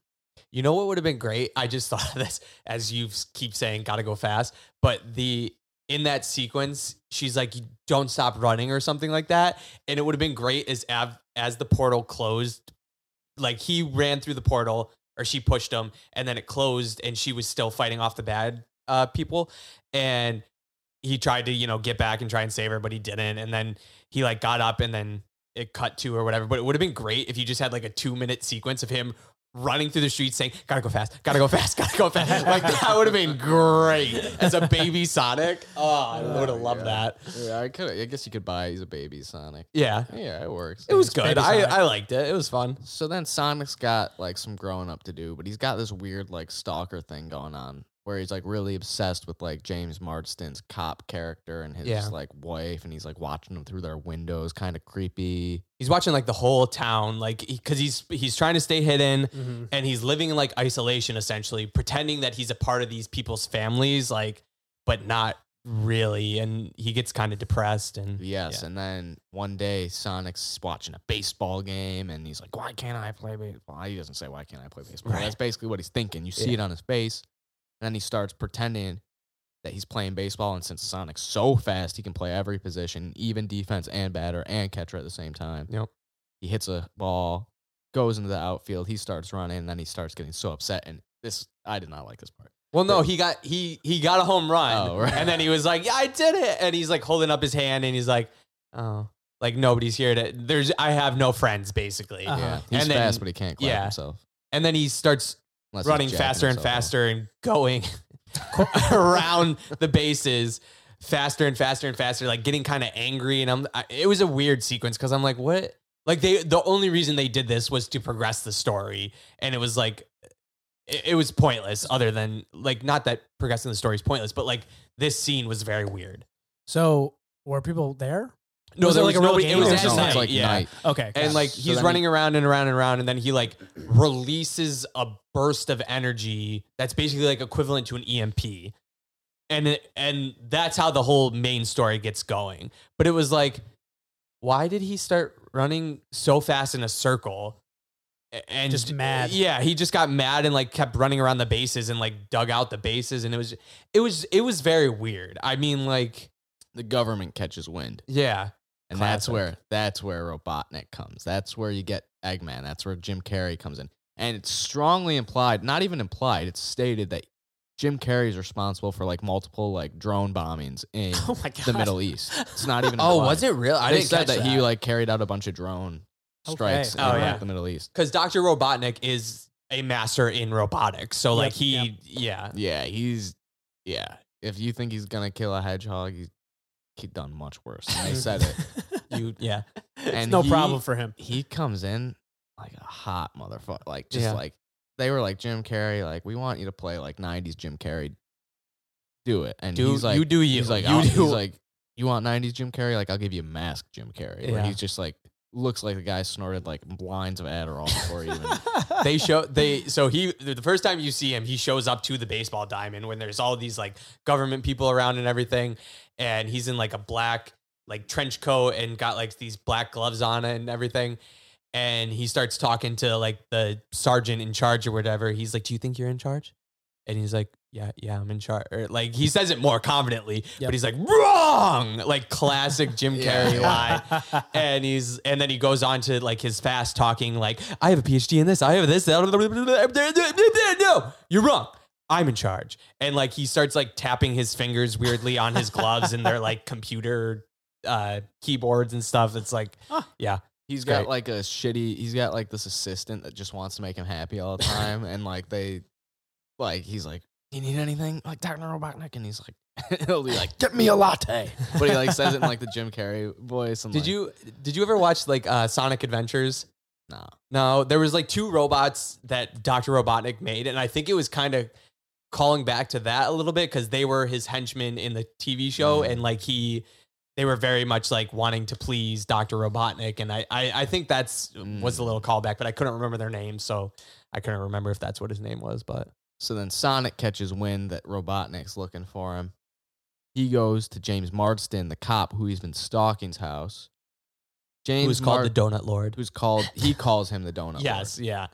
Speaker 2: You know what would have been great? I just (laughs) thought of this as you keep saying, gotta go fast. But the in that sequence, she's like, don't stop running or something like that. And it would have been great as av- as the portal closed, like he ran through the portal or she pushed him and then it closed and she was still fighting off the bad uh, people. And he tried to, you know, get back and try and save her, but he didn't. And then he like got up and then it cut to or whatever. But it would have been great if you just had like a two minute sequence of him running through the streets saying, "Gotta go fast, gotta go fast, (laughs) gotta go fast." like that would have been great as a baby Sonic. Oh, I would have loved that.
Speaker 1: yeah, I could. I guess you could buy. He's a baby Sonic.
Speaker 2: Yeah,
Speaker 1: Yeah, it works.
Speaker 2: it was
Speaker 1: It's
Speaker 2: good.
Speaker 3: baby
Speaker 2: I
Speaker 3: Sonic.
Speaker 2: I liked it. It was fun.
Speaker 1: So then Sonic's got like some growing up to do, but he's got this weird like stalker thing going on where he's like really obsessed with like James Marsden's cop character and his
Speaker 2: Yeah.
Speaker 1: like wife, and he's like watching them through their windows, kind of creepy.
Speaker 2: He's watching like the whole town, like because he's he's trying to stay hidden.
Speaker 3: Mm-hmm.
Speaker 2: and he's living in like isolation essentially pretending that he's a part of these people's families like but not really and he gets kind of depressed and
Speaker 1: Yes, and then one day Sonic's watching a baseball game and he's like, "Why can't I play baseball?" He doesn't say, "Why can't I play baseball?"
Speaker 2: Right.
Speaker 1: That's basically what he's thinking. You see
Speaker 2: Yeah.
Speaker 1: it on his face, and then he starts pretending that he's playing baseball. And since Sonic's so fast, he can play every position, even defense and batter and catcher at the same time.
Speaker 2: Yep.
Speaker 1: He hits a ball, goes into the outfield. He starts running, and then he starts getting so upset. And this, I did not like this part.
Speaker 2: well no he got he he got a home run
Speaker 1: Oh, right.
Speaker 2: and then he was like yeah i did it and he's like holding up his hand and he's like oh like nobody's here to there's i have no friends basically
Speaker 3: Uh-huh.
Speaker 1: Yeah,
Speaker 3: And
Speaker 1: he's
Speaker 2: then-
Speaker 1: fast, but he can't clap
Speaker 2: yeah.
Speaker 1: himself.
Speaker 2: and then he starts
Speaker 1: unless he's
Speaker 2: running
Speaker 1: jacking
Speaker 2: faster and
Speaker 1: himself off.
Speaker 2: faster and going (laughs) around the bases faster and faster and faster, like getting kind of angry. And I'm, I, it was a weird sequence because I'm like, what? Like they, the only reason they did this was to progress the story, and it was like, it, it was pointless. Other than like, not that progressing the story is pointless, but like this scene was very weird.
Speaker 3: So were people there?
Speaker 2: No,
Speaker 3: Was it
Speaker 2: there
Speaker 3: like
Speaker 2: was
Speaker 3: a real
Speaker 2: nobody.
Speaker 3: game
Speaker 2: It was
Speaker 3: or
Speaker 2: at
Speaker 3: something?
Speaker 1: no,
Speaker 2: night,
Speaker 1: it's like
Speaker 2: yeah.
Speaker 1: night.
Speaker 3: Okay. got
Speaker 2: And
Speaker 3: it.
Speaker 2: like
Speaker 1: So
Speaker 2: he's
Speaker 1: then
Speaker 2: running around and around and around, and then he like releases a burst of energy that's basically like equivalent to an EMP. E and it, and that's how the whole main story gets going. But it was like, why did he start running so fast in a circle? A- And
Speaker 3: Just mad.
Speaker 2: yeah, he just got mad and like kept running around the bases and like dug out the bases, and it was it was it was very weird. I mean, like,
Speaker 1: The government catches wind.
Speaker 2: yeah,
Speaker 1: And that's
Speaker 2: Classic.
Speaker 1: where that's where Robotnik comes. That's where you get Eggman. That's where Jim Carrey comes in. And it's strongly implied, not even implied, it's stated that Jim Carrey is responsible for like multiple like drone bombings in
Speaker 3: Oh my god.
Speaker 1: the Middle East. It's not
Speaker 2: (laughs)
Speaker 1: even
Speaker 4: Oh,
Speaker 1: implied.
Speaker 4: was it real? I
Speaker 1: they
Speaker 4: didn't
Speaker 1: said
Speaker 4: catch
Speaker 1: that, he like carried out a bunch of drone strikes
Speaker 3: Okay.
Speaker 1: in
Speaker 2: Oh,
Speaker 1: like,
Speaker 2: yeah.
Speaker 1: the Middle East.
Speaker 2: because Doctor Robotnik is a master in robotics, so like
Speaker 3: Yep,
Speaker 2: he,
Speaker 3: yep.
Speaker 2: yeah,
Speaker 1: Yeah, he's yeah. If you think he's gonna kill a hedgehog, he's he done much worse. And they said
Speaker 3: (laughs)
Speaker 1: it.
Speaker 2: you, yeah,
Speaker 1: And
Speaker 3: no
Speaker 1: he-
Speaker 3: problem for him.
Speaker 1: he comes in like a hot motherfucker. Like just
Speaker 2: Yeah.
Speaker 1: like they were like Jim Carrey, like we want you to play like '90s Jim Carrey. Do it, and
Speaker 2: do
Speaker 1: he's like,
Speaker 2: you do you?
Speaker 1: he's like,
Speaker 2: you
Speaker 1: I'll- he's like, you want '90s Jim Carrey? Like I'll give you mask Jim Carrey. Where
Speaker 2: Yeah.
Speaker 1: he's just like looks like the guy snorted like lines of Adderall before he even.
Speaker 2: (laughs) they show they so he the first time you see him he shows up to the baseball diamond when there's all these like government people around and everything and he's in like a black like trench coat and got like these black gloves on and everything and he starts talking to like the sergeant in charge or whatever he's like do you think you're in charge and he's like yeah yeah i'm in charge or like he says it more confidently
Speaker 3: Yep.
Speaker 2: but he's like wrong like classic jim
Speaker 1: Yeah.
Speaker 3: (laughs)
Speaker 2: carrey lie (laughs) and he's and then he goes on to like his fast talking like i have a phd in this i have this that no you're wrong i'm in charge and like he starts like tapping his fingers weirdly on his gloves and their like computer uh keyboards and stuff it's like
Speaker 1: (laughs) He's got
Speaker 2: Great.
Speaker 1: like a shitty. He's got like this assistant that just wants to make him happy all the time, and like they, like he's like, "You need anything?" Like Doctor Robotnik, and he's like, (laughs) he'll be like, "Get me a latte," but
Speaker 2: (laughs)
Speaker 1: he like says
Speaker 3: (laughs)
Speaker 1: it in like the Jim Carrey voice. And
Speaker 2: did
Speaker 1: like,
Speaker 2: you did you ever watch like uh sonic adventures
Speaker 1: No.
Speaker 2: no there was like two robots that dr robotnik made and i think it was kind of calling back to that a little bit because they were his henchmen in the tv show
Speaker 1: Mm.
Speaker 2: and like he they were very much like wanting to please dr robotnik and i i, I think that's was a
Speaker 1: Mm.
Speaker 2: little callback but i couldn't remember their name so i couldn't remember if that's what his name was but
Speaker 1: So then Sonic catches wind that Robotnik's looking for him. He goes to James Marsden, the cop who he's been stalking's house. James
Speaker 2: it was called
Speaker 1: Mar-
Speaker 2: the donut lord
Speaker 1: who's called he calls him the donut. Lord.
Speaker 2: (laughs) yes yeah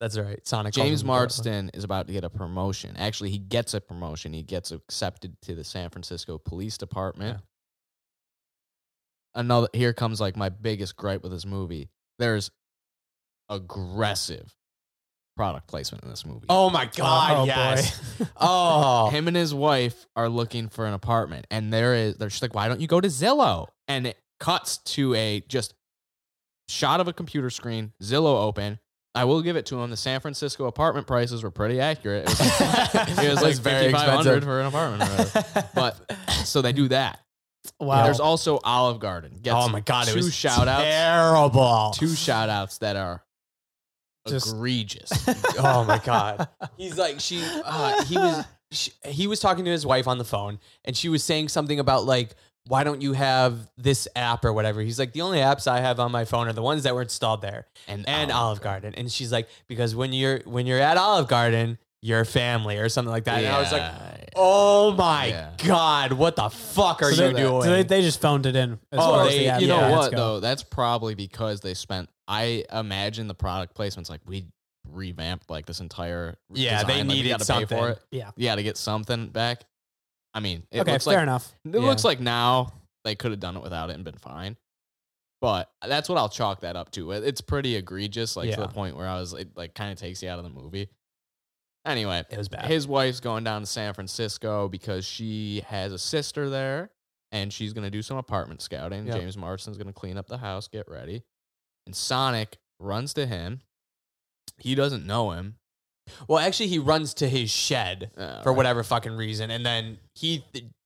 Speaker 2: that's right sonic called
Speaker 1: James
Speaker 2: him the Donut Lord.
Speaker 1: Marsden is about to get a promotion. Actually, he gets a promotion. He gets accepted to the San Francisco Police Department. Another here comes like my biggest gripe with this movie. There's aggressive product placement in this movie.
Speaker 2: oh my god
Speaker 1: (laughs)
Speaker 3: Oh,
Speaker 2: yes
Speaker 3: boy.
Speaker 2: oh
Speaker 1: him and his wife are looking for an apartment and there is they're just like why don't you go to zillow and it cuts to a just shot of a computer screen zillow open i will give it to him the san francisco apartment prices were pretty accurate it was
Speaker 2: (laughs)
Speaker 1: like, it was like
Speaker 2: It's very
Speaker 1: 5500
Speaker 2: expensive.
Speaker 1: for an apartment or whatever.
Speaker 2: (laughs)
Speaker 1: but so they do that
Speaker 3: (laughs) wow.
Speaker 1: there's also olive garden gets
Speaker 2: oh my god, it
Speaker 1: two
Speaker 2: was
Speaker 1: shout-outs.
Speaker 2: terrible.
Speaker 1: two shout outs that are
Speaker 3: Just-
Speaker 1: egregious
Speaker 2: (laughs) oh my god. (laughs) He's like she. Uh, he was. She, he was talking to his wife on the phone, and she was saying something about like, why don't you have this app or whatever? He's like, the only apps I have on my phone are the ones that were installed there and Olive Garden. And she's like, because when you're when you're at Olive Garden, you're family or something like that. And I was like,
Speaker 1: Yeah.
Speaker 2: oh my
Speaker 1: Yeah.
Speaker 2: god, what the fuck are
Speaker 3: So
Speaker 2: you
Speaker 3: they-
Speaker 2: doing?
Speaker 3: So they, they just phoned it in. As
Speaker 2: Oh,
Speaker 3: far as
Speaker 2: they-
Speaker 3: the ad
Speaker 1: you know
Speaker 2: yeah,
Speaker 3: ads
Speaker 1: what
Speaker 3: go.
Speaker 1: though? That's probably because they spent. I imagine the product placement's like we revamped like this entire.
Speaker 2: yeah,
Speaker 1: design,
Speaker 2: they
Speaker 1: like, we
Speaker 2: needed
Speaker 1: gotta
Speaker 2: something.
Speaker 1: Pay for it.
Speaker 3: Yeah.
Speaker 1: Yeah, to get something back. I mean, it
Speaker 3: okay,
Speaker 1: looks
Speaker 3: fair
Speaker 1: like
Speaker 3: enough.
Speaker 1: it looks like now they could have done it without it and been fine. But that's what I'll chalk that up to. It- It's pretty egregious, like to
Speaker 2: Yeah.
Speaker 1: the point where I was it like kind of takes you out of the movie. Anyway,
Speaker 2: It was bad.
Speaker 1: his wife's going down to San Francisco because she has a sister there and she's going to do some apartment scouting.
Speaker 2: Yeah.
Speaker 1: James Marston's going to clean up the house, get ready. And Sonic runs to him. He doesn't know him. uh,
Speaker 2: Well, actually, he runs to his shed for whatever fucking reason, and then he,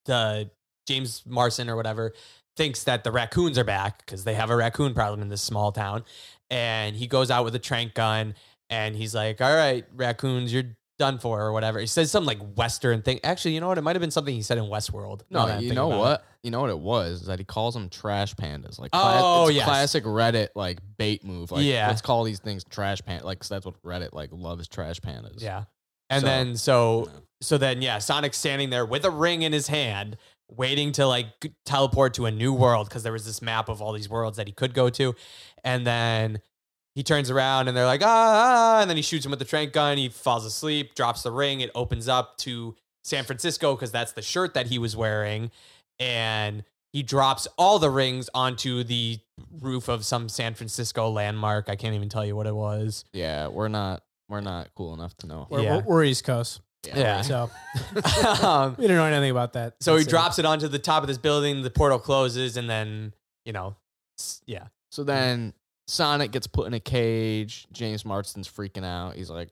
Speaker 2: the James Marson or whatever, thinks that the raccoons are back because they have a raccoon problem in this small town, and he goes out with a trank gun, and he's like, "All right, raccoons, you're done for," or whatever. He says some like Western thing. Actually, you know what? It might have been something he said in Westworld. now
Speaker 1: No,
Speaker 2: that I'm
Speaker 1: you
Speaker 2: thinking
Speaker 1: know
Speaker 2: about it.
Speaker 1: what? You know what it was? Is that he calls them trash pandas. Like,
Speaker 2: Oh,
Speaker 1: it's
Speaker 2: yes.
Speaker 1: classic Reddit, like, bait move. Like,
Speaker 2: Yeah.
Speaker 1: let's call these things trash pandas. Like, 'cause that's what Reddit, like, loves trash pandas.
Speaker 2: Yeah. And
Speaker 1: So-
Speaker 2: then so
Speaker 4: No.
Speaker 2: so then yeah, Sonic's standing there with a ring in his hand, waiting to like g- teleport to a new world because there was this map of all these worlds that he could go to, and then he turns around and they're like ah, ah," and then he shoots him with the trank gun. He falls asleep, drops the ring. It opens up to San Francisco because that's the shirt that he was wearing, and he drops all the rings onto the roof of some San Francisco landmark. I can't even tell you what it was. (laughs)
Speaker 1: Yeah, we're not we're not cool enough to know.
Speaker 3: We're,
Speaker 2: Yeah.
Speaker 3: we're, we're East Coast,
Speaker 2: Yeah.
Speaker 3: so
Speaker 2: um,
Speaker 3: we didn't know anything about that.
Speaker 2: So he
Speaker 3: That's it.
Speaker 2: drops it onto the top of this building. The portal closes, and then you know, s- yeah,
Speaker 1: So then Sonic gets put in a cage. James Marsden's freaking out. He's like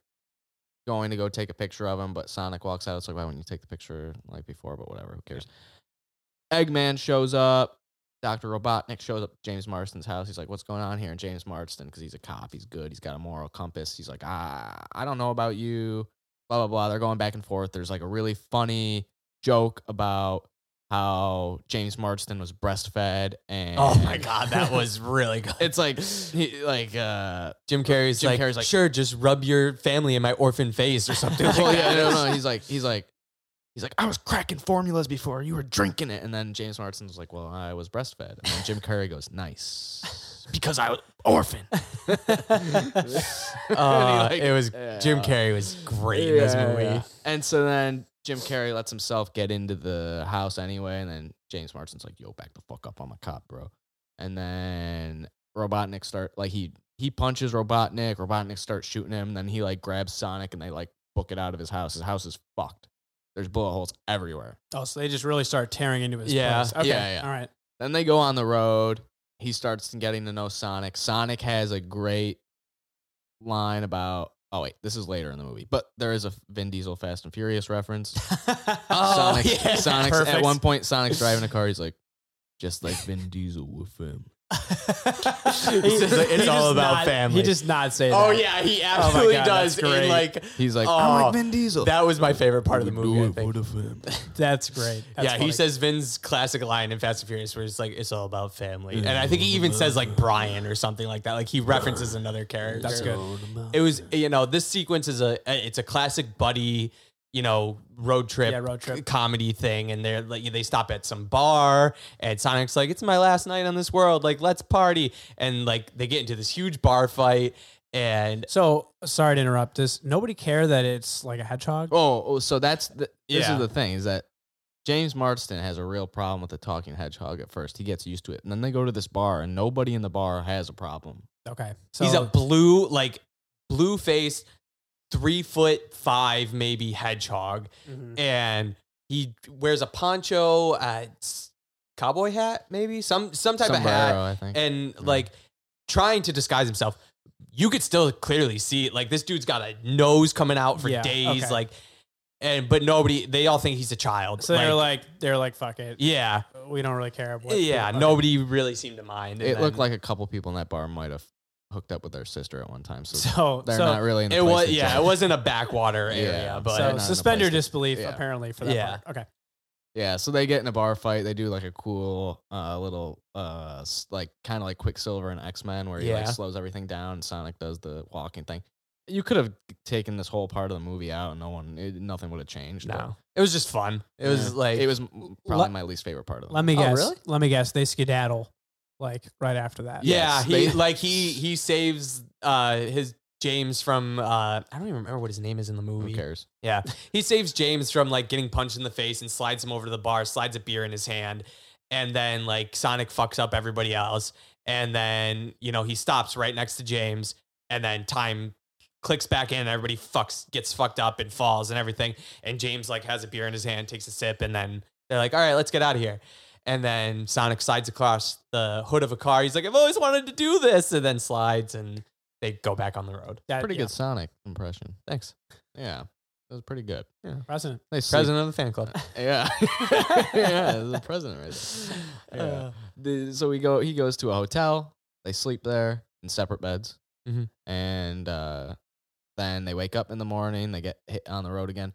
Speaker 1: going to go take a picture of him, but Sonic walks out. It's like, why wouldn't you take the picture like before? But whatever, who cares? Eggman shows up. Dr. Robotnik shows up at James Marsden's house. He's like, what's going on here? And James Marsden, because he's a cop, he's good, he's got a moral compass. He's like, ah, I don't know about you. Blah, blah, blah. They're going back and forth. There's like a really funny joke about how James Marsden was breastfed. And
Speaker 2: oh my god, that
Speaker 1: (laughs)
Speaker 3: (laughs)
Speaker 2: was really good.
Speaker 1: it's like he, like uh
Speaker 2: Jim Carrey's,
Speaker 1: Jim
Speaker 2: like,
Speaker 1: Carrey's like-
Speaker 2: sure, just rub your family in my orphan face or (laughs) something.
Speaker 1: (laughs)
Speaker 2: like "Ah,
Speaker 1: well, yeah,
Speaker 2: that.
Speaker 1: no, no. He's like he's like he's like I was cracking formulas before you were drinking it, and then James Marsden was like, well, I was breastfed, and then Jim Carrey goes, nice, because I was orphan.
Speaker 2: (laughs) Uh,
Speaker 1: like,
Speaker 2: it was
Speaker 1: yeah.
Speaker 2: Jim Carrey was great in this
Speaker 1: Yeah,
Speaker 2: movie.
Speaker 1: yeah.
Speaker 2: (laughs)
Speaker 1: And so then Jim Carrey lets himself get into the house anyway, and then James Marsden's like, "Yo, back the fuck up, I'm a cop, bro." And then Robotnik start like he he punches Robotnik. Robotnik starts shooting him. Then he like grabs Sonic, and they like book it out of his house. His house is fucked. There's bullet holes everywhere.
Speaker 3: (laughs) Oh, so they just really start tearing into his
Speaker 2: Yeah.
Speaker 3: place. Okay.
Speaker 1: Yeah, yeah.
Speaker 3: All (laughs) right.
Speaker 1: Then they go on the road. He starts getting to know Sonic. Sonic has a great line about. Oh wait, this is later in the movie, but there is a Vin Diesel Fast and Furious reference.
Speaker 2: Oh, (laughs)
Speaker 1: Sonic,
Speaker 2: yeah.
Speaker 1: Sonic's at
Speaker 3: Perfect.
Speaker 1: one point, Sonic's driving a car. He's like, just like Vin Diesel with him.
Speaker 2: He says, like,
Speaker 3: (laughs) He
Speaker 2: it's
Speaker 3: just
Speaker 2: all about
Speaker 3: not-
Speaker 2: family.
Speaker 3: He just not say that.
Speaker 2: oh yeah, he
Speaker 3: my
Speaker 2: absolutely
Speaker 3: God, that's
Speaker 2: does. In
Speaker 3: great.
Speaker 2: like
Speaker 1: He's like,
Speaker 2: Oh,
Speaker 1: I'm like Vin Diesel.
Speaker 2: that was my favorite part of the
Speaker 1: Would
Speaker 2: movie. I think.
Speaker 1: do it for
Speaker 2: (laughs)
Speaker 1: the fam.
Speaker 3: That's great. That's
Speaker 2: yeah, he
Speaker 3: funny.
Speaker 2: says Vin's classic line in Fast and Furious where it's like it's all about family. And I think he even says like Brian or something like that. Like he references another character.
Speaker 3: That's good.
Speaker 2: It was you know, this sequence is a it's a classic buddy, you know, road trip,
Speaker 3: Yeah, road trip.
Speaker 2: comedy thing and they're like they stop at some bar and Sonic's like it's my last night on this world, like let's party and like they get into this huge bar fight and
Speaker 3: So sorry to interrupt. Does nobody care that it's like a hedgehog?
Speaker 1: Oh, oh, so that's the, this
Speaker 2: Yeah.
Speaker 1: is the thing is that James Marsden has a real problem with the talking hedgehog at first. He gets used to it, and then they go to this bar, and nobody in the bar has a problem.
Speaker 3: Okay. So
Speaker 2: Oh, he's a blue, like blue faced, three foot five maybe hedgehog,
Speaker 1: Mm-hmm.
Speaker 3: Mhm.
Speaker 2: and he wears a poncho, uh, s- cowboy hat, maybe some some type of hat,
Speaker 1: Sombrero, I think.
Speaker 2: and
Speaker 1: Mm.
Speaker 2: like trying to disguise himself. You could still clearly see like this dude's got a nose coming out for
Speaker 3: Yeah,
Speaker 2: days,
Speaker 3: okay.
Speaker 2: like, and but nobody they all think he's a child.
Speaker 3: So they're like they're like fuck it.
Speaker 2: yeah,
Speaker 3: We don't really care. What,
Speaker 2: yeah.
Speaker 3: what-
Speaker 2: Nobody really seemed to mind. and
Speaker 1: it looked
Speaker 2: then-
Speaker 1: like a couple people in that bar might have hooked up with their sister at one time, so,
Speaker 3: (laughs) So
Speaker 1: they're
Speaker 3: so,
Speaker 1: not really in the
Speaker 2: it
Speaker 1: place
Speaker 2: was
Speaker 1: to
Speaker 2: yeah,
Speaker 1: judge.
Speaker 2: it wasn't a backwater
Speaker 1: (laughs)
Speaker 2: area,
Speaker 1: Yeah.
Speaker 2: but
Speaker 1: They're not
Speaker 3: so
Speaker 1: in a
Speaker 3: suspend your
Speaker 1: place to-
Speaker 3: disbelief
Speaker 1: yeah.
Speaker 3: apparently for that
Speaker 2: Yeah.
Speaker 3: part. Okay.
Speaker 1: Yeah, so they get in a bar fight. They do like a cool uh, little, uh, s- like kind of like Quicksilver and X Men, where he like
Speaker 2: Yeah.
Speaker 1: slows everything down. and Sonic does the walking thing. You could have taken this whole part of the movie out, and no one, it, nothing would have changed. but-
Speaker 2: No, it was just fun. It was
Speaker 1: Yeah.
Speaker 2: like
Speaker 1: it was m- probably
Speaker 3: Let-
Speaker 1: my least favorite part of the
Speaker 3: Let me
Speaker 2: Oh,
Speaker 3: guess.
Speaker 2: really?
Speaker 3: Let me guess. They skedaddle like right after that.
Speaker 2: yeah.
Speaker 1: Yes,
Speaker 2: he
Speaker 1: they-
Speaker 2: like he he saves uh his James from uh I don't even remember what his name is in the
Speaker 1: movie.
Speaker 2: movie.
Speaker 1: Who cares?
Speaker 2: Yeah, he saves James from like getting punched in the face and slides him over to the bar, slides a beer in his hand, and then like Sonic fucks up everybody else, and then you know he stops right next to James, and then time clicks back in, and everybody fucks gets fucked up and falls and everything, and James like has a beer in his hand, takes a sip, and then they're like, all right, let's get out of here. And then Sonic slides across the hood of a car. He's like, I've always wanted to do this. And then slides and they go back on the road.
Speaker 3: That-
Speaker 1: Pretty
Speaker 3: Uh, yeah.
Speaker 1: good Sonic impression.
Speaker 2: Thanks.
Speaker 1: Yeah, that was pretty good.
Speaker 3: President.
Speaker 1: They sleep-
Speaker 2: President of the fan club.
Speaker 1: (laughs) Yeah, (laughs) yeah, the president
Speaker 2: (laughs)
Speaker 1: right there. Yeah.
Speaker 2: Uh,
Speaker 1: the, so we go he goes to a hotel they sleep there in separate beds
Speaker 2: Mhm.
Speaker 1: and uh, then they wake up in the morning they get hit on the road again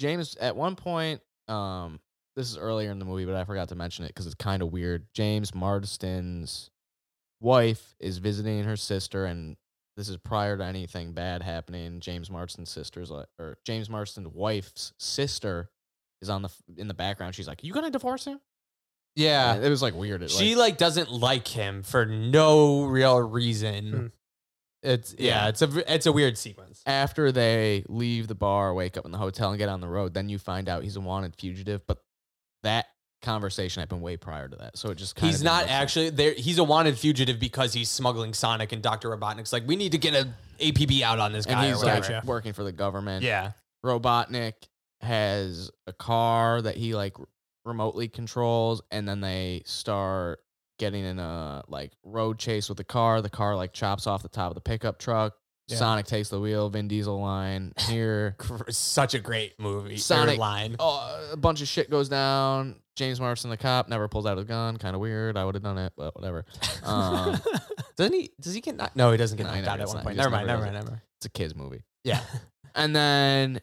Speaker 1: james at one point um, this is earlier in the movie but i forgot to mention it because it's kind of weird james marsden's wife is visiting her sister and This is prior to anything bad happening. James Marston's sister's like, or James Marston's wife's sister is on the f- in the background. She's like, "You gonna divorce him?"
Speaker 2: Yeah.
Speaker 1: it was like weird. It,
Speaker 2: She
Speaker 1: like,
Speaker 2: like doesn't like him for no real reason.
Speaker 3: Hmm.
Speaker 2: It's yeah,
Speaker 1: Yeah.
Speaker 2: it's a it's a weird sequence.
Speaker 1: after they leave the bar, wake up in the hotel, and get on the road, then you find out he's a wanted fugitive. But that conversation happened way prior to that, so it just kind
Speaker 2: he's
Speaker 1: of
Speaker 2: not
Speaker 1: emotional.
Speaker 2: actually there. He's a wanted fugitive because he's smuggling Sonic and Doctor Robotnik's like we need to get a APB out on this
Speaker 1: And
Speaker 2: guy. or
Speaker 1: he's like
Speaker 2: whatever.
Speaker 3: Gotcha.
Speaker 1: working for the government.
Speaker 2: yeah,
Speaker 1: Robotnik has a car that he like remotely controls, and then they start getting in a like road chase with the car. The car like chops off the top of the pickup truck.
Speaker 3: Yeah.
Speaker 1: Sonic takes the wheel. Vin Diesel line here.
Speaker 2: Gr- such a great movie. or
Speaker 1: Sonic-
Speaker 2: line.
Speaker 1: oh, a bunch of shit goes down. James Marston, the cop, never pulls out his gun. Kind of weird. I would have done it, but whatever. Um,
Speaker 2: Doesn't he? Does he get knocked? No, he doesn't get
Speaker 1: No, he
Speaker 2: knocked
Speaker 1: never
Speaker 2: out at
Speaker 1: gets
Speaker 2: one
Speaker 1: knocked-
Speaker 2: point.
Speaker 1: he just
Speaker 2: Never mind. Never
Speaker 1: never
Speaker 2: mind. Never mind.
Speaker 1: It's a kids movie.
Speaker 2: Yeah.
Speaker 1: And then,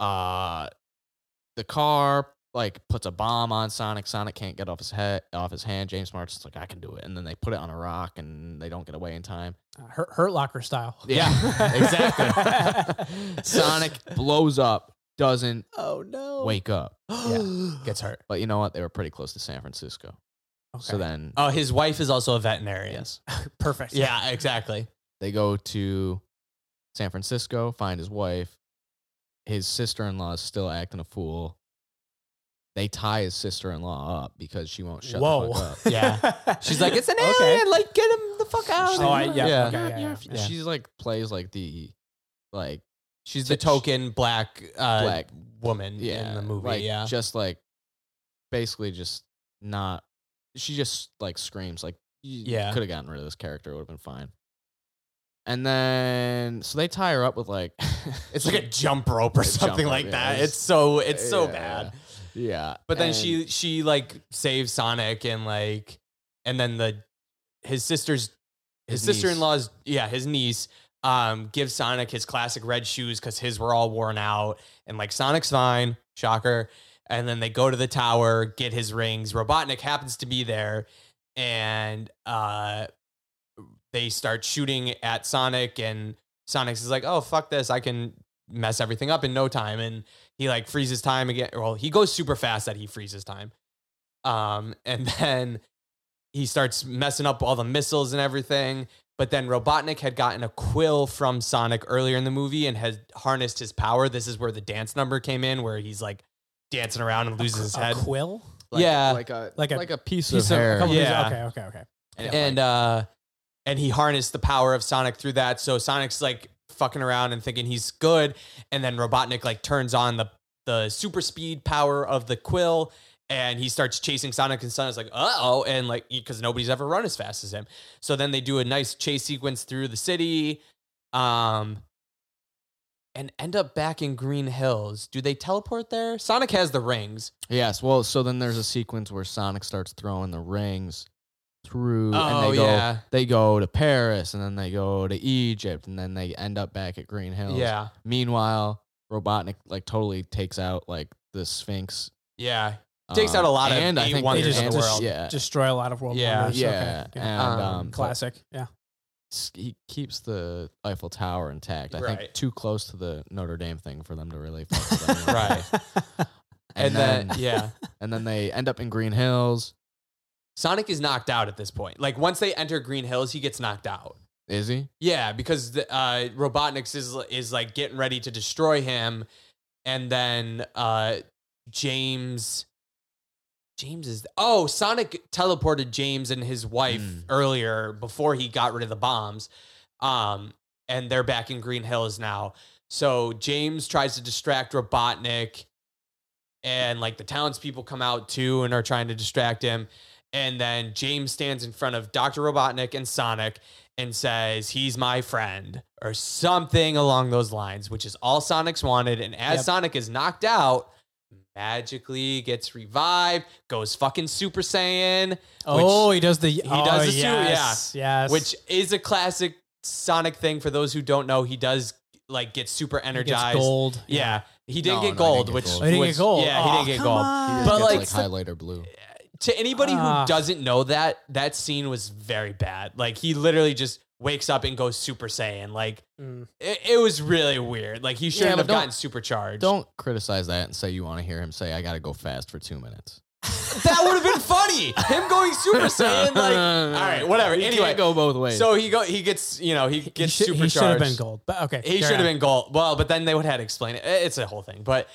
Speaker 1: uh,
Speaker 2: (laughs)
Speaker 1: the car like puts a bomb on Sonic. Sonic can't get off his head, off his hand. James Marston's like, I can do it. And then they put it on a rock, and they don't get away in time.
Speaker 3: uh, Hurt, Hurt Locker style.
Speaker 1: Yeah, (laughs)
Speaker 3: (laughs)
Speaker 1: exactly. Sonic blows up. Doesn't
Speaker 2: Oh no.
Speaker 1: wake up.
Speaker 2: (gasps) Gets
Speaker 3: Gets hurt.
Speaker 1: But you know what? They were pretty close to San Francisco.
Speaker 3: Okay.
Speaker 1: So then,
Speaker 2: Oh, his wife is also a veterinarian.
Speaker 1: yes.
Speaker 3: Perfect.
Speaker 2: Yeah, (laughs) exactly.
Speaker 1: They go to San Francisco, find his wife. His sister in law is still acting a fool. They tie his sister in law up because she won't shut
Speaker 3: Whoa.
Speaker 1: the fuck
Speaker 2: (laughs)
Speaker 1: up.
Speaker 2: Yeah. She's like,
Speaker 3: (laughs)
Speaker 2: it's an alien. Like, get him the fuck out.
Speaker 3: Oh, I- yeah,
Speaker 2: yeah.
Speaker 3: okay.
Speaker 1: You're- you're-
Speaker 2: yeah, yeah.
Speaker 1: She's like plays like the like
Speaker 2: She's the
Speaker 1: Sh-
Speaker 2: token black, uh,
Speaker 1: Black.
Speaker 2: woman
Speaker 1: yeah
Speaker 2: in the movie.
Speaker 1: like,
Speaker 2: yeah.
Speaker 1: just like basically just not she just like screams like
Speaker 2: Yeah.
Speaker 1: yeah could have gotten rid of this character would have been fine and then so they tie her up with like (laughs)
Speaker 2: It's like a jump rope or
Speaker 1: A jump
Speaker 2: something
Speaker 1: rope,
Speaker 2: like
Speaker 1: yeah,
Speaker 2: that.
Speaker 1: it's-
Speaker 2: It's so it's so
Speaker 1: yeah,
Speaker 2: bad.
Speaker 1: yeah
Speaker 2: But then
Speaker 1: and-
Speaker 2: she she like saves Sonic and like and then the his sister's his,
Speaker 1: His niece.
Speaker 2: sister-in-law's yeah, his niece um gives Sonic his classic red shoes cuz his were all worn out and like Sonic's fine, shocker. And then they go to the tower, get his rings. Robotnik happens to be there and uh they start shooting at Sonic and Sonic's is like, "Oh fuck this. I can mess everything up in no time." And he like freezes time again. Well, he goes super fast that he freezes time. Um, (laughs) and then he starts messing up all the missiles and everything. But then Robotnik had gotten a quill from Sonic earlier in the movie and had harnessed his power. This is where the dance number came in, where he's like dancing around and loses his
Speaker 3: a
Speaker 2: head.
Speaker 3: quill?
Speaker 1: like,
Speaker 2: yeah.
Speaker 1: like a like
Speaker 3: Like a
Speaker 1: a like a piece,
Speaker 3: Piece
Speaker 1: of
Speaker 3: of-
Speaker 1: hair
Speaker 3: a couple pieces-
Speaker 2: Yeah.
Speaker 3: Okay, okay, okay.
Speaker 1: it,
Speaker 2: and
Speaker 1: like,
Speaker 2: uh and he harnessed the power of Sonic through that. So Sonic's like fucking around and thinking he's good, and then Robotnik like turns on the the super speed power of the quill. And he starts chasing Sonic, and Sonic's like, "Uh oh!" And like, because nobody's ever run as fast as him. So then they do a nice chase sequence through the city, um, and end up back in Green Hills. Do they teleport there? Sonic has the rings.
Speaker 1: yes well so then there's a sequence where sonic starts throwing the rings through
Speaker 2: Oh
Speaker 1: and they go
Speaker 2: yeah,
Speaker 1: they go to paris and then they go to egypt and then they end up back at green hills
Speaker 2: yeah,
Speaker 1: Meanwhile, Robotnik like totally takes out like the Sphinx. um,
Speaker 2: yeah. Takes out a lot of
Speaker 1: and I
Speaker 2: eight
Speaker 1: think
Speaker 2: wonders
Speaker 1: they just
Speaker 3: of the
Speaker 1: dis-
Speaker 2: world.
Speaker 1: Yeah,
Speaker 3: Destroy a lot of world
Speaker 2: Yeah.
Speaker 3: wonders.
Speaker 1: yeah.
Speaker 3: Okay.
Speaker 1: And,
Speaker 2: Um,
Speaker 1: um, but
Speaker 3: Classic.
Speaker 2: (laughs)
Speaker 3: Yeah.
Speaker 1: s- he keeps the Eiffel Tower intact. I
Speaker 2: Right.
Speaker 1: think too close to the Notre Dame thing for them to really. fuck with
Speaker 2: (laughs)
Speaker 1: anyone.
Speaker 2: Right.
Speaker 1: And,
Speaker 2: and
Speaker 1: then,
Speaker 2: then yeah.
Speaker 1: and then they end up in Green Hills.
Speaker 2: Sonic is knocked out at this point. Like once they enter Green Hills, he gets knocked out.
Speaker 1: Is he?
Speaker 2: Yeah, because the, uh, Robotnik's is is like getting ready to destroy him, and then uh, James. James is oh Sonic teleported James and his wife
Speaker 1: Mm.
Speaker 2: earlier before he got rid of the bombs, um, and they're back in Green Hills now. So James tries to distract Robotnik, and like the townspeople come out too and are trying to distract him. And then James stands in front of Dr. Robotnik and Sonic and says, He's my friend, or something along those lines, which is all Sonic's wanted. And as
Speaker 3: Yep.
Speaker 2: Sonic is knocked out, magically gets revived, goes fucking Super Saiyan,
Speaker 3: Oh, he does the. He
Speaker 2: does the suit,
Speaker 3: yes, Yes.
Speaker 2: which is a classic Sonic thing. For those who don't know, he does like get super
Speaker 3: He gets
Speaker 2: energized.
Speaker 3: gold.
Speaker 2: Yeah. He
Speaker 1: No,
Speaker 2: didn't
Speaker 1: no, he
Speaker 2: get
Speaker 1: didn't
Speaker 2: gold,
Speaker 1: get
Speaker 2: which
Speaker 1: gold.
Speaker 3: Oh, he didn't
Speaker 2: which-
Speaker 3: get gold.
Speaker 2: Yeah,
Speaker 3: Oh,
Speaker 2: he didn't get
Speaker 3: come
Speaker 2: gold.
Speaker 1: He
Speaker 3: on.
Speaker 1: just
Speaker 2: But,
Speaker 1: gets,
Speaker 2: like,
Speaker 1: Uh, like
Speaker 2: so-
Speaker 1: highlighter blue.
Speaker 2: to anybody
Speaker 3: Ah.
Speaker 2: who doesn't know that, that scene was very bad. Like he literally just wakes up and goes Super Saiyan. Like
Speaker 3: Mm.
Speaker 2: it, it was really weird. Like he shouldn't
Speaker 1: but
Speaker 2: have
Speaker 1: don't-
Speaker 2: gotten supercharged.
Speaker 1: Don't criticize that and say you want to hear him say, I got to go fast for two
Speaker 2: (laughs)
Speaker 1: minutes.
Speaker 2: (laughs) that would have been funny. Him going
Speaker 1: (laughs)
Speaker 2: Super Saiyan. Like all right, whatever.
Speaker 1: You
Speaker 2: anyway,
Speaker 1: can't go both ways.
Speaker 2: so he go he gets you know he gets
Speaker 3: he should, he
Speaker 2: supercharged.
Speaker 3: should have been gold. But okay,
Speaker 2: He
Speaker 3: carry
Speaker 2: should have
Speaker 3: on.
Speaker 2: been gold. Well, but then they would have had to explain it. It's a whole thing. But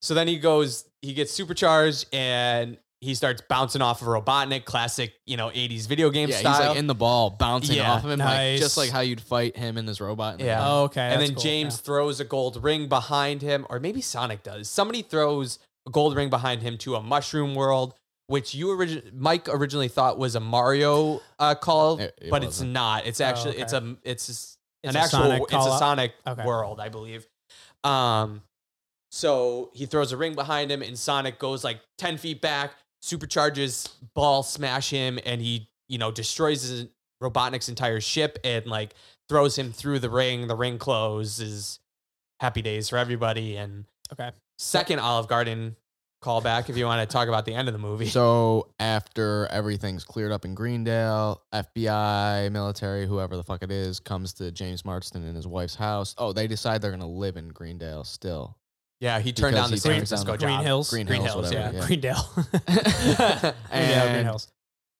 Speaker 2: so then he goes, he gets supercharged and he starts bouncing off of Robotnik, classic, you know, 80s video game
Speaker 1: yeah,
Speaker 2: style.
Speaker 1: he's like in the ball, bouncing
Speaker 2: Yeah,
Speaker 1: off of him, like, just
Speaker 3: nice.
Speaker 1: like how you'd fight him and this robot. in the
Speaker 2: Yeah.
Speaker 1: ball.
Speaker 2: (laughs)
Speaker 3: Oh, okay,
Speaker 2: and
Speaker 3: that's
Speaker 2: then
Speaker 3: cool,
Speaker 2: James
Speaker 3: yeah.
Speaker 2: throws a gold ring behind him, or maybe Sonic does. Somebody throws a gold ring behind him to a mushroom world, which you origi- Mike originally thought was a Mario uh, call,
Speaker 1: It- it
Speaker 2: but it's
Speaker 1: wasn't.
Speaker 2: not. It's actually
Speaker 3: Oh, okay.
Speaker 2: it's a it's just
Speaker 3: It's
Speaker 2: an
Speaker 3: a
Speaker 2: actual
Speaker 3: Sonic
Speaker 2: it's a
Speaker 3: call-up?
Speaker 2: Sonic
Speaker 3: Okay.
Speaker 2: world, I believe. Um, so he throws a ring behind him, and Sonic goes like ten feet back, supercharges, ball smash him, and he you know destroys his, Robotnik's entire ship and like throws him through the ring. The ring closes. Happy days for everybody. And
Speaker 3: Okay.
Speaker 2: second Olive Garden callback if you want to talk about the end of the movie.
Speaker 1: So after everything's cleared up in Greendale, FBI, military, whoever the fuck it is, comes to James Marston in his wife's house. Oh, they decide they're gonna live in Greendale still.
Speaker 2: yeah, he turned
Speaker 1: Because
Speaker 2: down the
Speaker 1: he
Speaker 2: San
Speaker 1: turns down
Speaker 2: Francisco
Speaker 1: the-
Speaker 2: job.
Speaker 3: Green (laughs)
Speaker 2: (laughs)
Speaker 3: Hills,
Speaker 1: Green,
Speaker 2: Green
Speaker 1: Hills, whatever.
Speaker 2: Hills, yeah.
Speaker 1: yeah.
Speaker 3: (laughs) Greendale, Greendale, Green
Speaker 1: And
Speaker 3: Hills.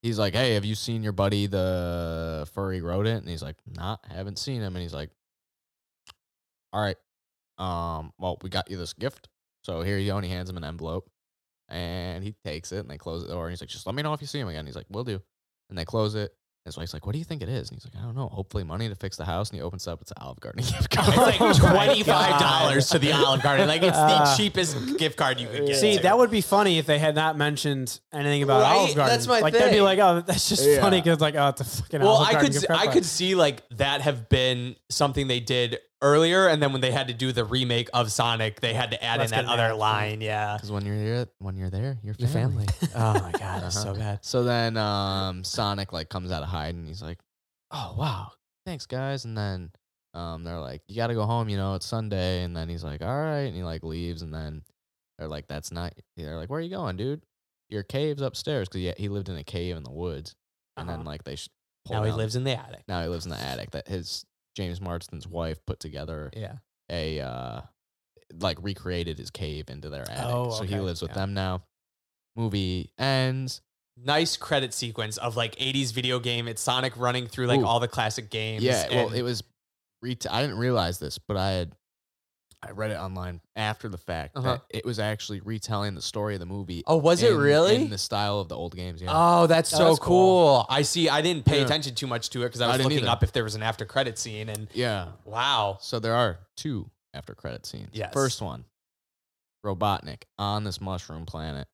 Speaker 1: he's like, "Hey, have you seen your buddy the furry rodent?" And he's like, "Not, haven't seen him." And he's like, "All right, um, well, we got you this gift, so here you go." And he hands him an envelope, and he takes it, and they close the door, and he's like, "Just let me know if you see him again." And he's like, "Will do," and they close it. And his wife's like, "What do you think it is?" And he's like, "I don't know. Hopefully, money to fix the house." And he opens it up. It's an Olive Garden (laughs) gift card.
Speaker 2: It's like
Speaker 3: Oh my
Speaker 2: twenty-five dollars
Speaker 3: God.
Speaker 2: to the Olive Garden. Like it's the
Speaker 3: Uh,
Speaker 2: cheapest gift card you could get.
Speaker 3: See,
Speaker 2: to.
Speaker 3: that would be funny if they had not mentioned anything about
Speaker 2: Right?
Speaker 3: Olive Garden.
Speaker 2: That's my
Speaker 3: like they'd be
Speaker 2: thing.
Speaker 3: like, oh, that's just
Speaker 1: Yeah.
Speaker 3: funny because like, oh, it's a fucking
Speaker 2: well,
Speaker 3: Olive
Speaker 2: I
Speaker 3: Garden
Speaker 2: could
Speaker 3: gift
Speaker 2: s-
Speaker 3: card
Speaker 2: I
Speaker 3: card.
Speaker 2: could see like that have been something they did earlier, and then when they had to do the remake of Sonic, they had to add
Speaker 3: Let's
Speaker 2: in that
Speaker 3: get an
Speaker 2: other
Speaker 3: ad.
Speaker 2: line. Yeah,
Speaker 1: Because when you're there, when you're there, you're
Speaker 2: your family. (laughs) oh my god,
Speaker 1: Uh-huh.
Speaker 2: it's so bad.
Speaker 1: So then um, Sonic like comes out of hide and he's like, "Oh wow, thanks guys." And then um, they're like, "You got to go home, you know, it's Sunday." And then he's like, "All right," and he like leaves. And then they're like, "That's not." They're like, "Where are you going, dude? Your cave's upstairs." Because he, he lived in a cave in the woods. And then
Speaker 2: Uh-huh.
Speaker 1: like they sh- pull
Speaker 2: Now he
Speaker 1: down-
Speaker 2: lives in the attic.
Speaker 1: now he lives in the attic that his James Marston's wife put together
Speaker 2: Yeah.
Speaker 1: a uh like recreated his cave into their attic.
Speaker 3: Oh,
Speaker 1: So he
Speaker 3: okay,
Speaker 1: lives with
Speaker 2: yeah.
Speaker 1: them now. Movie ends.
Speaker 2: Nice credit sequence of like 80s video game. It's Sonic running through like
Speaker 1: Ooh.
Speaker 2: all the classic games.
Speaker 1: Yeah, well,
Speaker 2: and-
Speaker 1: it was. Reta- I didn't realize this, but I had I read it online after the fact
Speaker 2: Uh-huh.
Speaker 1: that it was actually retelling the story of the movie.
Speaker 2: oh, was it
Speaker 1: in-
Speaker 2: really?
Speaker 1: in the style of the old games? Yeah,
Speaker 2: Oh, that's
Speaker 3: Oh,
Speaker 2: so
Speaker 3: that's
Speaker 2: cool.
Speaker 3: cool.
Speaker 2: I see. I didn't pay
Speaker 1: Yeah.
Speaker 2: attention too much to it because
Speaker 1: I
Speaker 2: I was
Speaker 1: didn't
Speaker 2: looking
Speaker 1: either.
Speaker 2: up if there was an after credit scene and
Speaker 1: yeah.
Speaker 2: wow.
Speaker 1: So there are two after credit scenes.
Speaker 2: Yes.
Speaker 1: First one, Robotnik on this mushroom planet,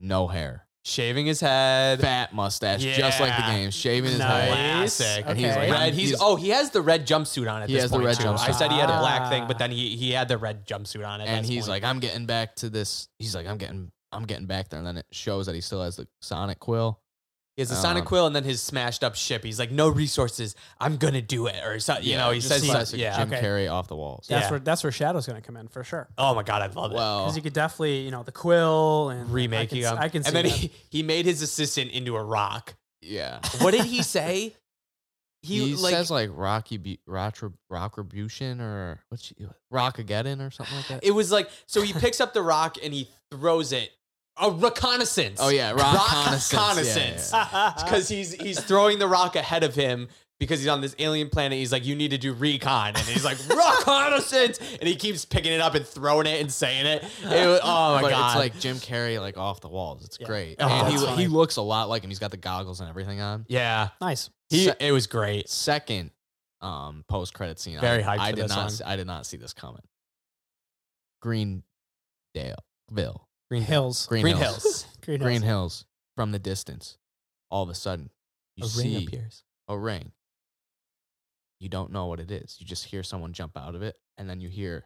Speaker 1: no hair,
Speaker 2: Shaving his head.
Speaker 1: fat mustache, just like the
Speaker 2: Yeah.
Speaker 1: game, shaving his head.
Speaker 3: Nice.
Speaker 2: Classic.
Speaker 1: And he's
Speaker 3: Okay.
Speaker 1: like,
Speaker 2: Red.
Speaker 1: I'm-
Speaker 2: He's, oh, he has the red jumpsuit on at
Speaker 1: He
Speaker 2: this
Speaker 1: has the
Speaker 2: point.
Speaker 1: red
Speaker 2: too.
Speaker 1: jumpsuit.
Speaker 2: I said he had a black thing,
Speaker 3: Ah.
Speaker 2: but then he he had the red jumpsuit on it.
Speaker 1: and he's like, I'm getting back to this. He's like, I'm getting, I'm getting back there. And then it shows that he still has the Sonic Quill.
Speaker 2: he has a Sonic
Speaker 1: um,
Speaker 2: quill and then his smashed up ship. He's like, no resources. I'm gonna do it, or
Speaker 1: Uh,
Speaker 2: so, you know, he
Speaker 1: just
Speaker 2: says,
Speaker 1: classic
Speaker 2: like, yeah.
Speaker 1: Jim
Speaker 3: Okay.
Speaker 1: Carrey off the walls.
Speaker 3: That's
Speaker 2: Yeah.
Speaker 3: where that's where Shadow's going to come in for sure.
Speaker 2: Oh my god, I love it.
Speaker 1: Well,
Speaker 3: Because you could definitely, you know, the quill and
Speaker 2: Remaking
Speaker 3: I can,
Speaker 2: him,
Speaker 3: I can see
Speaker 2: and then
Speaker 3: that. (laughs)
Speaker 2: he (laughs) he made his assistant into a (laughs) rock.
Speaker 1: yeah.
Speaker 2: What did he say?
Speaker 1: He,
Speaker 2: He, like,
Speaker 1: says like Rocky Be- Rotra- Rockrabution or what's she, Rockageddon or something like that.
Speaker 2: It was like so he picks up the rock and he throws it. A reconnaissance.
Speaker 1: oh yeah, Rockconnaissance. Yeah,
Speaker 2: Reconnaissance.
Speaker 1: yeah,
Speaker 2: (laughs) because he's he's throwing the rock ahead of him because he's on this alien planet. He's like, you need to do recon, and he's like, reconnaissance, and he keeps picking it up and throwing it and saying it. It was- oh my
Speaker 1: But
Speaker 2: god!
Speaker 1: it's like Jim Carrey like off the walls. It's
Speaker 3: Yeah.
Speaker 1: great,
Speaker 2: Oh,
Speaker 1: and
Speaker 2: that's
Speaker 1: he
Speaker 3: funny.
Speaker 1: he looks a lot like him. He's got the goggles and everything on.
Speaker 2: yeah,
Speaker 3: nice.
Speaker 2: he
Speaker 1: Se-
Speaker 2: it was great.
Speaker 1: Second, um, post credit scene.
Speaker 2: Very
Speaker 1: I,
Speaker 2: hyped
Speaker 1: I
Speaker 2: for
Speaker 1: did
Speaker 2: this
Speaker 1: not.
Speaker 2: one.
Speaker 1: See, I did not see this coming. Greendale, Bill,
Speaker 2: Green
Speaker 3: Hills.
Speaker 1: Green,
Speaker 2: Green
Speaker 1: Hills.
Speaker 2: Hills.
Speaker 3: (laughs) Green,
Speaker 1: Green
Speaker 3: Hills.
Speaker 1: Hills from the distance. All of a sudden, you see
Speaker 2: appears.
Speaker 1: a ring. You don't know what it is. You just hear someone jump out of it, and then you hear,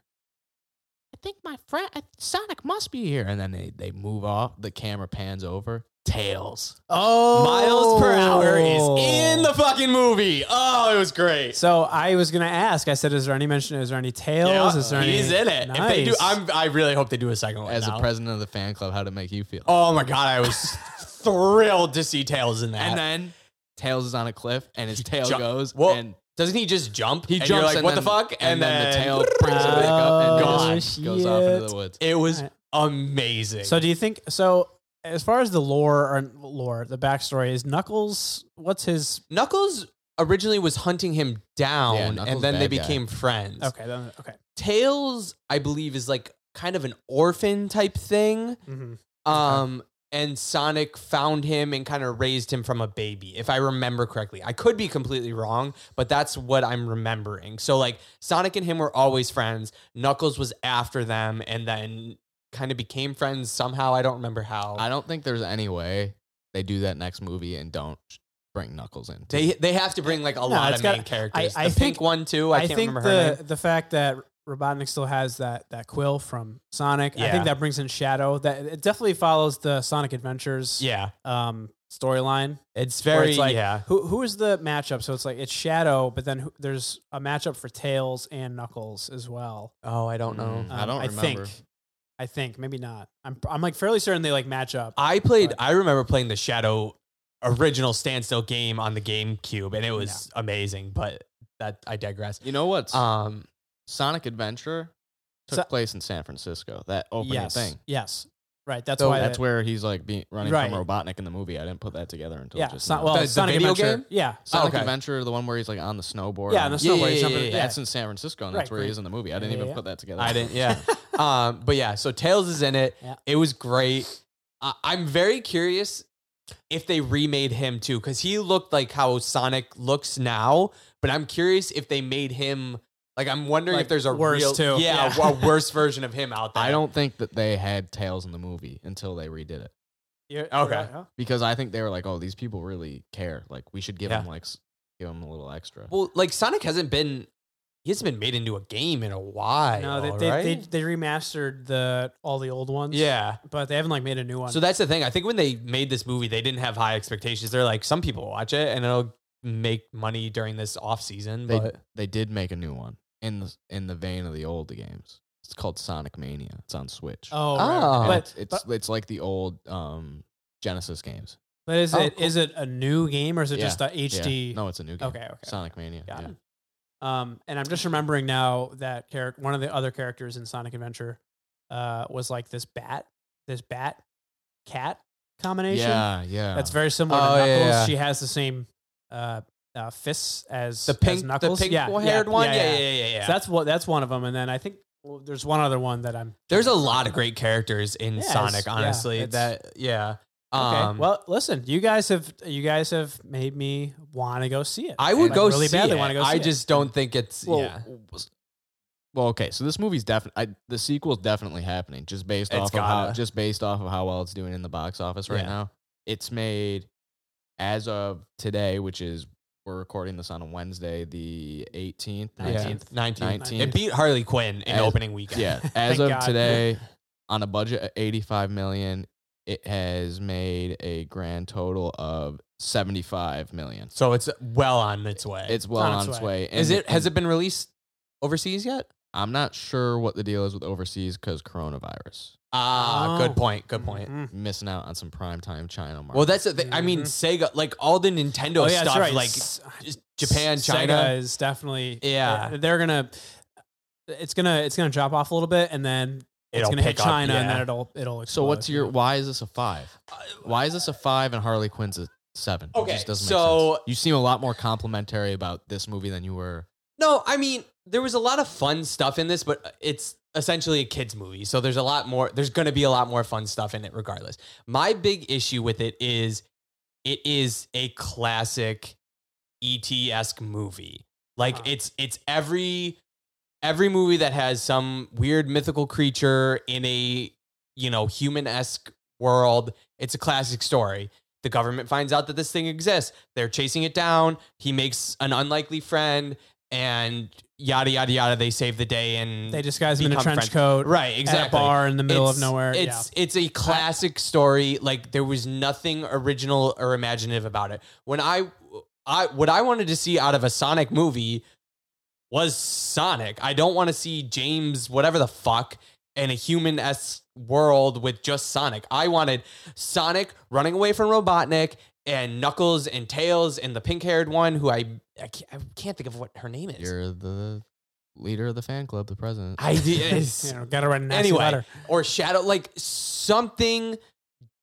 Speaker 1: "I think my friend I- Sonic must be here." And then they they move off. The camera pans over. Tails.
Speaker 3: Oh,
Speaker 2: Miles per hour
Speaker 1: Oh.
Speaker 2: is in the fucking movie. Oh, it was great.
Speaker 3: So I was going to ask. I said, is there any mention? Is there any tails?
Speaker 2: Yeah,
Speaker 3: is there
Speaker 2: he's
Speaker 3: any?
Speaker 2: in it. If they do,
Speaker 3: Nice.
Speaker 2: I'm. I really hope they do a second one
Speaker 1: As
Speaker 2: now.
Speaker 1: the president of the fan club, how did it make you feel?
Speaker 2: Oh my god, I was (laughs) thrilled to see Tails in that.
Speaker 1: And then Tails is on a cliff and his tail
Speaker 2: jump-
Speaker 1: goes.
Speaker 2: Well,
Speaker 1: and
Speaker 2: Doesn't he just jump?
Speaker 1: he
Speaker 2: And
Speaker 1: jumps.
Speaker 2: you're like,
Speaker 1: and
Speaker 2: what
Speaker 1: then,
Speaker 2: the fuck?
Speaker 1: And, then, the tail brings it
Speaker 3: Oh,
Speaker 1: back up and goes,
Speaker 3: shit.
Speaker 1: goes off into the woods.
Speaker 2: (laughs) It was
Speaker 3: Alright.
Speaker 2: amazing.
Speaker 3: So do you think so? As far as the lore or lore, the backstory is Knuckles. What's his?
Speaker 2: Knuckles originally was hunting him down,
Speaker 1: Yeah,
Speaker 2: and
Speaker 1: Knuckles
Speaker 2: then they
Speaker 1: bad guy.
Speaker 2: became friends.
Speaker 3: Okay, then, okay.
Speaker 2: Tails, I believe, is like kind of an orphan type thing.
Speaker 3: Mm-hmm.
Speaker 2: Um, and Sonic found him and kind of raised him from a baby, if I remember correctly. I could be completely wrong, but that's what I'm remembering. So like Sonic and him were always friends. Knuckles was after them, and then kind of became friends somehow. I don't remember how.
Speaker 1: I don't think there's any way they do that next movie and don't bring Knuckles in.
Speaker 2: They they have to bring like a
Speaker 3: No,
Speaker 2: lot
Speaker 3: it's
Speaker 2: of
Speaker 3: got-
Speaker 2: main characters.
Speaker 3: I- I
Speaker 2: the
Speaker 3: think-
Speaker 2: pink one too.
Speaker 3: I,
Speaker 2: I, can't
Speaker 3: think
Speaker 2: remember her
Speaker 3: the
Speaker 2: name.
Speaker 3: the fact that Robotnik still has that that quill from Sonic, I
Speaker 2: Yeah.
Speaker 3: think that brings in Shadow. That it definitely follows the Sonic Adventures
Speaker 2: Yeah,
Speaker 3: um, storyline.
Speaker 2: it's
Speaker 3: where
Speaker 2: very
Speaker 3: it's like,
Speaker 2: yeah.
Speaker 3: Who who is the matchup? So it's like it's Shadow, but then who, there's a matchup for Tails and Knuckles as well. Um,
Speaker 2: Oh, I don't know.
Speaker 1: Mm. I don't
Speaker 3: I
Speaker 1: remember.
Speaker 3: think. I think maybe not. I'm I'm like fairly certain they like match up.
Speaker 2: I played.
Speaker 3: But-
Speaker 2: I remember playing the Shadow original standstill game on the GameCube, and it was amazing. But that I digress.
Speaker 1: You know what's
Speaker 2: Um,
Speaker 1: Sonic Adventure took
Speaker 3: So-
Speaker 1: place in San Francisco. That opening
Speaker 3: yes,
Speaker 1: thing.
Speaker 3: yes, right. That's
Speaker 2: So
Speaker 3: why
Speaker 1: That's
Speaker 3: that-
Speaker 1: where he's like being running
Speaker 3: Right.
Speaker 1: from Robotnik in the movie. I didn't put that together until
Speaker 3: yeah,
Speaker 1: just
Speaker 3: Son-
Speaker 1: now.
Speaker 3: well,
Speaker 2: The- the
Speaker 3: Sonic
Speaker 2: video
Speaker 3: Adventure.
Speaker 2: game?
Speaker 3: Yeah,
Speaker 1: Sonic
Speaker 2: okay.
Speaker 1: Adventure, the one where he's like on the snowboard.
Speaker 3: Yeah, on the
Speaker 1: and-
Speaker 2: Yeah,
Speaker 3: snowboard.
Speaker 2: yeah,
Speaker 3: he's
Speaker 2: yeah,
Speaker 3: jumping-
Speaker 2: yeah, yeah.
Speaker 1: That's in San Francisco, and that's
Speaker 3: Right,
Speaker 1: where he
Speaker 3: right.
Speaker 1: is in the movie. I didn't
Speaker 3: Yeah,
Speaker 1: even
Speaker 3: yeah.
Speaker 1: put that together.
Speaker 2: I didn't.
Speaker 3: (laughs)
Speaker 2: Yeah. um, but yeah. So Tails is in it.
Speaker 3: Yeah.
Speaker 2: It was great. I I'm very curious if they remade him too, because he looked like how Sonic looks now. But I'm curious if they made him like I'm wondering
Speaker 3: Like,
Speaker 2: if there's a
Speaker 3: worse,
Speaker 2: real,
Speaker 3: too.
Speaker 2: Yeah,
Speaker 3: Yeah.
Speaker 2: a worse version of
Speaker 3: (laughs)
Speaker 2: him out there.
Speaker 1: (laughs) I don't think that they had Tails in the movie until they redid it
Speaker 3: You're-
Speaker 2: Okay.
Speaker 3: right, huh?
Speaker 1: because I think they were like, "Oh, these people really care. Like, we should give
Speaker 2: Yeah.
Speaker 1: them like s- give them a little extra."
Speaker 2: Well, like Sonic hasn't been he hasn't been made into a game in a while.
Speaker 3: No, they, they, they they remastered the all the old ones.
Speaker 2: yeah.
Speaker 3: but they haven't like made a new one.
Speaker 2: So that's the thing. I think when they made this movie, they didn't have high expectations. They're like, some people will watch it and it'll make money during this off season.
Speaker 1: they
Speaker 2: But
Speaker 1: they did make a new one in the in the vein of the old games. It's called Sonic Mania. It's on Switch.
Speaker 3: oh,
Speaker 2: Oh.
Speaker 3: right, right.
Speaker 1: And
Speaker 3: but
Speaker 1: it's it's, it's like the old um, Genesis games.
Speaker 3: but is
Speaker 2: Oh,
Speaker 3: it is it a new game or is it
Speaker 1: Yeah,
Speaker 3: just a
Speaker 1: Yeah.
Speaker 3: HD?
Speaker 1: No, it's a new game.
Speaker 3: Okay, okay.
Speaker 1: Sonic Mania.
Speaker 3: Got
Speaker 1: yeah.
Speaker 3: it. Um, and I'm just remembering now that character, one of the other characters in Sonic Adventure, uh, was like this bat, this bat cat combination.
Speaker 1: Yeah, yeah.
Speaker 3: That's very similar
Speaker 2: Oh,
Speaker 3: to
Speaker 2: yeah,
Speaker 3: Knuckles.
Speaker 2: yeah.
Speaker 3: She has the same uh, uh, fists as
Speaker 2: the
Speaker 3: as
Speaker 2: pink the
Speaker 3: Knuckles.
Speaker 2: pink
Speaker 3: yeah,
Speaker 2: haired
Speaker 3: yeah,
Speaker 2: one? Yeah, yeah, yeah, yeah. yeah.
Speaker 3: So that's what that's one of them. And then I think well, there's one other one that I'm.
Speaker 2: There's a lot of great characters in
Speaker 3: Yeah, it's-
Speaker 2: Sonic,
Speaker 3: yeah,
Speaker 2: honestly.
Speaker 3: it's-
Speaker 2: that yeah.
Speaker 3: Okay.
Speaker 2: Um,
Speaker 3: well, listen, you guys have you guys have made me want to go see it.
Speaker 2: I would
Speaker 3: Like,
Speaker 2: go
Speaker 3: really
Speaker 2: see
Speaker 3: badly
Speaker 2: it.
Speaker 3: want to go. See
Speaker 2: I
Speaker 3: it.
Speaker 2: just don't think it's
Speaker 1: well,
Speaker 2: yeah.
Speaker 1: was- well, okay. So this movie's definitely the sequel's definitely happening just based
Speaker 2: It's
Speaker 1: off of how
Speaker 2: gotta.
Speaker 1: just based off of how well it's doing in the box office right
Speaker 2: Yeah.
Speaker 1: now. It's made as of today, which is we're recording this on a Wednesday, the 18th,
Speaker 2: Yeah.
Speaker 1: 19th.
Speaker 2: 19th.
Speaker 1: 19th.
Speaker 2: It beat Harley Quinn in
Speaker 1: As-
Speaker 2: opening weekend. (laughs)
Speaker 1: Yeah, as
Speaker 3: Thank
Speaker 1: of
Speaker 3: God.
Speaker 1: today, on a budget of 85 million, it has made a grand total of 75 million.
Speaker 2: So it's well on its way.
Speaker 1: It's well on its way.
Speaker 2: is
Speaker 1: And-
Speaker 2: it has
Speaker 1: and
Speaker 2: it been released overseas yet?
Speaker 1: I'm not sure what the deal is with overseas because coronavirus.
Speaker 2: Ah,
Speaker 3: Oh.
Speaker 2: good point. Good point.
Speaker 3: Mhm.
Speaker 1: missing out on some primetime China market.
Speaker 2: Well, that's the thing. I mean, Sega, like all the Nintendo
Speaker 3: Mm-hmm. Oh yeah,
Speaker 2: stuff,
Speaker 3: that's right.
Speaker 2: like
Speaker 3: S-
Speaker 2: just Japan,
Speaker 3: Sega
Speaker 2: China.
Speaker 3: is definitely eh,
Speaker 2: Yeah.
Speaker 3: They're gonna it's gonna it's gonna drop off a little bit, and then it's
Speaker 2: It'll
Speaker 3: gonna hit
Speaker 2: pick up,
Speaker 3: China, and
Speaker 2: yeah.
Speaker 3: then it'll it'll. Explode.
Speaker 1: so what's your why is this a five?
Speaker 2: Uh,
Speaker 1: Why is this a five and Harley Quinn's a seven?
Speaker 2: Okay,
Speaker 1: it just doesn't
Speaker 2: so-
Speaker 1: make sense. you seem a lot more complimentary about this movie than you were.
Speaker 2: No, I mean, there was a lot of fun stuff in this, but it's essentially a kids movie. So there's a lot more there's going to be a lot more fun stuff in it regardless. My big issue with it is it is a classic ET-esque movie. Like
Speaker 3: Uh-huh.
Speaker 2: it's it's every every movie that has some weird mythical creature in a, you know, human-esque world. It's a classic story. The government finds out that this thing exists. They're chasing it down. He makes an unlikely friend and yada yada yada. They save the day and
Speaker 3: They disguise him in a
Speaker 2: become
Speaker 3: trench
Speaker 2: friends.
Speaker 3: coat
Speaker 2: right
Speaker 3: at a
Speaker 2: exactly.
Speaker 3: bar in the middle of
Speaker 2: It's-
Speaker 3: nowhere.
Speaker 2: It's it's a classic story. Like there was nothing original or imaginative about it. When I I what I wanted to see out of a Sonic movie was Sonic. I don't want to see James whatever the fuck in a human s world with just Sonic. I wanted Sonic running away from Robotnik and Knuckles and Tails and the pink haired one who I I can't, I can't think of what her name is.
Speaker 1: You're the leader of the fan club, the president.
Speaker 2: I did.
Speaker 3: (laughs) You know, gotta write a nasty
Speaker 2: Anyway. (laughs)
Speaker 3: letter.
Speaker 2: or Shadow, like something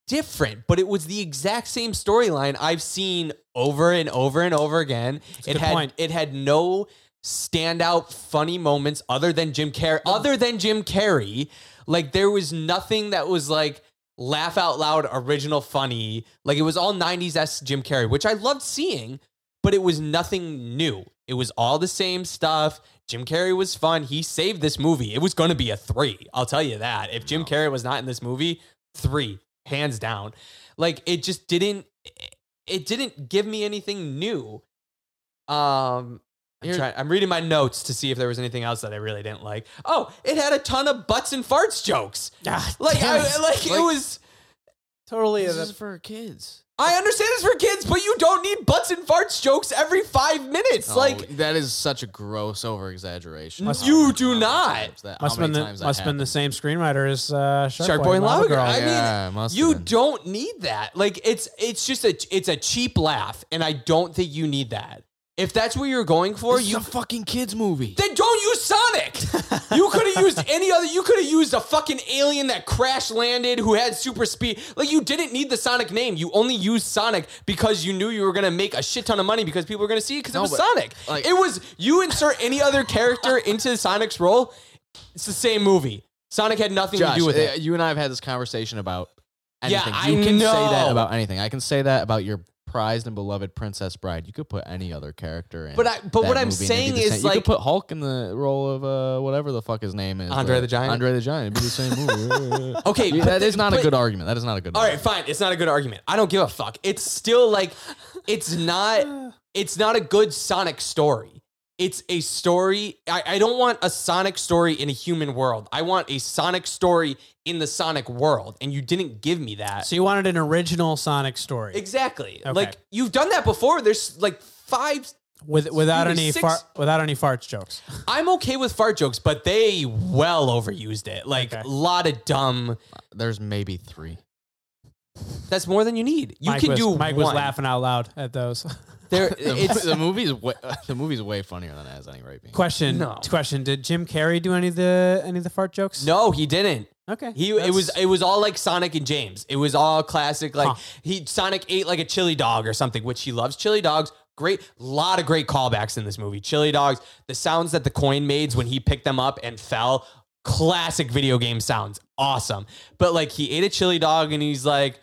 Speaker 2: different, but it was the exact same storyline I've seen over and over and over again.
Speaker 3: a
Speaker 2: it
Speaker 3: good
Speaker 2: had
Speaker 3: point.
Speaker 2: it had no standout funny moments other than Jim Carrey. Other than Jim Carrey, like there was nothing that was like laugh out loud original funny. Like it was all 90s s Jim Carrey, which I loved seeing, but it was nothing new. It was all the same stuff. Jim Carrey was fun. He saved this movie. It was going to be a three. I'll tell you that. If Jim
Speaker 1: No.
Speaker 2: Carrey was not in this movie, three, hands down. Like it just didn't. It didn't give me anything new. Um, I'm,
Speaker 1: Here-
Speaker 2: trying, I'm reading my notes to see if there was anything else that I really didn't like. Oh, it had a ton of butts and farts jokes.
Speaker 3: Ah,
Speaker 2: Like,
Speaker 3: damn
Speaker 2: I,
Speaker 3: it.
Speaker 2: like it
Speaker 1: Like-
Speaker 2: was.
Speaker 3: totally.
Speaker 1: this
Speaker 3: the-
Speaker 1: is for kids.
Speaker 2: I understand it's for kids, but you don't need butts and farts jokes every five minutes.
Speaker 1: Oh,
Speaker 2: Like,
Speaker 1: that is such a gross over exaggeration.
Speaker 2: Must- You do not.
Speaker 1: That,
Speaker 3: must
Speaker 1: how
Speaker 3: been
Speaker 1: many
Speaker 3: the,
Speaker 1: times that
Speaker 3: must been the
Speaker 1: happened.
Speaker 3: same screenwriter as uh, Shark,
Speaker 2: Shark
Speaker 3: Boy,
Speaker 2: Boy and Lava Girl. I mean,
Speaker 1: Yeah, it must have
Speaker 2: you
Speaker 1: been.
Speaker 2: don't need that. Like it's it's just a it's a cheap laugh, and I don't think you need that. If that's what you're going for,
Speaker 1: This is
Speaker 2: you
Speaker 1: a fucking kids movie.
Speaker 2: (laughs) then don't use Sonic. you could
Speaker 1: (laughs)
Speaker 2: have used any other. You could have used a fucking alien that crash landed who had super speed. Like you didn't need the Sonic name. You only used Sonic because you knew you were gonna make a shit ton of money because people were gonna see it because it
Speaker 1: No,
Speaker 2: was
Speaker 1: but,
Speaker 2: Sonic.
Speaker 1: like-
Speaker 2: it was you insert any
Speaker 1: (laughs)
Speaker 2: other character into Sonic's role. It's the same movie. Sonic had nothing
Speaker 1: Josh,
Speaker 2: to do with it.
Speaker 1: uh, you and I have had this conversation about
Speaker 2: Yeah,
Speaker 1: anything.
Speaker 2: I
Speaker 1: you can say
Speaker 2: know.
Speaker 1: that about anything. I can say that about your prized and beloved Princess Bride. You could put any other character in.
Speaker 2: But I- but
Speaker 1: that
Speaker 2: what I'm
Speaker 1: movie and it'd be
Speaker 2: saying
Speaker 1: the
Speaker 2: is,
Speaker 1: same. you
Speaker 2: like-
Speaker 1: could put Hulk in the role of uh, whatever the fuck his name is. uh,
Speaker 2: Andre the Giant?
Speaker 1: Andre the Giant. It'd be the same
Speaker 2: (laughs)
Speaker 1: movie.
Speaker 2: Okay,
Speaker 1: Yeah,
Speaker 2: but
Speaker 1: that
Speaker 2: the-
Speaker 1: is not
Speaker 2: but-
Speaker 1: a good argument. That is not a good.
Speaker 2: All right,
Speaker 1: argument.
Speaker 2: fine. It's not a good argument. I don't give a fuck. It's still like it's not
Speaker 3: (sighs)
Speaker 2: it's not a good Sonic story. It's a story. I, I don't want a Sonic story in a human world. I want a Sonic story in the Sonic world. And you didn't give me that.
Speaker 3: so you wanted an original Sonic story
Speaker 2: Exactly.
Speaker 3: Okay.
Speaker 2: Like you've done that before. There's like five
Speaker 3: with without
Speaker 2: Excuse me,
Speaker 3: any
Speaker 2: six-
Speaker 3: far, without any farts jokes.
Speaker 2: I'm okay with fart jokes, but they well overused it. Like a
Speaker 3: Okay.
Speaker 2: lot of dumb.
Speaker 1: There's maybe three.
Speaker 2: That's more than you need. You
Speaker 3: Mike
Speaker 2: can
Speaker 3: was,
Speaker 2: do
Speaker 3: Mike
Speaker 2: one.
Speaker 3: was laughing out loud at those. (laughs)
Speaker 2: There
Speaker 1: The,
Speaker 2: it's
Speaker 1: the movie's way, (laughs) the movie's way funnier than it has any right being.
Speaker 3: question.
Speaker 2: No.
Speaker 3: Question. Did Jim Carrey do any of the any of the fart jokes?
Speaker 2: No, he didn't.
Speaker 3: Okay.
Speaker 2: He it
Speaker 3: That's-
Speaker 2: was it was all like Sonic and James. It was all classic like
Speaker 3: Huh.
Speaker 2: he Sonic ate like a chili dog or something, which he loves chili dogs. Great, lot of great callbacks in this movie. Chili dogs, the sounds that the coin made when he picked them up and fell, classic video game sounds. Awesome. But like he ate a chili dog and he's like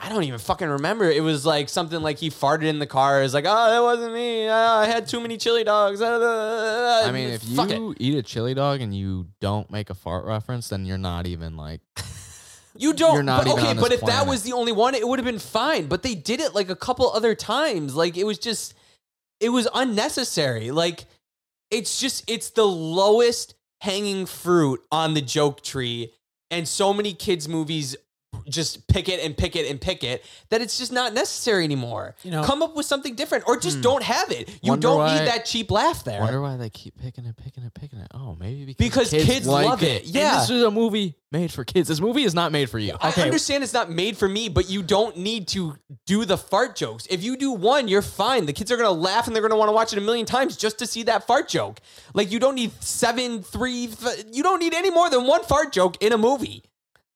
Speaker 2: I don't even fucking remember. It was like something like he farted in the car. It's like, oh, that wasn't me. Uh, I had too many chili dogs. (laughs) I
Speaker 1: I mean, if
Speaker 2: Fuck it.
Speaker 1: you eat a chili dog and you don't make a fart reference, then you're not even like.
Speaker 2: You don't.
Speaker 1: You're not
Speaker 2: but,
Speaker 1: even
Speaker 2: okay,
Speaker 1: on this
Speaker 2: but if that
Speaker 1: planet.
Speaker 2: was the only one, it would have been fine. But they did it like a couple other times. Like it was just, it was unnecessary. Like it's just, it's the lowest hanging fruit on the joke tree, and so many kids' movies just pick it and pick it and pick it that it's just not necessary anymore.
Speaker 3: You know-
Speaker 2: Come up with something different, or just
Speaker 1: Hmm.
Speaker 2: don't have it. You
Speaker 1: Wonder
Speaker 2: don't
Speaker 1: why-
Speaker 2: need that cheap laugh there.
Speaker 1: Wonder why they keep picking it, picking it, picking it. Oh, maybe
Speaker 2: Because
Speaker 1: because,
Speaker 2: kids
Speaker 1: like
Speaker 2: love it.
Speaker 1: And
Speaker 2: Yeah.
Speaker 1: this is a movie made for kids. This movie is not made for you.
Speaker 2: I
Speaker 3: Okay.
Speaker 2: understand it's not made for me, but you don't need to do the fart jokes. If you do one, you're fine. The kids are gonna laugh and they're gonna want to watch it a million times just to see that fart joke. Like you don't need seven, three. F- you don't need any more than one fart joke in a movie.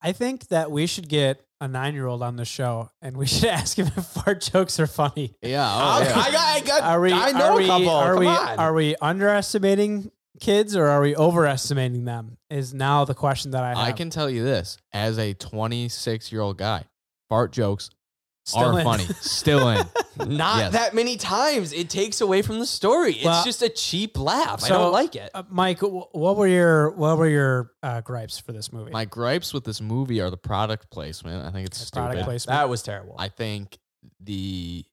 Speaker 3: I think that we should get a nine year old on the show and we (laughs) should ask him if fart jokes are funny.
Speaker 1: (laughs) Yeah. oh,
Speaker 2: I'll-
Speaker 1: yeah.
Speaker 2: I, got- I got-
Speaker 3: Are we,
Speaker 2: I
Speaker 3: are
Speaker 2: know
Speaker 3: we,
Speaker 2: a couple.
Speaker 3: Are
Speaker 2: Come
Speaker 3: we,
Speaker 2: on.
Speaker 3: are we underestimating kids or are we overestimating them? Is now the question that I have.
Speaker 1: I can tell you this as a 26 year old guy, fart jokes
Speaker 3: Still
Speaker 1: are
Speaker 3: in.
Speaker 1: funny. Still (laughs) in.
Speaker 2: Not
Speaker 1: Yes.
Speaker 2: that many times. It takes away from the story. It's
Speaker 3: Well,
Speaker 2: just a checheap laugh. I
Speaker 3: so-
Speaker 2: don't like it.
Speaker 3: (laughs) Uh, Mike, wh- what were your what were your uh, gripes for this movie?
Speaker 1: My gripes with this movie are the product placement. I think it's
Speaker 3: product
Speaker 1: stupid.
Speaker 3: placement. (laughs)
Speaker 2: was terrible.
Speaker 1: I think the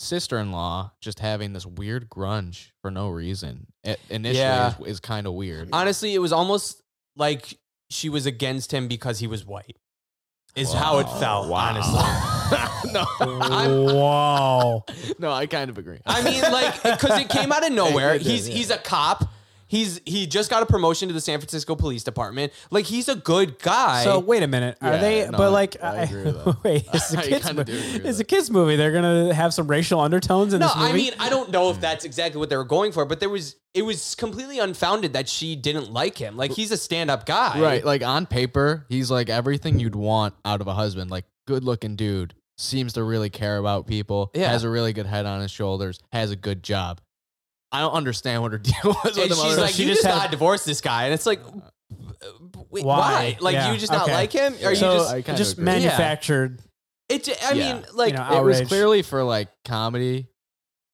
Speaker 1: sister in law just having this weird grunge for no reason i- initially
Speaker 2: Yeah.
Speaker 1: is, is kind of weird.
Speaker 2: Honestly, it was almost like she was against him because he was white. Is how it
Speaker 1: Wow.
Speaker 2: felt.
Speaker 1: Wow. (laughs)
Speaker 2: Honestly, (laughs)
Speaker 1: no,
Speaker 2: I'm-
Speaker 3: wow.
Speaker 1: no, I kind of agree. (laughs)
Speaker 2: I mean, like, because it came out of nowhere.
Speaker 1: It did,
Speaker 2: he's
Speaker 1: yeah.
Speaker 2: he's a cop. He's he just got a promotion to the San Francisco Police Department. Like he's a good guy.
Speaker 3: So wait a minute. Are
Speaker 1: Yeah,
Speaker 3: they?
Speaker 1: no, I-
Speaker 3: but like,
Speaker 1: I
Speaker 3: I-
Speaker 1: agree
Speaker 3: (laughs)
Speaker 1: with that.
Speaker 2: (laughs)
Speaker 3: wait, it's a
Speaker 1: I
Speaker 3: kids.
Speaker 1: kinda
Speaker 3: mo-
Speaker 1: do agree with
Speaker 3: it's a
Speaker 1: that.
Speaker 3: kids movie. They're gonna have some racial undertones in
Speaker 2: no,
Speaker 3: this movie.
Speaker 2: I mean I don't know if that's exactly what they were going for, but there was it was completely unfounded that she didn't like him. Like he's a stand up guy,
Speaker 1: right. Like on paper, he's like everything you'd want out of a husband. Like good looking dude, seems to really care about people.
Speaker 2: Yeah.
Speaker 1: Has a really good head on his shoulders. Has a good job. I don't understand what her (laughs) deal was with him.
Speaker 2: And she's
Speaker 1: other-
Speaker 2: like,
Speaker 3: She
Speaker 2: you
Speaker 3: just
Speaker 2: just
Speaker 3: had-
Speaker 2: got divorced this guy, and it's like, wait,
Speaker 3: Why?
Speaker 2: why? Like
Speaker 3: Yeah,
Speaker 2: you just not
Speaker 3: okay.
Speaker 2: like him? Or you
Speaker 3: so
Speaker 2: just
Speaker 1: I kinda
Speaker 3: just
Speaker 1: agree. Yeah.
Speaker 3: manufactured.
Speaker 2: it? ju- I
Speaker 1: Yeah.
Speaker 2: mean, like
Speaker 3: You know,
Speaker 2: (laughs)
Speaker 1: it was
Speaker 3: outrage.
Speaker 1: clearly for like comedy.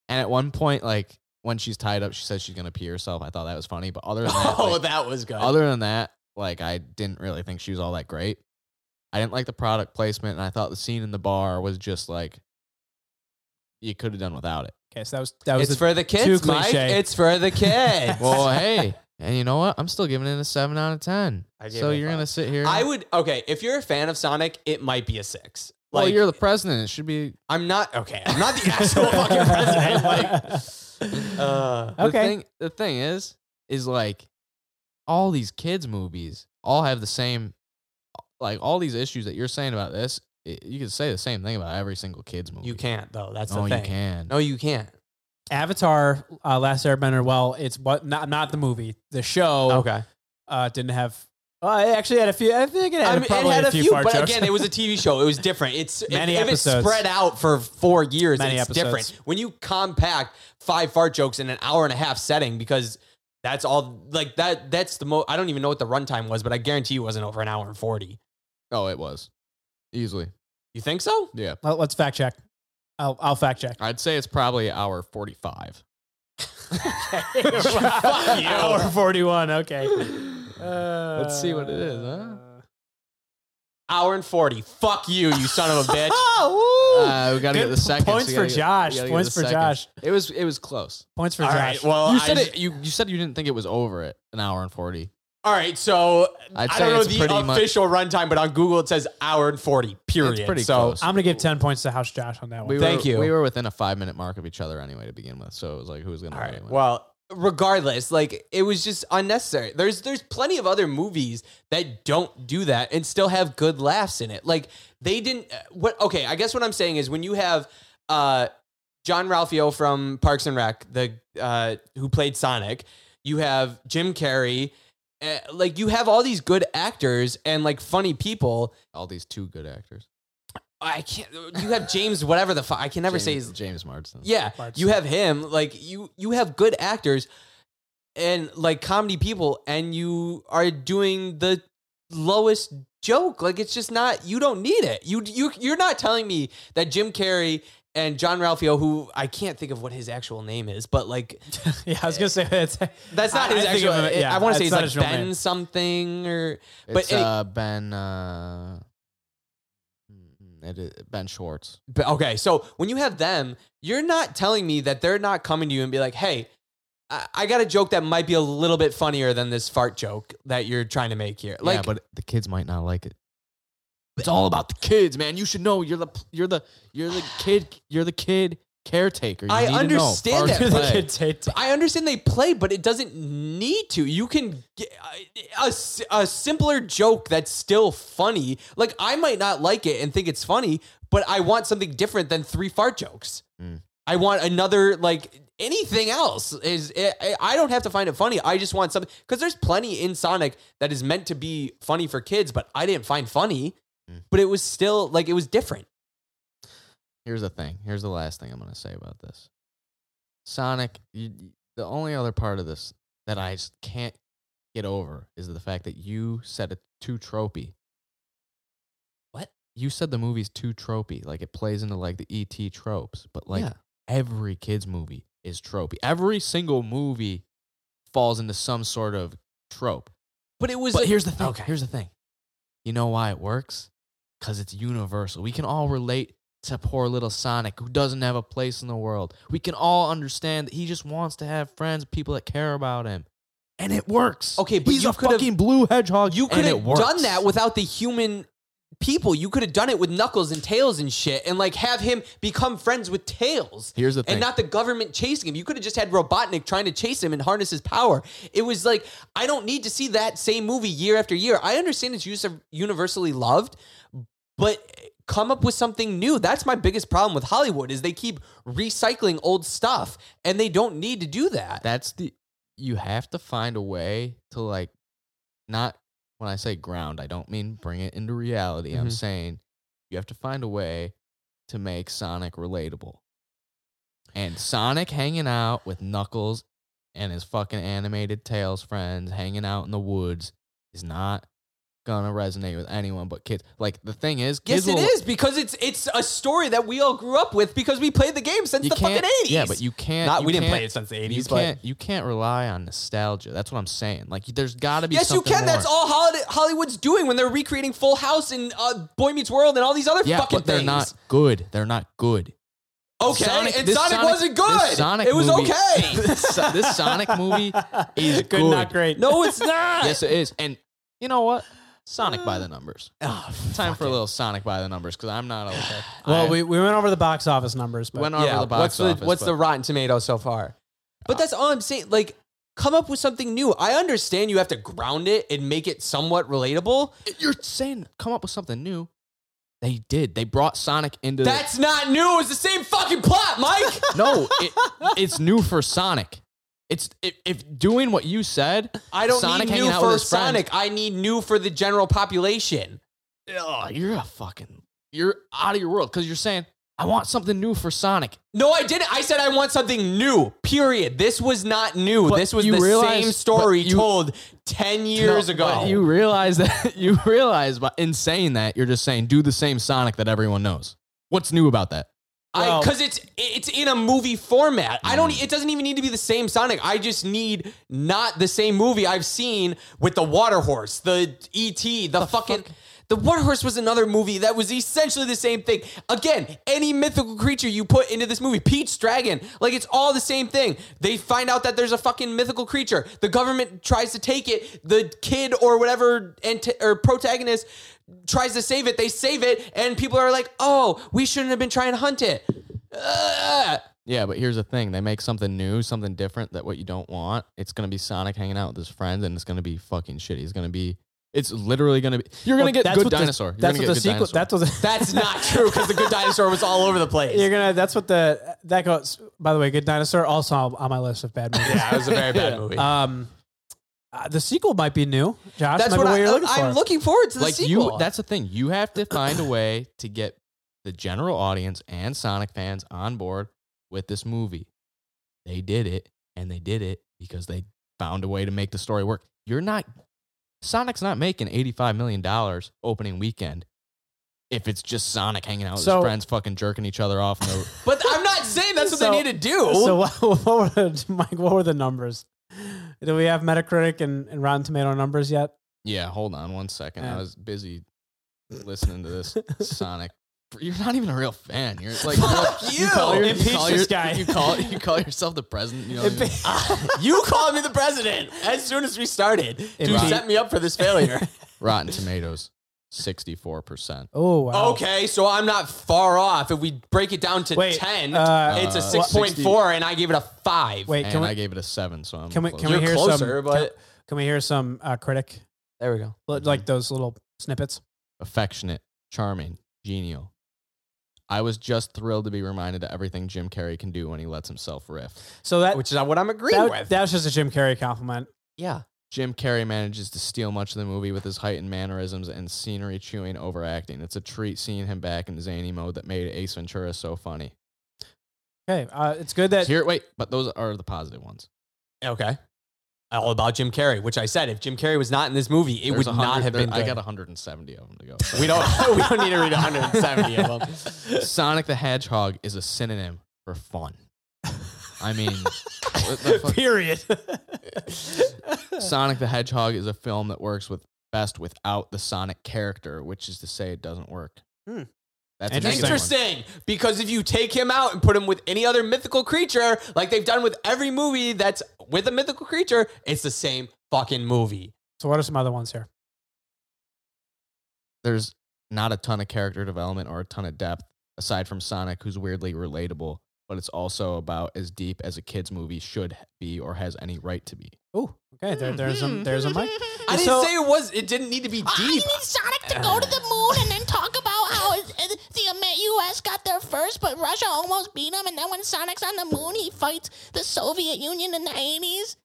Speaker 1: And at one point, like when she's tied up, she says she's gonna pee herself. I thought that was funny, but other than that,
Speaker 2: (laughs) oh,
Speaker 1: like,
Speaker 2: that was good.
Speaker 1: other than that, like I didn't really think she was all that great. I didn't like the product placement, and I thought the scene in the bar was just like you could have done without it.
Speaker 3: Okay, so that was that was
Speaker 2: it's
Speaker 3: the,
Speaker 2: for the
Speaker 3: too
Speaker 2: kids, Mike.
Speaker 3: cliche.
Speaker 2: It's for the kids. (laughs)
Speaker 1: Well, hey, and you know what? I'm still giving it a seven out of ten.
Speaker 2: I gave
Speaker 1: So
Speaker 2: it a
Speaker 1: you're
Speaker 2: five.
Speaker 1: gonna sit here.
Speaker 2: I would okay. If you're a fan of Sonic, it might be a six.
Speaker 1: well,
Speaker 2: Like
Speaker 1: you're the president. It should be.
Speaker 2: I'm not
Speaker 3: (laughs)
Speaker 2: okay. I'm not the (laughs)
Speaker 1: (laughs)
Speaker 2: actual fucking president. (laughs) Like, uh,
Speaker 1: The
Speaker 3: Okay.
Speaker 1: Thing, the thing is, is like all these kids movies all have the same, like all these issues that you're saying about this. i you could say the same thing about every single kids movie.
Speaker 2: you can't though. That's
Speaker 1: No,
Speaker 2: the thing.
Speaker 1: Oh, you can.
Speaker 2: No, you can't.
Speaker 3: Avatar: uh, Last Airbender. Well, it's what not not the movie. The show
Speaker 2: Okay.
Speaker 3: uh, didn't have. Well, it actually had a few. I think it had,
Speaker 2: I
Speaker 3: a-
Speaker 2: mean,
Speaker 3: probably
Speaker 2: it had a few,
Speaker 3: fart
Speaker 2: but
Speaker 3: jokes.
Speaker 2: again, it was a TV show. It was different. It's if-
Speaker 3: Many
Speaker 2: if,
Speaker 3: episodes.
Speaker 2: it's spread out for four years,
Speaker 3: Many
Speaker 2: it's
Speaker 3: episodes.
Speaker 2: different. When you compact five fart jokes in an hour and a half setting, because that's all like that. That's the most. I don't even know what the runtime was, but I guarantee you it wasn't over an hour and forty.
Speaker 1: Oh, it was easily.
Speaker 2: You
Speaker 1: (laughs)
Speaker 2: think so? (laughs)
Speaker 1: Yeah,
Speaker 3: (laughs) Well, let's fact check. I'll, I'll fact check.
Speaker 1: I'd say it's probably hour forty-five.
Speaker 2: Fuck you.
Speaker 3: (laughs) Hour forty-one. Okay. Uh,
Speaker 1: Let's see what it is, huh?
Speaker 2: Hour and forty. Fuck you, you son of a
Speaker 3: (laughs)
Speaker 2: bitch.
Speaker 3: Oh, woo!
Speaker 1: Uh, we gotta get
Speaker 3: Good
Speaker 1: the second.
Speaker 3: points for Josh. Points for Josh.
Speaker 1: It was it was close.
Speaker 3: Points for
Speaker 2: All
Speaker 3: Josh.
Speaker 2: right. Well,
Speaker 1: you said
Speaker 2: I-
Speaker 1: it. You you said you didn't think it was over at an hour and forty.
Speaker 2: All right, so
Speaker 1: I'd
Speaker 2: I
Speaker 1: say
Speaker 2: don't know
Speaker 1: it's
Speaker 2: the
Speaker 1: pretty much-
Speaker 2: official runtime, but on Google it says hour and forty. Period.
Speaker 1: It's pretty
Speaker 2: so
Speaker 1: close.
Speaker 3: I'm gonna give ten points to House Josh on that
Speaker 1: (laughs)
Speaker 3: one.
Speaker 1: We were,
Speaker 2: Thank you.
Speaker 1: We were within a five minute mark of each other anyway to begin with, so it was like who was gonna
Speaker 2: All
Speaker 1: win
Speaker 2: right.
Speaker 1: anyway.
Speaker 2: Well, regardless, like it was just unnecessary. There's there's plenty of other movies that don't do that and still have good laughs in it. Like they didn't. uh, What? Okay, I guess what I'm saying is when you have uh, John Ralphio from Parks and Rec, the uh, who played Sonic, you have Jim Carrey. eh, Like you have all these good actors and like funny people.
Speaker 1: All these two good actors.
Speaker 2: I can't. You have James, whatever the fuck. I can never
Speaker 1: James,
Speaker 2: say his
Speaker 1: James Marsden.
Speaker 2: yeah,
Speaker 3: Parts.
Speaker 2: you have him. Like you, you have good actors and like comedy people, and you are doing the lowest joke. Like it's just not. You don't need it. You you you're not telling me that Jim Carrey and John Ralphio, who I can't think of what his actual name is, but like
Speaker 3: yeah, I was gonna say (laughs) that.
Speaker 2: that's not
Speaker 3: I-
Speaker 2: his
Speaker 3: I think
Speaker 2: actual.
Speaker 3: of it, yeah,
Speaker 2: I want to say
Speaker 3: it's
Speaker 2: he's
Speaker 3: not
Speaker 2: like
Speaker 3: his real
Speaker 2: Ben
Speaker 3: name.
Speaker 2: something or but
Speaker 1: It's
Speaker 2: any-
Speaker 1: uh, Ben. Uh, mm, it is, Ben Schwartz.
Speaker 2: But okay, so when you have them, you're not telling me that they're not coming to you and be like, "Hey, I, I got a joke that might be a little bit funnier than this fart joke that you're trying to make here." Like,
Speaker 1: yeah, but the kids might not like it. It's all about the kids, man. You should know. You're the you're the you're the kid. You're the kid caretaker. You
Speaker 2: I
Speaker 1: need to know.
Speaker 2: understand
Speaker 1: Parts
Speaker 2: that.
Speaker 1: of
Speaker 2: You're the
Speaker 1: play.
Speaker 2: I understand they play, but it doesn't need to. You can get a, s- a simpler joke that's still funny. Like, I might not like it and think it's funny, but I want something different than three fart jokes.
Speaker 1: Mm.
Speaker 2: I want another, like, anything else. Is I I don't have to find it funny. I just want something. Because there's plenty in Sonic that is meant to be funny for kids, but I didn't find funny.
Speaker 1: Mm.
Speaker 2: But it was still, like, it was different.
Speaker 1: Here's the thing. Here's the last thing I'm gonna say about this. Sonic. You, the only other part of this that I just can't get over is the fact that you said it's too tropey.
Speaker 2: What?
Speaker 1: You said the movie's too tropey. Like it plays into like the ET tropes, but like every kids movie is tropey. Every single movie falls into some sort of trope.
Speaker 2: But it was.
Speaker 1: But
Speaker 2: a-
Speaker 1: here's the thing.
Speaker 2: Okay.
Speaker 1: Here's the thing. You know why it works? Because it's universal. We can all relate to poor little Sonic who doesn't have a place in the world. We can all understand that he just wants to have friends, people that care about him. And it works.
Speaker 2: Okay, but
Speaker 1: he's
Speaker 2: you
Speaker 1: a
Speaker 2: could've-
Speaker 1: fucking blue hedgehog.
Speaker 2: You
Speaker 1: and
Speaker 2: could
Speaker 1: it
Speaker 2: have
Speaker 1: works.
Speaker 2: done that without the human people. You could have done it with Knuckles and Tails and shit, and like have him become friends with Tails.
Speaker 1: Here's the thing.
Speaker 2: and not the government chasing him. You could have just had Robotnik trying to chase him and harness his power. It was like I don't need to see that same movie year after year. I understand it's use of universally loved, but come up with something new. That's my biggest problem with Hollywood is they keep recycling old stuff and they don't need to do that.
Speaker 1: that's the you have to find a way to like not when I say ground, I don't mean bring it into reality. I'm
Speaker 2: Mhm.
Speaker 1: saying you have to find a way to make Sonic relatable. And Sonic hanging out with Knuckles and his fucking animated Tails friends hanging out in the woods is not gonna resonate with anyone but kids. Like the thing is, kids
Speaker 2: Yes, it
Speaker 1: will,
Speaker 2: is because it's it's a story that we all grew up with because we played the game since
Speaker 1: You
Speaker 2: the fucking
Speaker 1: can't,
Speaker 2: eighties.
Speaker 1: yeah, but you can't.
Speaker 2: not
Speaker 1: you
Speaker 2: we didn't
Speaker 1: can't-
Speaker 2: play it since the
Speaker 1: You
Speaker 2: eighties, but
Speaker 1: can't. You can't rely on nostalgia. That's what I'm saying. Like, there's got to be.
Speaker 2: yes, you
Speaker 1: something
Speaker 2: can. That's
Speaker 1: more.
Speaker 2: all Hollywood- Hollywood's doing when they're recreating Full House and uh, Boy Meets World and all these other
Speaker 1: Yeah,
Speaker 2: fucking
Speaker 1: but they're
Speaker 2: things.
Speaker 1: not good. They're not
Speaker 2: (laughs)
Speaker 1: good.
Speaker 2: okay,
Speaker 1: Sonic-
Speaker 2: and
Speaker 1: this
Speaker 2: Sonic, wasn't good.
Speaker 1: This Sonic
Speaker 2: it was
Speaker 1: movie- (laughs)
Speaker 2: okay.
Speaker 1: this, So- this Sonic
Speaker 3: (laughs)
Speaker 1: movie is good.
Speaker 3: good, not great.
Speaker 2: no, it's
Speaker 1: (laughs)
Speaker 2: not.
Speaker 1: Yes, it is. And you know what? Sonic by the numbers.
Speaker 2: Oh,
Speaker 1: Time
Speaker 2: fuck
Speaker 1: for
Speaker 2: it.
Speaker 1: a little Sonic by the numbers because I'm not okay.
Speaker 3: Well,
Speaker 1: I
Speaker 3: we, we went over the box office numbers, but
Speaker 1: went over
Speaker 2: yeah,
Speaker 1: the box
Speaker 2: what's
Speaker 1: office.
Speaker 2: the what's
Speaker 1: but
Speaker 2: the Rotten Tomato so far? But that's all I'm saying. Like, come up with something new. I understand you have to ground it and make it somewhat relatable.
Speaker 1: you're saying? Come up with something new. They did. They brought Sonic into. the-
Speaker 2: That's not new. It's the same fucking plot, Mike.
Speaker 1: no.
Speaker 2: (laughs)
Speaker 1: It, it's new for Sonic. It's if, if doing what you said.
Speaker 2: I don't
Speaker 1: Sonic
Speaker 2: need
Speaker 1: hanging
Speaker 2: new
Speaker 1: out with
Speaker 2: for
Speaker 1: his friends.
Speaker 2: Sonic. I need new for the general population.
Speaker 1: Ugh, you're a fucking you're out of your world because you're saying I want something new for Sonic.
Speaker 2: No, I didn't. I said I want something new. Period. This was not new.
Speaker 1: But
Speaker 2: this was
Speaker 1: you
Speaker 2: the
Speaker 1: realize-
Speaker 2: same story
Speaker 1: but you-
Speaker 2: told ten years
Speaker 1: No,
Speaker 2: ago.
Speaker 1: but you realize that (laughs) you realize by in saying that you're just saying do the same Sonic that everyone knows. What's new about that?
Speaker 2: I
Speaker 3: Well-
Speaker 2: because it's it's in a movie format. I don't. e, It doesn't even need to be the same Sonic. I just need not the same movie I've seen with the water horse, the ET, the, fucking. The Water Horse was another movie that was essentially the same thing. Again, any mythical creature you put into this movie, Pete's dragon, like it's all the same thing. They find out that there's a fucking mythical creature. The government tries to take it. The kid or whatever ant- or protagonist tries to save it. They save it, and people are like, "Oh, we shouldn't have been trying to hunt it." Uh, Ugh.
Speaker 1: Yeah, but here's the thing: they make something new, something different that what you don't want. It's gonna be Sonic hanging out with his friends, and it's gonna be fucking shitty. It's gonna be. It's literally gonna be. You're gonna
Speaker 3: Well,
Speaker 1: get
Speaker 3: that's
Speaker 1: good
Speaker 3: what the-
Speaker 1: dinosaur. You're
Speaker 3: that's
Speaker 1: gonna
Speaker 3: what
Speaker 1: get
Speaker 3: the
Speaker 1: good
Speaker 3: sequel.
Speaker 1: dinosaur.
Speaker 3: That's what. the- (laughs)
Speaker 2: That's not true because the good dinosaur was all over the place. (laughs)
Speaker 3: You're gonna. That's what the that goes. By the way, Good Dinosaur also on on my list of bad movies.
Speaker 2: yeah, it was a very
Speaker 1: (laughs)
Speaker 2: bad movie.
Speaker 3: Um, uh, the sequel might be new. Josh,
Speaker 2: That's
Speaker 3: might
Speaker 2: what
Speaker 3: be
Speaker 2: I, uh,
Speaker 3: what you're looking for.
Speaker 2: I'm looking forward to the
Speaker 1: like
Speaker 2: sequel.
Speaker 1: you that's the thing you have to find a way to get the general audience and sonic fans on board with this movie they did it and they did it because they found a way to make the story work you're not sonic's not making 85 million dollars opening weekend if it's just sonic hanging out with
Speaker 3: So-
Speaker 1: his friends fucking jerking each other off in
Speaker 2: (laughs)
Speaker 1: the-
Speaker 2: but I'm not saying that's what
Speaker 3: So-
Speaker 2: they need to do.
Speaker 3: So (laughs) what, what were the, Mike? What were the numbers? Do we have Metacritic and, and Rotten Tomato numbers yet?
Speaker 1: yeah hold on one second i
Speaker 3: Yeah.
Speaker 1: was busy listening to this sonic you're not even a real fan. You're like
Speaker 2: (laughs)
Speaker 1: look,
Speaker 3: (laughs)
Speaker 2: Fuck
Speaker 1: You call,
Speaker 2: you.
Speaker 1: your,
Speaker 3: Impeach
Speaker 1: you, call
Speaker 3: this
Speaker 1: your-
Speaker 3: guy.
Speaker 1: you call you call yourself the president. You know what I
Speaker 2: (laughs)
Speaker 1: mean?
Speaker 2: you called me the president as soon as we started. You
Speaker 1: Right.
Speaker 2: set me up for this failure.
Speaker 3: (laughs)
Speaker 2: (laughs)
Speaker 1: Rotten Tomatoes, sixty four percent.
Speaker 3: (laughs) oh wow.
Speaker 2: okay, so I'm not far off. If we break it down to
Speaker 3: Wait,
Speaker 2: ten,
Speaker 3: uh,
Speaker 2: it's a
Speaker 1: Uh,
Speaker 2: six point four, and I gave it a five.
Speaker 3: Wait,
Speaker 1: And
Speaker 3: can
Speaker 1: I
Speaker 3: we
Speaker 1: gave it a seven. So I'm
Speaker 3: can we
Speaker 1: close.
Speaker 3: can we
Speaker 2: You're
Speaker 3: hear
Speaker 2: closer,
Speaker 3: some?
Speaker 2: but-
Speaker 3: can, can we hear some uh, critic
Speaker 2: there we go.
Speaker 1: Mm-hmm.
Speaker 3: Li- like those little snippets?
Speaker 1: affectionate, charming, genial. I was just thrilled to be reminded of everything Jim Carrey can do when he lets himself riff.
Speaker 3: So that
Speaker 2: Which is not what I'm agreeing
Speaker 3: Uh, that,
Speaker 2: with.
Speaker 3: that was just a Jim Carrey compliment.
Speaker 2: yeah.
Speaker 1: Jim Carrey manages to steal much of the movie with his height and mannerisms and scenery chewing overacting. It's a treat seeing him back in zany mode that made Ace Ventura so funny.
Speaker 3: Okay, uh, it's good that
Speaker 1: Here, wait, but those are the positive ones.
Speaker 2: Okay. All about Jim Carrey, which I said if Jim Carrey was not in this movie, it
Speaker 1: There's
Speaker 2: would
Speaker 1: a hundred-
Speaker 2: not have
Speaker 1: there-
Speaker 2: been.
Speaker 1: I
Speaker 2: good.
Speaker 1: got 170 of them to go.
Speaker 2: (laughs)
Speaker 1: (laughs)
Speaker 2: we don't. we don't need to read 170 of them.
Speaker 1: Sonic the Hedgehog is a synonym for fun. I
Speaker 3: (laughs)
Speaker 1: mean, what the fuck?
Speaker 3: period.
Speaker 1: Sonic the Hedgehog is a film that works with best without the Sonic character, which is to say it doesn't work.
Speaker 3: Hmm.
Speaker 1: That's a
Speaker 3: Interesting.
Speaker 1: negative one.
Speaker 2: Interesting, because if you take him out and put him with any other mythical creature, like they've done with every movie that's with a mythical creature, it's the same fucking movie.
Speaker 3: so what are some other ones here?
Speaker 1: There's not a ton of character development or a ton of depth aside from Sonic, who's weirdly relatable, but it's also about as deep as a kids movie should be or has any right to
Speaker 3: (laughs)
Speaker 1: be.
Speaker 3: Oh, okay. There, there's
Speaker 2: Mm-hmm.
Speaker 3: a there's a mic.
Speaker 2: I didn't
Speaker 3: So-
Speaker 2: say it was. It didn't need to be
Speaker 4: I
Speaker 2: deep.
Speaker 4: need Sonic to go to the moon and then talk about how it- it- the Ama- U.S. got there first, but Russia almost beat him. And then when Sonic's on the moon, he fights the Soviet Union in the eighties.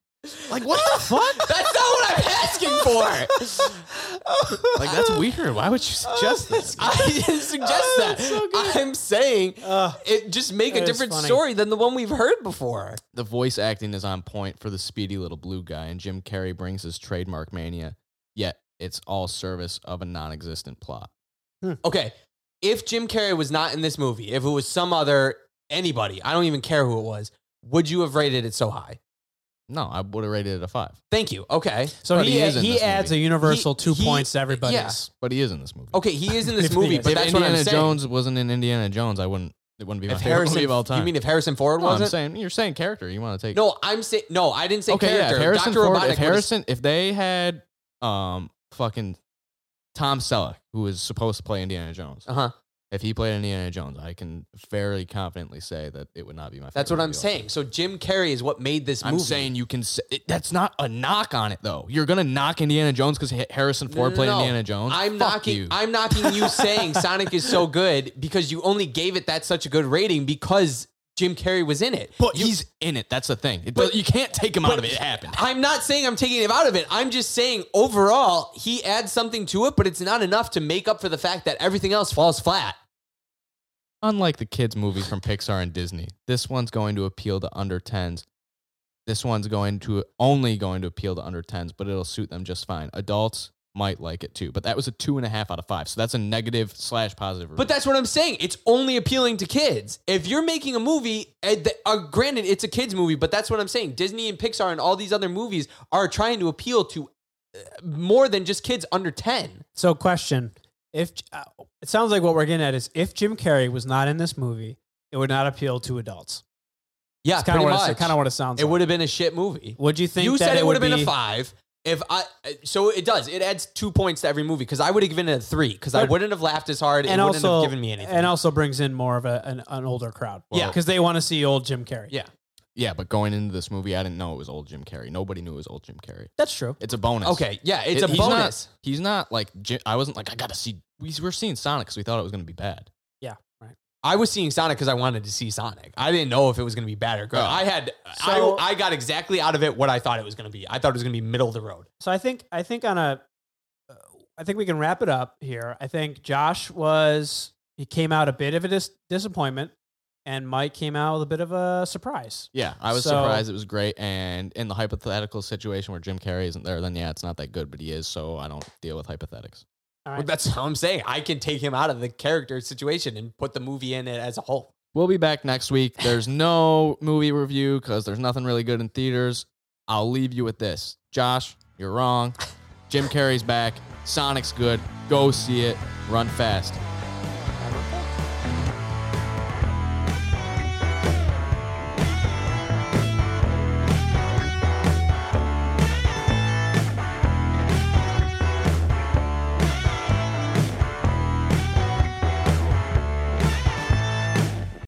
Speaker 1: Like what the fuck?
Speaker 2: (laughs) That's not what I'm asking for.
Speaker 1: like that's weird. Why
Speaker 2: (laughs)
Speaker 1: would you
Speaker 2: Oh,
Speaker 1: suggest this?
Speaker 2: I didn't suggest that. I'm saying
Speaker 3: Uh,
Speaker 2: it just make
Speaker 3: That
Speaker 2: a
Speaker 3: is
Speaker 2: different
Speaker 3: funny.
Speaker 2: story than the one we've heard before.
Speaker 1: The voice acting is on point for the speedy little blue guy, and Jim Carrey brings his trademark mania. Yet it's all service of a non-existent plot.
Speaker 2: Okay, if Jim Carrey was not in this movie, if it was some other anybody, I don't even care who it was, would you have rated it so high?
Speaker 1: No, I would have rated it a five,
Speaker 2: Thank you. Okay.
Speaker 3: so
Speaker 1: But
Speaker 3: he
Speaker 1: he
Speaker 3: he,
Speaker 1: is in this
Speaker 3: adds
Speaker 1: movie.
Speaker 3: a universal
Speaker 2: He-
Speaker 3: two
Speaker 2: he-
Speaker 3: points to everybody's.
Speaker 2: yeah.
Speaker 1: but he is in this movie.
Speaker 2: Okay,
Speaker 1: (laughs)
Speaker 2: he is in this
Speaker 3: If
Speaker 2: movie,
Speaker 3: he is.
Speaker 2: but
Speaker 1: if
Speaker 2: that's
Speaker 1: Indiana
Speaker 2: what I'm saying.
Speaker 1: Jones wasn't in Indiana Jones, I wouldn't. It wouldn't be my
Speaker 2: if
Speaker 1: favorite
Speaker 2: Harrison,
Speaker 1: movie of all time.
Speaker 2: you mean if Harrison Ford
Speaker 1: No, I'm
Speaker 2: wasn't?
Speaker 1: saying you're saying character. You want to take
Speaker 2: No, I'm saying no. I didn't say
Speaker 1: okay, yeah.
Speaker 2: character.
Speaker 1: If Harrison
Speaker 2: Dr.
Speaker 1: Ford,
Speaker 2: Robotic
Speaker 1: if
Speaker 2: would've-
Speaker 1: Harrison, if they had um fucking Tom Selleck, who is supposed to play Indiana Jones,
Speaker 2: uh-huh.
Speaker 1: if he played Indiana Jones, I can fairly confidently say that it would not be my. favorite
Speaker 2: That's what I'm
Speaker 1: movie of all
Speaker 2: saying. So Jim Carrey is what made this
Speaker 1: time.
Speaker 2: movie.
Speaker 1: I'm saying you can. Say, it, that's not a knock on it though. You're gonna knock Indiana Jones because Harrison
Speaker 2: No,
Speaker 1: Ford
Speaker 2: no,
Speaker 1: played
Speaker 2: no.
Speaker 1: Indiana Jones.
Speaker 2: I'm
Speaker 1: Fuck
Speaker 2: knocking.
Speaker 1: You.
Speaker 2: I'm
Speaker 1: (laughs)
Speaker 2: knocking you saying Sonic is so good because you only gave it that such a good rating because Jim Carrey was in it.
Speaker 1: but
Speaker 2: You-
Speaker 1: he's in it. That's the thing. It, but, you can't take him out of it. It happened.
Speaker 2: I'm not saying I'm taking him out of it. I'm just saying overall he adds something to it, but it's not enough to make up for the fact that everything else falls flat.
Speaker 1: Unlike the kids' movies from Pixar and Disney, this one's going to appeal to under 10s. This one's going to only going to appeal to under 10s, but it'll suit them just fine. Adults might like it too, but that was a two and a half out of five. So that's a negative slash positive.
Speaker 2: But that's what I'm saying. It's only appealing to kids. If you're making a movie, uh, th- uh, granted, it's a kids movie, but that's what I'm saying. Disney and Pixar and all these other movies are trying to appeal to uh, more than just kids under 10.
Speaker 3: So, question: If uh, it sounds like what we're getting at is, if Jim Carrey was not in this movie, it would not appeal to adults.
Speaker 2: Yeah,
Speaker 3: That's kind of
Speaker 2: pretty
Speaker 3: what
Speaker 2: much.
Speaker 3: it, kind of what it sounds.
Speaker 2: it
Speaker 3: like.
Speaker 2: would have been a shit movie.
Speaker 3: Would you think
Speaker 2: You
Speaker 3: that
Speaker 2: said it
Speaker 3: would
Speaker 2: would
Speaker 3: have
Speaker 2: have been a five. If I uh, so it does it adds two points to every movie because I would have given it a three because I
Speaker 3: But-
Speaker 2: wouldn't have laughed as hard
Speaker 3: and
Speaker 2: it wouldn't
Speaker 3: also
Speaker 2: have given me anything.
Speaker 3: and also brings in more of a, an, an older crowd.
Speaker 2: Yeah.
Speaker 3: because they want to see old Jim Carrey.
Speaker 2: Yeah.
Speaker 1: yeah, but going into this movie, I didn't know it was old Jim Carrey. Nobody knew it was old Jim Carrey.
Speaker 3: that's true.
Speaker 1: It's a bonus.
Speaker 2: okay, yeah, it's
Speaker 1: It-
Speaker 2: a
Speaker 1: he's not-
Speaker 2: bonus.
Speaker 1: he's not like Jim, I wasn't like I gotta see. We were seeing Sonic because we thought it was gonna be bad.
Speaker 2: I was seeing Sonic because I wanted to see Sonic. I didn't know if it was going to be bad or good.
Speaker 1: Oh.
Speaker 2: I had
Speaker 3: So-
Speaker 2: I, I got exactly out of it what I thought it was going to be. I thought it was going to be middle of the road.
Speaker 3: So I think I think on a uh, I think we can wrap it up here. I think Josh was he came out a bit of a dis- disappointment, and Mike came out with a bit of a surprise.
Speaker 1: Yeah, I was
Speaker 3: So-
Speaker 1: surprised it was great. And in the hypothetical situation where Jim Carrey isn't there, then yeah, it's not that good, but he is, so I don't deal with hypothetics.
Speaker 3: All right.
Speaker 2: That's what I'm saying. I can take him out of the character situation and put the movie in it as a whole.
Speaker 1: We'll be back next
Speaker 2: (laughs)
Speaker 1: week. There's no movie review because there's nothing really good in theaters. I'll leave you with this. Josh,
Speaker 2: (laughs)
Speaker 1: you're wrong. Jim Carrey's back. Sonic's good. Go see it. Run fast.